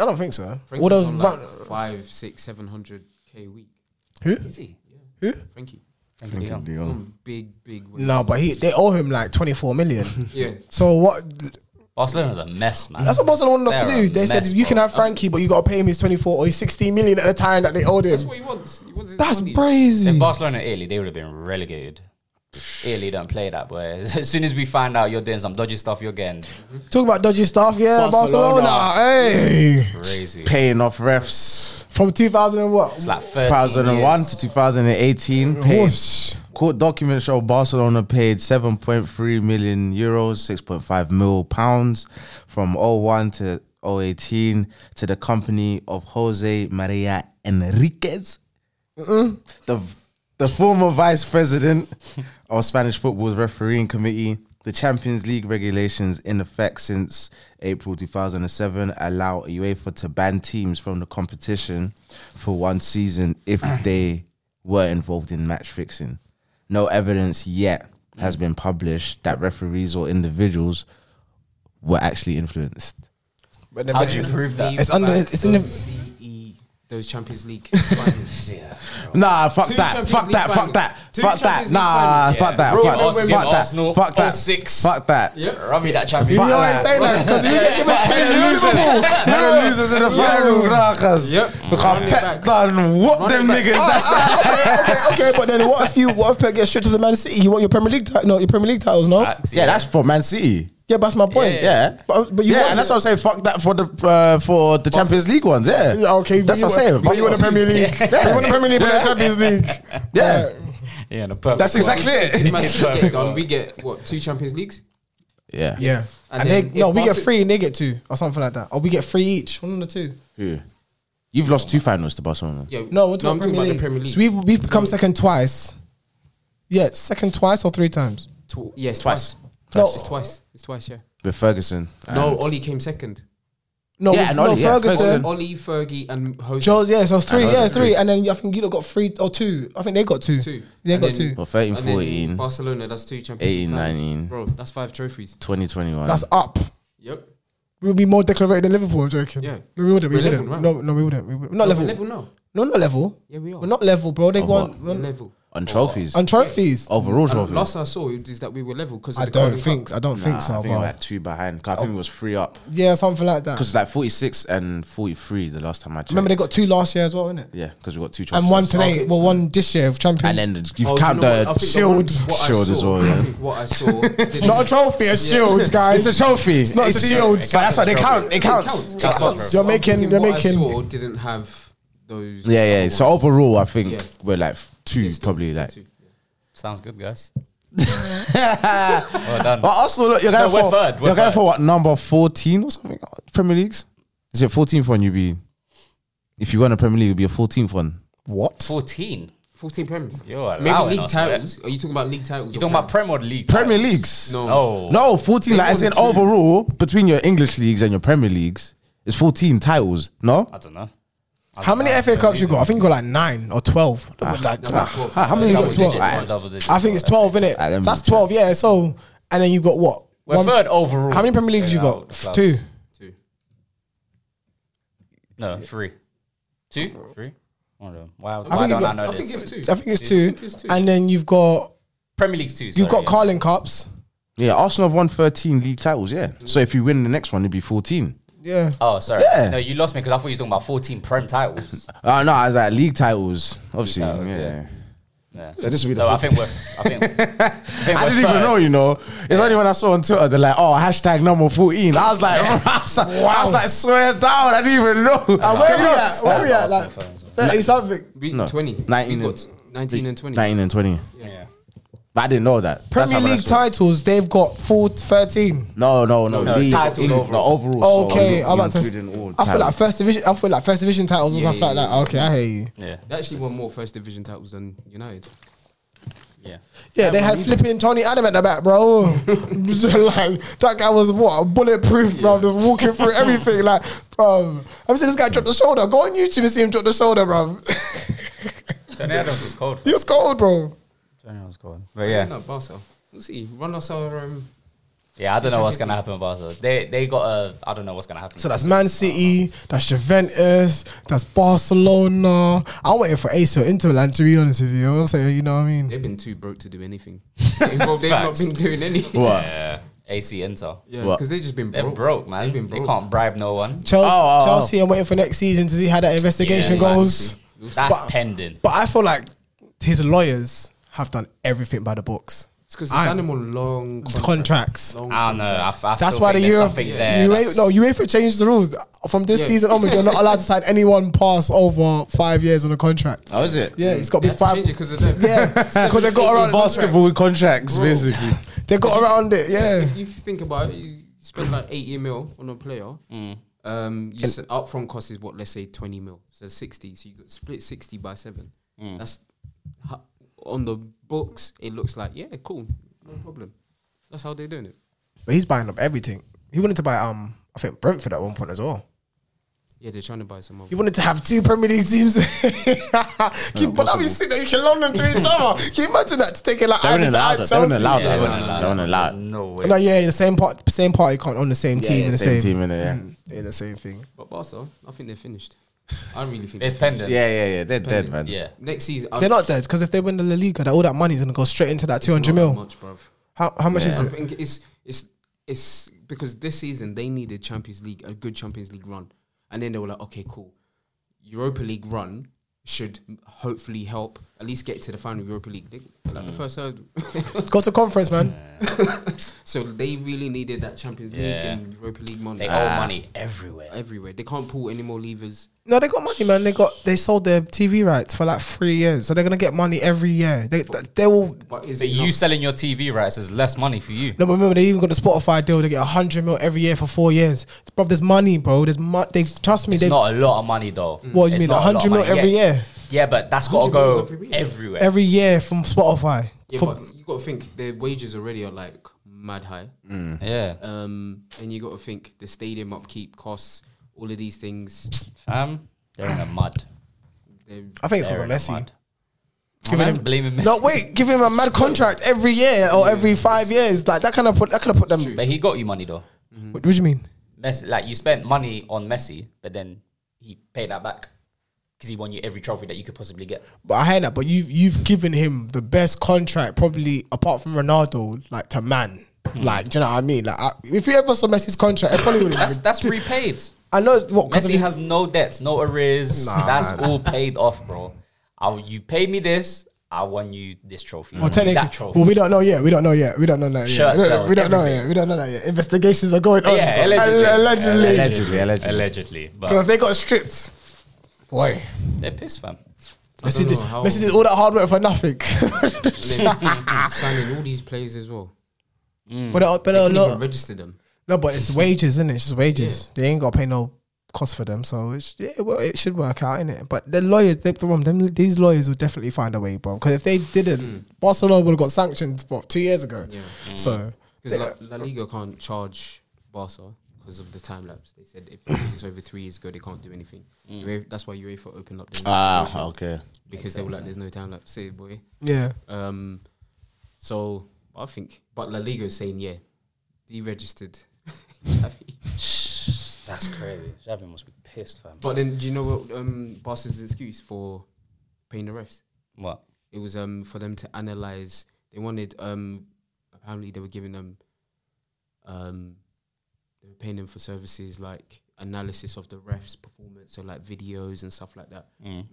Speaker 1: I don't think so.
Speaker 4: Frankie's
Speaker 1: Although,
Speaker 4: on like
Speaker 2: uh,
Speaker 4: five, six, seven hundred k a week.
Speaker 1: who?
Speaker 2: Easy.
Speaker 1: Who?
Speaker 4: Frankie,
Speaker 2: Thank you, Leon.
Speaker 3: Mm.
Speaker 4: some big, big. wages.
Speaker 1: No, but he they owe him like twenty four million.
Speaker 4: Yeah.
Speaker 1: so what?
Speaker 2: Barcelona's a mess, man.
Speaker 1: That's what Barcelona wanted us to
Speaker 2: They're a
Speaker 1: do. They said
Speaker 2: mess,
Speaker 1: you can
Speaker 2: bro.
Speaker 1: have Frankie, but you got to pay him his twenty four or his sixteen million at the time that they owed him.
Speaker 4: That's what he wants. He wants his
Speaker 1: That's
Speaker 4: money.
Speaker 2: If
Speaker 1: crazy.
Speaker 2: Barcelona and Italy, they would have been relegated. Italy don't play that, boy. As soon as we find out you're doing some dodgy stuff, you're getting
Speaker 1: Talk about dodgy stuff, yeah.
Speaker 3: Barcelona.
Speaker 1: Barcelona, hey,
Speaker 2: crazy.
Speaker 3: Paying off refs.
Speaker 1: from two thousand and what?
Speaker 2: It's like 13
Speaker 3: 2001
Speaker 2: years.
Speaker 3: to 2018. Paid,
Speaker 1: Whoosh.
Speaker 3: court documents show Barcelona paid 7.3 million euros, 6.5 mil pounds from 01 to 018 to the company of Jose Maria Enriquez, the the former vice president of Spanish football's refereeing committee. The Champions League regulations in effect since April 2007 allow UEFA to ban teams from the competition for one season if they were involved in match fixing. No evidence yet has been published that referees or individuals were actually influenced.
Speaker 1: But
Speaker 2: How do you prove that?
Speaker 1: It's under- it's in the-
Speaker 4: CE, E, those Champions League. finals.
Speaker 3: Nah, fuck
Speaker 4: Two
Speaker 3: that.
Speaker 4: Champions
Speaker 3: fuck
Speaker 4: League
Speaker 3: that. Fuck
Speaker 4: finals.
Speaker 3: that.
Speaker 4: Two
Speaker 3: fuck that.
Speaker 4: Champions League
Speaker 3: Nah,
Speaker 4: finals.
Speaker 3: fuck that.
Speaker 4: Bro,
Speaker 3: Fuck
Speaker 4: remember
Speaker 3: that.
Speaker 4: Arsenal,
Speaker 3: Fuck that. Fuck
Speaker 1: oh
Speaker 3: that.
Speaker 4: 06.
Speaker 3: Fuck that.
Speaker 2: Rub me that champion.
Speaker 1: You
Speaker 3: Fuck
Speaker 1: always
Speaker 3: that.
Speaker 1: say that because you can give it ten losers.
Speaker 3: Man, losers in the final, rakas.
Speaker 4: Yep.
Speaker 3: We
Speaker 4: Running
Speaker 3: can't pet
Speaker 4: back.
Speaker 3: done. Whoop
Speaker 4: Running
Speaker 3: them
Speaker 4: back.
Speaker 3: niggas.
Speaker 1: Oh.
Speaker 3: That's-
Speaker 1: Ah, okay, okay, okay, but then what if you what if Pep gets stripped to the Man City? You want your Premier League ti- no your Premier League titles, no?
Speaker 2: Facts,
Speaker 3: Yeah, that's for Man City.
Speaker 1: yeah, but that's my point.
Speaker 3: Yeah.
Speaker 1: But, but you
Speaker 3: yeah,
Speaker 1: want-
Speaker 3: and that's what I'm saying. Fuck that for the uh, for the Champions League ones. Yeah.
Speaker 1: Yeah, Okay,
Speaker 3: That's
Speaker 1: but
Speaker 3: what
Speaker 1: you
Speaker 3: I'm saying.
Speaker 1: want- But you want the Premier League. You want the Premier League, but the Champions League.
Speaker 3: Yeah.
Speaker 2: yeah, no, perfect.
Speaker 3: That's exactly
Speaker 4: If Man
Speaker 3: it.
Speaker 4: City get done, we get what two Champions Leagues?
Speaker 3: Yeah.
Speaker 1: Yeah. And,
Speaker 4: And then
Speaker 1: they no,
Speaker 4: if
Speaker 1: we get
Speaker 4: Barce-
Speaker 1: three and they get two or something like that. Or we get three each. One of the two.
Speaker 3: Who? You've lost two finals to Barcelona.
Speaker 4: Yeah.
Speaker 1: No, we're talking,
Speaker 4: I'm talking
Speaker 1: Premier
Speaker 4: about
Speaker 1: League.
Speaker 4: the Premier League.
Speaker 1: So we've we've become second twice. Yeah, second twice or three times.
Speaker 4: Tw- yes,
Speaker 3: Twice.
Speaker 4: twice.
Speaker 1: No.
Speaker 4: It's twice. It's twice. Yeah.
Speaker 3: With Ferguson.
Speaker 4: No,
Speaker 3: And-
Speaker 4: Oli came second.
Speaker 1: No,
Speaker 3: Yeah,
Speaker 1: we've-
Speaker 3: and
Speaker 1: no
Speaker 3: Ollie, yeah,
Speaker 1: Ferguson.
Speaker 3: Ferguson.
Speaker 4: Oli, Fergie, and Jose.
Speaker 1: Joe, yeah, so it's three,
Speaker 3: And
Speaker 1: yeah,
Speaker 3: Ollie.
Speaker 1: three, and then I think you lot got three or two. I think they got two.
Speaker 4: Two.
Speaker 1: They
Speaker 4: And
Speaker 1: got
Speaker 4: then-
Speaker 1: two.
Speaker 3: Well, 13,
Speaker 4: And then
Speaker 3: 14,
Speaker 4: Barcelona. That's two Champions
Speaker 3: 18,
Speaker 4: League finals.
Speaker 3: 19.
Speaker 4: Bro, that's five trophies.
Speaker 3: 2021.
Speaker 1: That's up.
Speaker 4: Yep.
Speaker 1: We'll be more declarated than Liverpool. I'm joking.
Speaker 4: Yeah.
Speaker 1: No, we wouldn't. We
Speaker 4: We're level,
Speaker 1: wouldn't.
Speaker 4: right?
Speaker 1: no, no, we wouldn't. We would Not
Speaker 4: No,
Speaker 1: level.
Speaker 4: Level now.
Speaker 1: No, not level.
Speaker 4: Yeah, we are.
Speaker 1: We're not level, bro. They
Speaker 3: Of
Speaker 1: want
Speaker 4: We're
Speaker 1: want-
Speaker 4: level.
Speaker 3: on trophies.
Speaker 1: on trophies.
Speaker 3: Overall
Speaker 4: And
Speaker 3: trophies.
Speaker 4: last I saw is that we were level because
Speaker 1: I don't think. I don't think so,
Speaker 3: I think
Speaker 1: bro.
Speaker 3: we're like two behind. 'cause I think it was three up
Speaker 1: Yeah, something like that.
Speaker 3: because it's like 46 and 43 the last time I checked.
Speaker 1: Remember, they got two last year as well, innit?
Speaker 3: yeah, because we got two trophies
Speaker 1: And one
Speaker 3: last
Speaker 1: today. Well, one this year of champion.
Speaker 3: time. And then
Speaker 4: Oh,
Speaker 3: you have count the
Speaker 1: Shield.
Speaker 3: Shield as well, yeah.
Speaker 4: I think what I saw. didn't-
Speaker 1: not a trophy, a shield, guys.
Speaker 3: it's a trophy.
Speaker 1: not a shield.
Speaker 3: But that's what they count. They count.
Speaker 4: counts.
Speaker 2: That's not
Speaker 1: You're
Speaker 4: I'm
Speaker 1: making-
Speaker 4: thinking
Speaker 1: you're
Speaker 4: what I
Speaker 1: making-
Speaker 4: saw didn't have those.
Speaker 3: Yeah, yeah. So overall, I think
Speaker 4: Yeah.
Speaker 3: we're like two,
Speaker 4: It's still
Speaker 3: probably like.
Speaker 4: two.
Speaker 2: Sounds good, guys. well done.
Speaker 3: But Arsenal, look, you're going
Speaker 2: No, we're
Speaker 3: for
Speaker 2: third, we're
Speaker 3: you're going
Speaker 2: third.
Speaker 3: for what number 14 or something? Premier Leagues. Is it 14th one you be? If you won a Premier League, it'll be a 14th one.
Speaker 1: What?
Speaker 2: 14.
Speaker 4: 14 premiers.
Speaker 2: You're allowing
Speaker 4: Maybe
Speaker 2: us, man.
Speaker 4: league titles. Are you talking about league titles?
Speaker 2: You're
Speaker 4: or
Speaker 2: talking about
Speaker 4: Prem?
Speaker 2: Premier or League?
Speaker 3: Premier
Speaker 2: titles?
Speaker 3: Leagues.
Speaker 4: No.
Speaker 2: No.
Speaker 3: No, 14. Like,
Speaker 4: They
Speaker 3: as in
Speaker 4: won two.
Speaker 3: overall, between your English leagues and your Premier Leagues, it's 14 titles. No?
Speaker 2: I don't know.
Speaker 1: How many FA Cups you got? I think you got like nine or twelve. Ah, Look at that.
Speaker 4: No, not 12.
Speaker 3: how many
Speaker 4: Yeah,
Speaker 1: you got 12?
Speaker 4: double digits,
Speaker 1: Alright.
Speaker 4: right.
Speaker 2: Double digits.
Speaker 1: I think it's twelve, innit?
Speaker 3: Ah, let me
Speaker 1: So that's
Speaker 3: check.
Speaker 1: twelve, yeah. So, and then you got what?
Speaker 2: We're third overall.
Speaker 1: How many Premier Leagues you
Speaker 2: Yeah,
Speaker 1: got?
Speaker 2: the clubs.
Speaker 1: Two.
Speaker 4: Two.
Speaker 2: No, three. Two? Three? One of them.
Speaker 1: I
Speaker 2: Wow. Why
Speaker 1: think
Speaker 2: don't
Speaker 1: you
Speaker 2: I
Speaker 1: got-
Speaker 2: know
Speaker 4: I think
Speaker 2: this?
Speaker 4: it's two.
Speaker 1: I think it's two.
Speaker 4: think it's two.
Speaker 1: And then you've got
Speaker 2: Premier League's two.
Speaker 1: you've
Speaker 2: sorry,
Speaker 1: got
Speaker 2: yeah.
Speaker 1: Carling Cups.
Speaker 3: Yeah, Arsenal have won 13 league titles, yeah. So if you win the next one, it'd be 14.
Speaker 1: Yeah.
Speaker 2: Oh, sorry.
Speaker 3: Yeah.
Speaker 2: No, you lost me because I thought you were talking about 14 Prem titles.
Speaker 3: Uh, no, I was like, league titles, obviously.
Speaker 2: titles,
Speaker 3: yeah.
Speaker 2: yeah. Yeah.
Speaker 3: So this will be the
Speaker 2: No, I
Speaker 3: 14.
Speaker 2: think we're. I think. I, think
Speaker 3: I
Speaker 2: we're
Speaker 3: didn't even
Speaker 2: third.
Speaker 3: know, you know. It's only when I saw on Twitter they're like, "Oh, hashtag number 14. I was like, I, was like I was like, swear down, I didn't even know.
Speaker 1: And where we at? Where we at?
Speaker 2: Arsenal
Speaker 1: Like
Speaker 2: fans, man.
Speaker 1: thirty something.
Speaker 4: We,
Speaker 3: No,
Speaker 4: 20.
Speaker 3: 19
Speaker 4: we
Speaker 3: and-
Speaker 4: got 19 and 20.
Speaker 3: 19 and 20.
Speaker 2: Yeah.
Speaker 3: But I didn't know that. That's
Speaker 1: Premier
Speaker 3: how when I
Speaker 1: League
Speaker 3: saw it.
Speaker 1: titles, they've got four, 13.
Speaker 3: No, no, no.
Speaker 2: No,
Speaker 3: league,
Speaker 2: titles
Speaker 3: in-
Speaker 2: overall.
Speaker 3: no, overall. so
Speaker 1: Okay,
Speaker 3: you-
Speaker 1: I'm
Speaker 3: you
Speaker 1: about to.
Speaker 3: including all
Speaker 1: I feel like
Speaker 3: titles.
Speaker 1: first division. I feel like first division titles and
Speaker 4: Yeah,
Speaker 1: stuff like
Speaker 4: yeah,
Speaker 1: that. Okay, I hear you.
Speaker 2: Yeah.
Speaker 4: They actually won more first division titles than United.
Speaker 2: Yeah.
Speaker 1: Yeah, they had flipping Tony Adam at the back, bro. like that guy was what bulletproof, bro. Just walking through everything, like, bro. I'm seeing this guy drop the shoulder. Go on YouTube and see him drop the shoulder, bro.
Speaker 2: Tony Adams was cold.
Speaker 1: he was cold, bro.
Speaker 2: Tony was cold. But yeah.
Speaker 4: No, Barca. We'll see. Run us our. Um,
Speaker 2: Yeah, I don't know what's gonna happen with Barca. They they got a. I don't know what's gonna happen.
Speaker 1: So that's Man City, that's Juventus, that's Barcelona. I'm waiting for AC or Inter Milan to be honest with you. You know what I'm saying, you know what I mean?
Speaker 4: they've been too broke to do anything. they've not they've not
Speaker 2: Facts.
Speaker 4: been doing anything.
Speaker 3: What?
Speaker 2: Yeah. AC Inter.
Speaker 4: Yeah,
Speaker 3: What?
Speaker 4: because they've just been
Speaker 2: They're
Speaker 4: broke.
Speaker 2: broke, man.
Speaker 4: They've been
Speaker 2: They
Speaker 4: broke.
Speaker 2: can't bribe no one.
Speaker 1: Chelsea,
Speaker 3: Oh, oh, oh.
Speaker 1: Chelsea, I'm waiting for next season to see how that investigation
Speaker 2: Yeah,
Speaker 1: goes.
Speaker 2: That's
Speaker 1: But-
Speaker 2: pending.
Speaker 1: But I feel like his lawyers have done everything by the books.
Speaker 4: It's because they signed them on long contracts.
Speaker 1: Contracts.
Speaker 4: Long
Speaker 2: I don't know. I, I
Speaker 1: That's
Speaker 2: still
Speaker 1: why the
Speaker 2: think there's
Speaker 1: UEFA,
Speaker 2: something there.
Speaker 1: UEFA, no UEFA changed the rules from this
Speaker 4: Yeah.
Speaker 1: season onwards. You're not allowed to sign anyone past over five years on a contract.
Speaker 3: How Oh, is it?
Speaker 1: Yeah, it's got to be
Speaker 4: They have to
Speaker 1: five.
Speaker 4: change it 'cause of them.
Speaker 1: Yeah, because they got around
Speaker 3: Basketball contracts,
Speaker 4: Bro.
Speaker 3: basically.
Speaker 1: They got around it. Yeah,
Speaker 2: Mm.
Speaker 4: If you think about it, you spend like 80 mil on a player. Um, you said upfront cost is what? Let's say twenty mil, so sixty. So you got split sixty by seven.
Speaker 2: Mm.
Speaker 4: That's ho- on the books. It looks like yeah, cool, no problem. That's how they're doing it.
Speaker 1: But he's buying up everything. He wanted to buy um I think Brentford at one point as well.
Speaker 4: Yeah, they're trying to buy some more.
Speaker 1: He wanted to have two Premier League teams. Keep, but that would sick that you can loan them to each other. Can you imagine that? To take it like
Speaker 3: They wouldn't
Speaker 1: Ivan's
Speaker 3: allow
Speaker 1: eye,
Speaker 3: that. They wouldn't
Speaker 1: Chelsea.
Speaker 3: allow
Speaker 2: Yeah,
Speaker 3: that.
Speaker 2: no, no,
Speaker 3: wouldn't- They
Speaker 2: no,
Speaker 3: wouldn't allow it.
Speaker 2: No way.
Speaker 1: No, yeah, the same part, same party can't own the same team
Speaker 3: Yeah,
Speaker 1: and the
Speaker 3: Same
Speaker 1: same.
Speaker 3: team in there.
Speaker 2: Mm.
Speaker 1: Yeah, the same thing.
Speaker 4: But Barca, I think they're finished. I really think
Speaker 2: It's pendant.
Speaker 3: Yeah, yeah, yeah. They're dead, man.
Speaker 2: Yeah.
Speaker 4: Next season,
Speaker 1: They're not dead because if they win the La Liga, that all that money is gonna go straight into that two hundred mil.
Speaker 4: Much, bruv.
Speaker 1: How how much
Speaker 4: I
Speaker 1: is it?
Speaker 4: think it's it's it's because this season they needed Champions League a good Champions League run, and then they were like, okay, cool, Europa League run should hopefully help at least get to the final Europa League. They, they're
Speaker 2: Mm.
Speaker 4: like the first hurdle,
Speaker 1: Go to conference, man.
Speaker 4: so they really needed that Champions League
Speaker 2: Yeah.
Speaker 4: and Europa League money
Speaker 2: They
Speaker 4: Ah.
Speaker 1: Ah.
Speaker 2: owe money everywhere.
Speaker 4: everywhere. They can't pull any more levers.
Speaker 1: No, they got money, man. They got they sold their TV rights for like three years, so they're gonna get money every year. They they will.
Speaker 4: But is
Speaker 2: But
Speaker 4: it
Speaker 2: you
Speaker 4: enough?
Speaker 2: selling your TV rights is less money for you.
Speaker 1: No, but remember they even got the Spotify deal. They get hundred mil every year for four years, bro. There's money, bro. There's money. They trust me.
Speaker 2: It's
Speaker 1: they
Speaker 2: not a lot of money though.
Speaker 1: What do you
Speaker 2: It's
Speaker 1: mean,
Speaker 2: not a lot
Speaker 1: 100
Speaker 2: of
Speaker 1: mil
Speaker 2: money.
Speaker 1: every
Speaker 2: Yeah.
Speaker 1: year?
Speaker 2: Yeah, but that's got to
Speaker 4: 100 mil
Speaker 2: go
Speaker 4: every year.
Speaker 2: everywhere.
Speaker 1: every year from Spotify.
Speaker 4: Yeah,
Speaker 1: For-
Speaker 4: but you got to think their wages already are like mad high.
Speaker 1: Mm.
Speaker 2: Yeah.
Speaker 4: Um, and you got to think the stadium upkeep costs, all of these things.
Speaker 2: Fam, they're in the mud.
Speaker 4: They're
Speaker 1: I think it's because
Speaker 2: They're
Speaker 1: of
Speaker 2: in the
Speaker 1: Messi.
Speaker 2: mud. I'm
Speaker 1: him-
Speaker 2: not blaming Messi.
Speaker 1: No, wait, give him a mad contract every year or every five years. Like that kind of put that kind of put them. What,
Speaker 2: But he got you money though.
Speaker 1: what do you mean?
Speaker 2: Messi, like you spent money on Messi, but then he paid that back because he won you every trophy that you could possibly get.
Speaker 1: But I hear that. But you you've given him the best contract probably apart from Ronaldo, like to man.
Speaker 2: Hmm.
Speaker 1: Like, do you know what I mean? Like, I, if you ever saw Messi's contract, it probably would.
Speaker 2: That's that's repaid.
Speaker 1: I know it's what because of
Speaker 2: Messi
Speaker 1: his,
Speaker 2: has no debts, no arrears.
Speaker 1: Nah,
Speaker 2: that's
Speaker 1: man.
Speaker 2: all paid off, bro. I, you paid me this. I won you this trophy.
Speaker 1: Well,
Speaker 2: that
Speaker 1: Oh, technically,
Speaker 2: trophy.
Speaker 1: well, we don't know yet. We don't know yet. We don't know that
Speaker 2: Shirt
Speaker 1: yet. We don't-
Speaker 2: sales,
Speaker 1: we don't know
Speaker 2: everything.
Speaker 1: yet. We don't know that yet. Investigations are going on.
Speaker 2: yeah,
Speaker 1: bro.
Speaker 2: allegedly.
Speaker 1: Alle- allegedly.
Speaker 3: Allegedly, allegedly.
Speaker 2: Allegedly,
Speaker 1: So if
Speaker 2: But
Speaker 1: they got stripped, boy,
Speaker 2: they're pissed, fam.
Speaker 4: I
Speaker 1: Messi
Speaker 4: don't
Speaker 1: did,
Speaker 4: know how-
Speaker 1: Messi did all that hard work for nothing.
Speaker 4: And then signing all these players as well.
Speaker 2: Hmm.
Speaker 1: but uh, but
Speaker 4: They
Speaker 1: uh,
Speaker 4: couldn't even
Speaker 1: no,
Speaker 4: register them.
Speaker 1: no, but it's wages, isn't it? It's just wages. They ain't got to pay no cost for them, so it's, yeah, well, it should work out, innit? But the lawyers, they, the one, them, these lawyers will definitely find a way, bro. Because if they didn't, Barcelona would have got sanctioned what, two years ago.
Speaker 4: Yeah.
Speaker 1: So
Speaker 4: Because La, La Liga can't charge Barca because of the time lapse. They said if this is over three years ago, they can't do anything.
Speaker 1: Mm.
Speaker 4: UEFA That's why UEFA opened up the
Speaker 3: Ah, okay.
Speaker 4: because they were like, "There's no time lapse, say boy."
Speaker 1: yeah,
Speaker 4: Um, so I think, but La Liga is saying, "Yeah, deregistered." Xavi.
Speaker 2: That's crazy. Xavi must be pissed, fam.
Speaker 4: but then, do you know what um, Barca's excuse for paying the refs?
Speaker 2: What?
Speaker 4: It was um for them to analyze. They wanted um apparently they were giving them um they were paying them for services like analysis of the refs' performance, so like videos and stuff like that.
Speaker 2: Mm.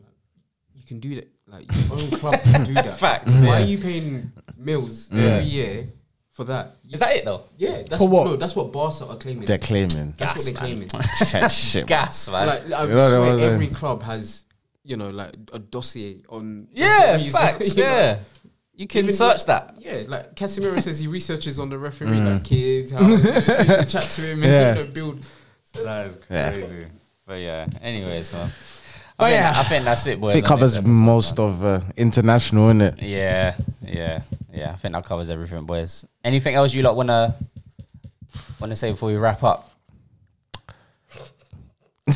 Speaker 4: You can do that, like your own club can do that.
Speaker 2: Facts,
Speaker 4: Why
Speaker 2: yeah.
Speaker 4: are you paying mills
Speaker 2: Yeah.
Speaker 4: every year for that?
Speaker 2: Is that it though?
Speaker 4: yeah, that's
Speaker 1: For what?
Speaker 4: No, that's what Barca are claiming.
Speaker 3: They're claiming.
Speaker 4: that's what
Speaker 2: Gas,
Speaker 4: they're
Speaker 2: man.
Speaker 4: claiming.
Speaker 3: Shit, shit. man.
Speaker 2: Gas, man.
Speaker 4: like I
Speaker 3: You know, eh? they
Speaker 4: swear,
Speaker 3: were-
Speaker 4: every club has you know like a dossier on
Speaker 2: yeah,
Speaker 4: referees,
Speaker 2: facts.
Speaker 4: you know?
Speaker 2: Yeah, you can
Speaker 4: Even-
Speaker 2: search that.
Speaker 4: Yeah, like Casemiro says, he researches on the referee, like kids, how so you can chat to him, and
Speaker 3: Mm. Yeah.
Speaker 4: you know, build.
Speaker 2: That is
Speaker 3: Yeah.
Speaker 2: But yeah, anyways, man. Oh yeah, I think that's it, boys.
Speaker 3: I think it covers most of uh, international, innit?
Speaker 2: Yeah, yeah, yeah. I think that covers everything, boys. Anything else you lot wanna wanna say before we wrap up?
Speaker 3: Nah,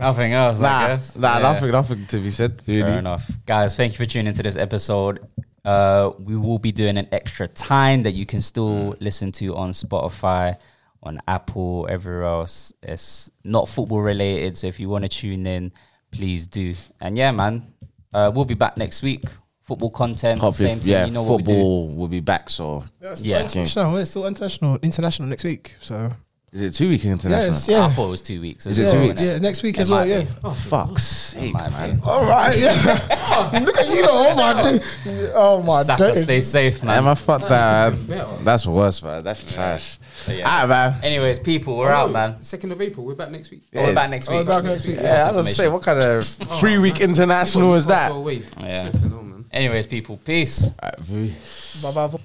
Speaker 2: Nothing else, I
Speaker 3: nah,
Speaker 2: guess.
Speaker 3: nah,
Speaker 2: Yeah.
Speaker 3: nothing, nothing to be said,
Speaker 2: Fair
Speaker 3: really.
Speaker 2: enough. Guys, thank you for tuning into this episode. Uh, we will be doing an extra time that you can still
Speaker 3: Mm.
Speaker 2: listen to on Spotify, on Apple, everywhere else. It's not football related, so if you want to tune in, please do. And yeah, man, uh, we'll be back next week. Football content,
Speaker 3: Hopefully,
Speaker 2: same team,
Speaker 3: yeah,
Speaker 2: you know what we do.
Speaker 3: football will be back. So,
Speaker 1: That's
Speaker 2: Yeah.
Speaker 1: international. It's still international, international next week. So
Speaker 3: is it two week international?
Speaker 1: yes,
Speaker 2: I
Speaker 1: yeah,
Speaker 2: thought it was two weeks.
Speaker 3: Is it two
Speaker 1: yeah,
Speaker 3: weeks?
Speaker 1: yeah, next week
Speaker 2: It
Speaker 1: as well.
Speaker 2: might
Speaker 1: Yeah.
Speaker 2: be.
Speaker 3: Oh, fuck's sake,
Speaker 2: Might be.
Speaker 3: man.
Speaker 1: All right, yeah. Look at you, though. Oh my, day. oh my,
Speaker 2: Saka,
Speaker 1: days.
Speaker 2: stay safe, man.
Speaker 3: Am I fucked that?
Speaker 4: better.
Speaker 3: That's worse, man. That's trash.
Speaker 2: yeah.
Speaker 3: Alright, man.
Speaker 2: Anyways, people, we're out, man.
Speaker 4: Second of April, we're back next week.
Speaker 2: Oh, We're back next
Speaker 1: Oh, we're
Speaker 2: week.
Speaker 1: back next week.
Speaker 3: Yeah, I was gonna say, what kind of three week international is that?
Speaker 4: Wave.
Speaker 2: Yeah.
Speaker 4: Flipping hell, man.
Speaker 2: Anyways, people, peace.
Speaker 3: Alright, very-
Speaker 1: Bye bye.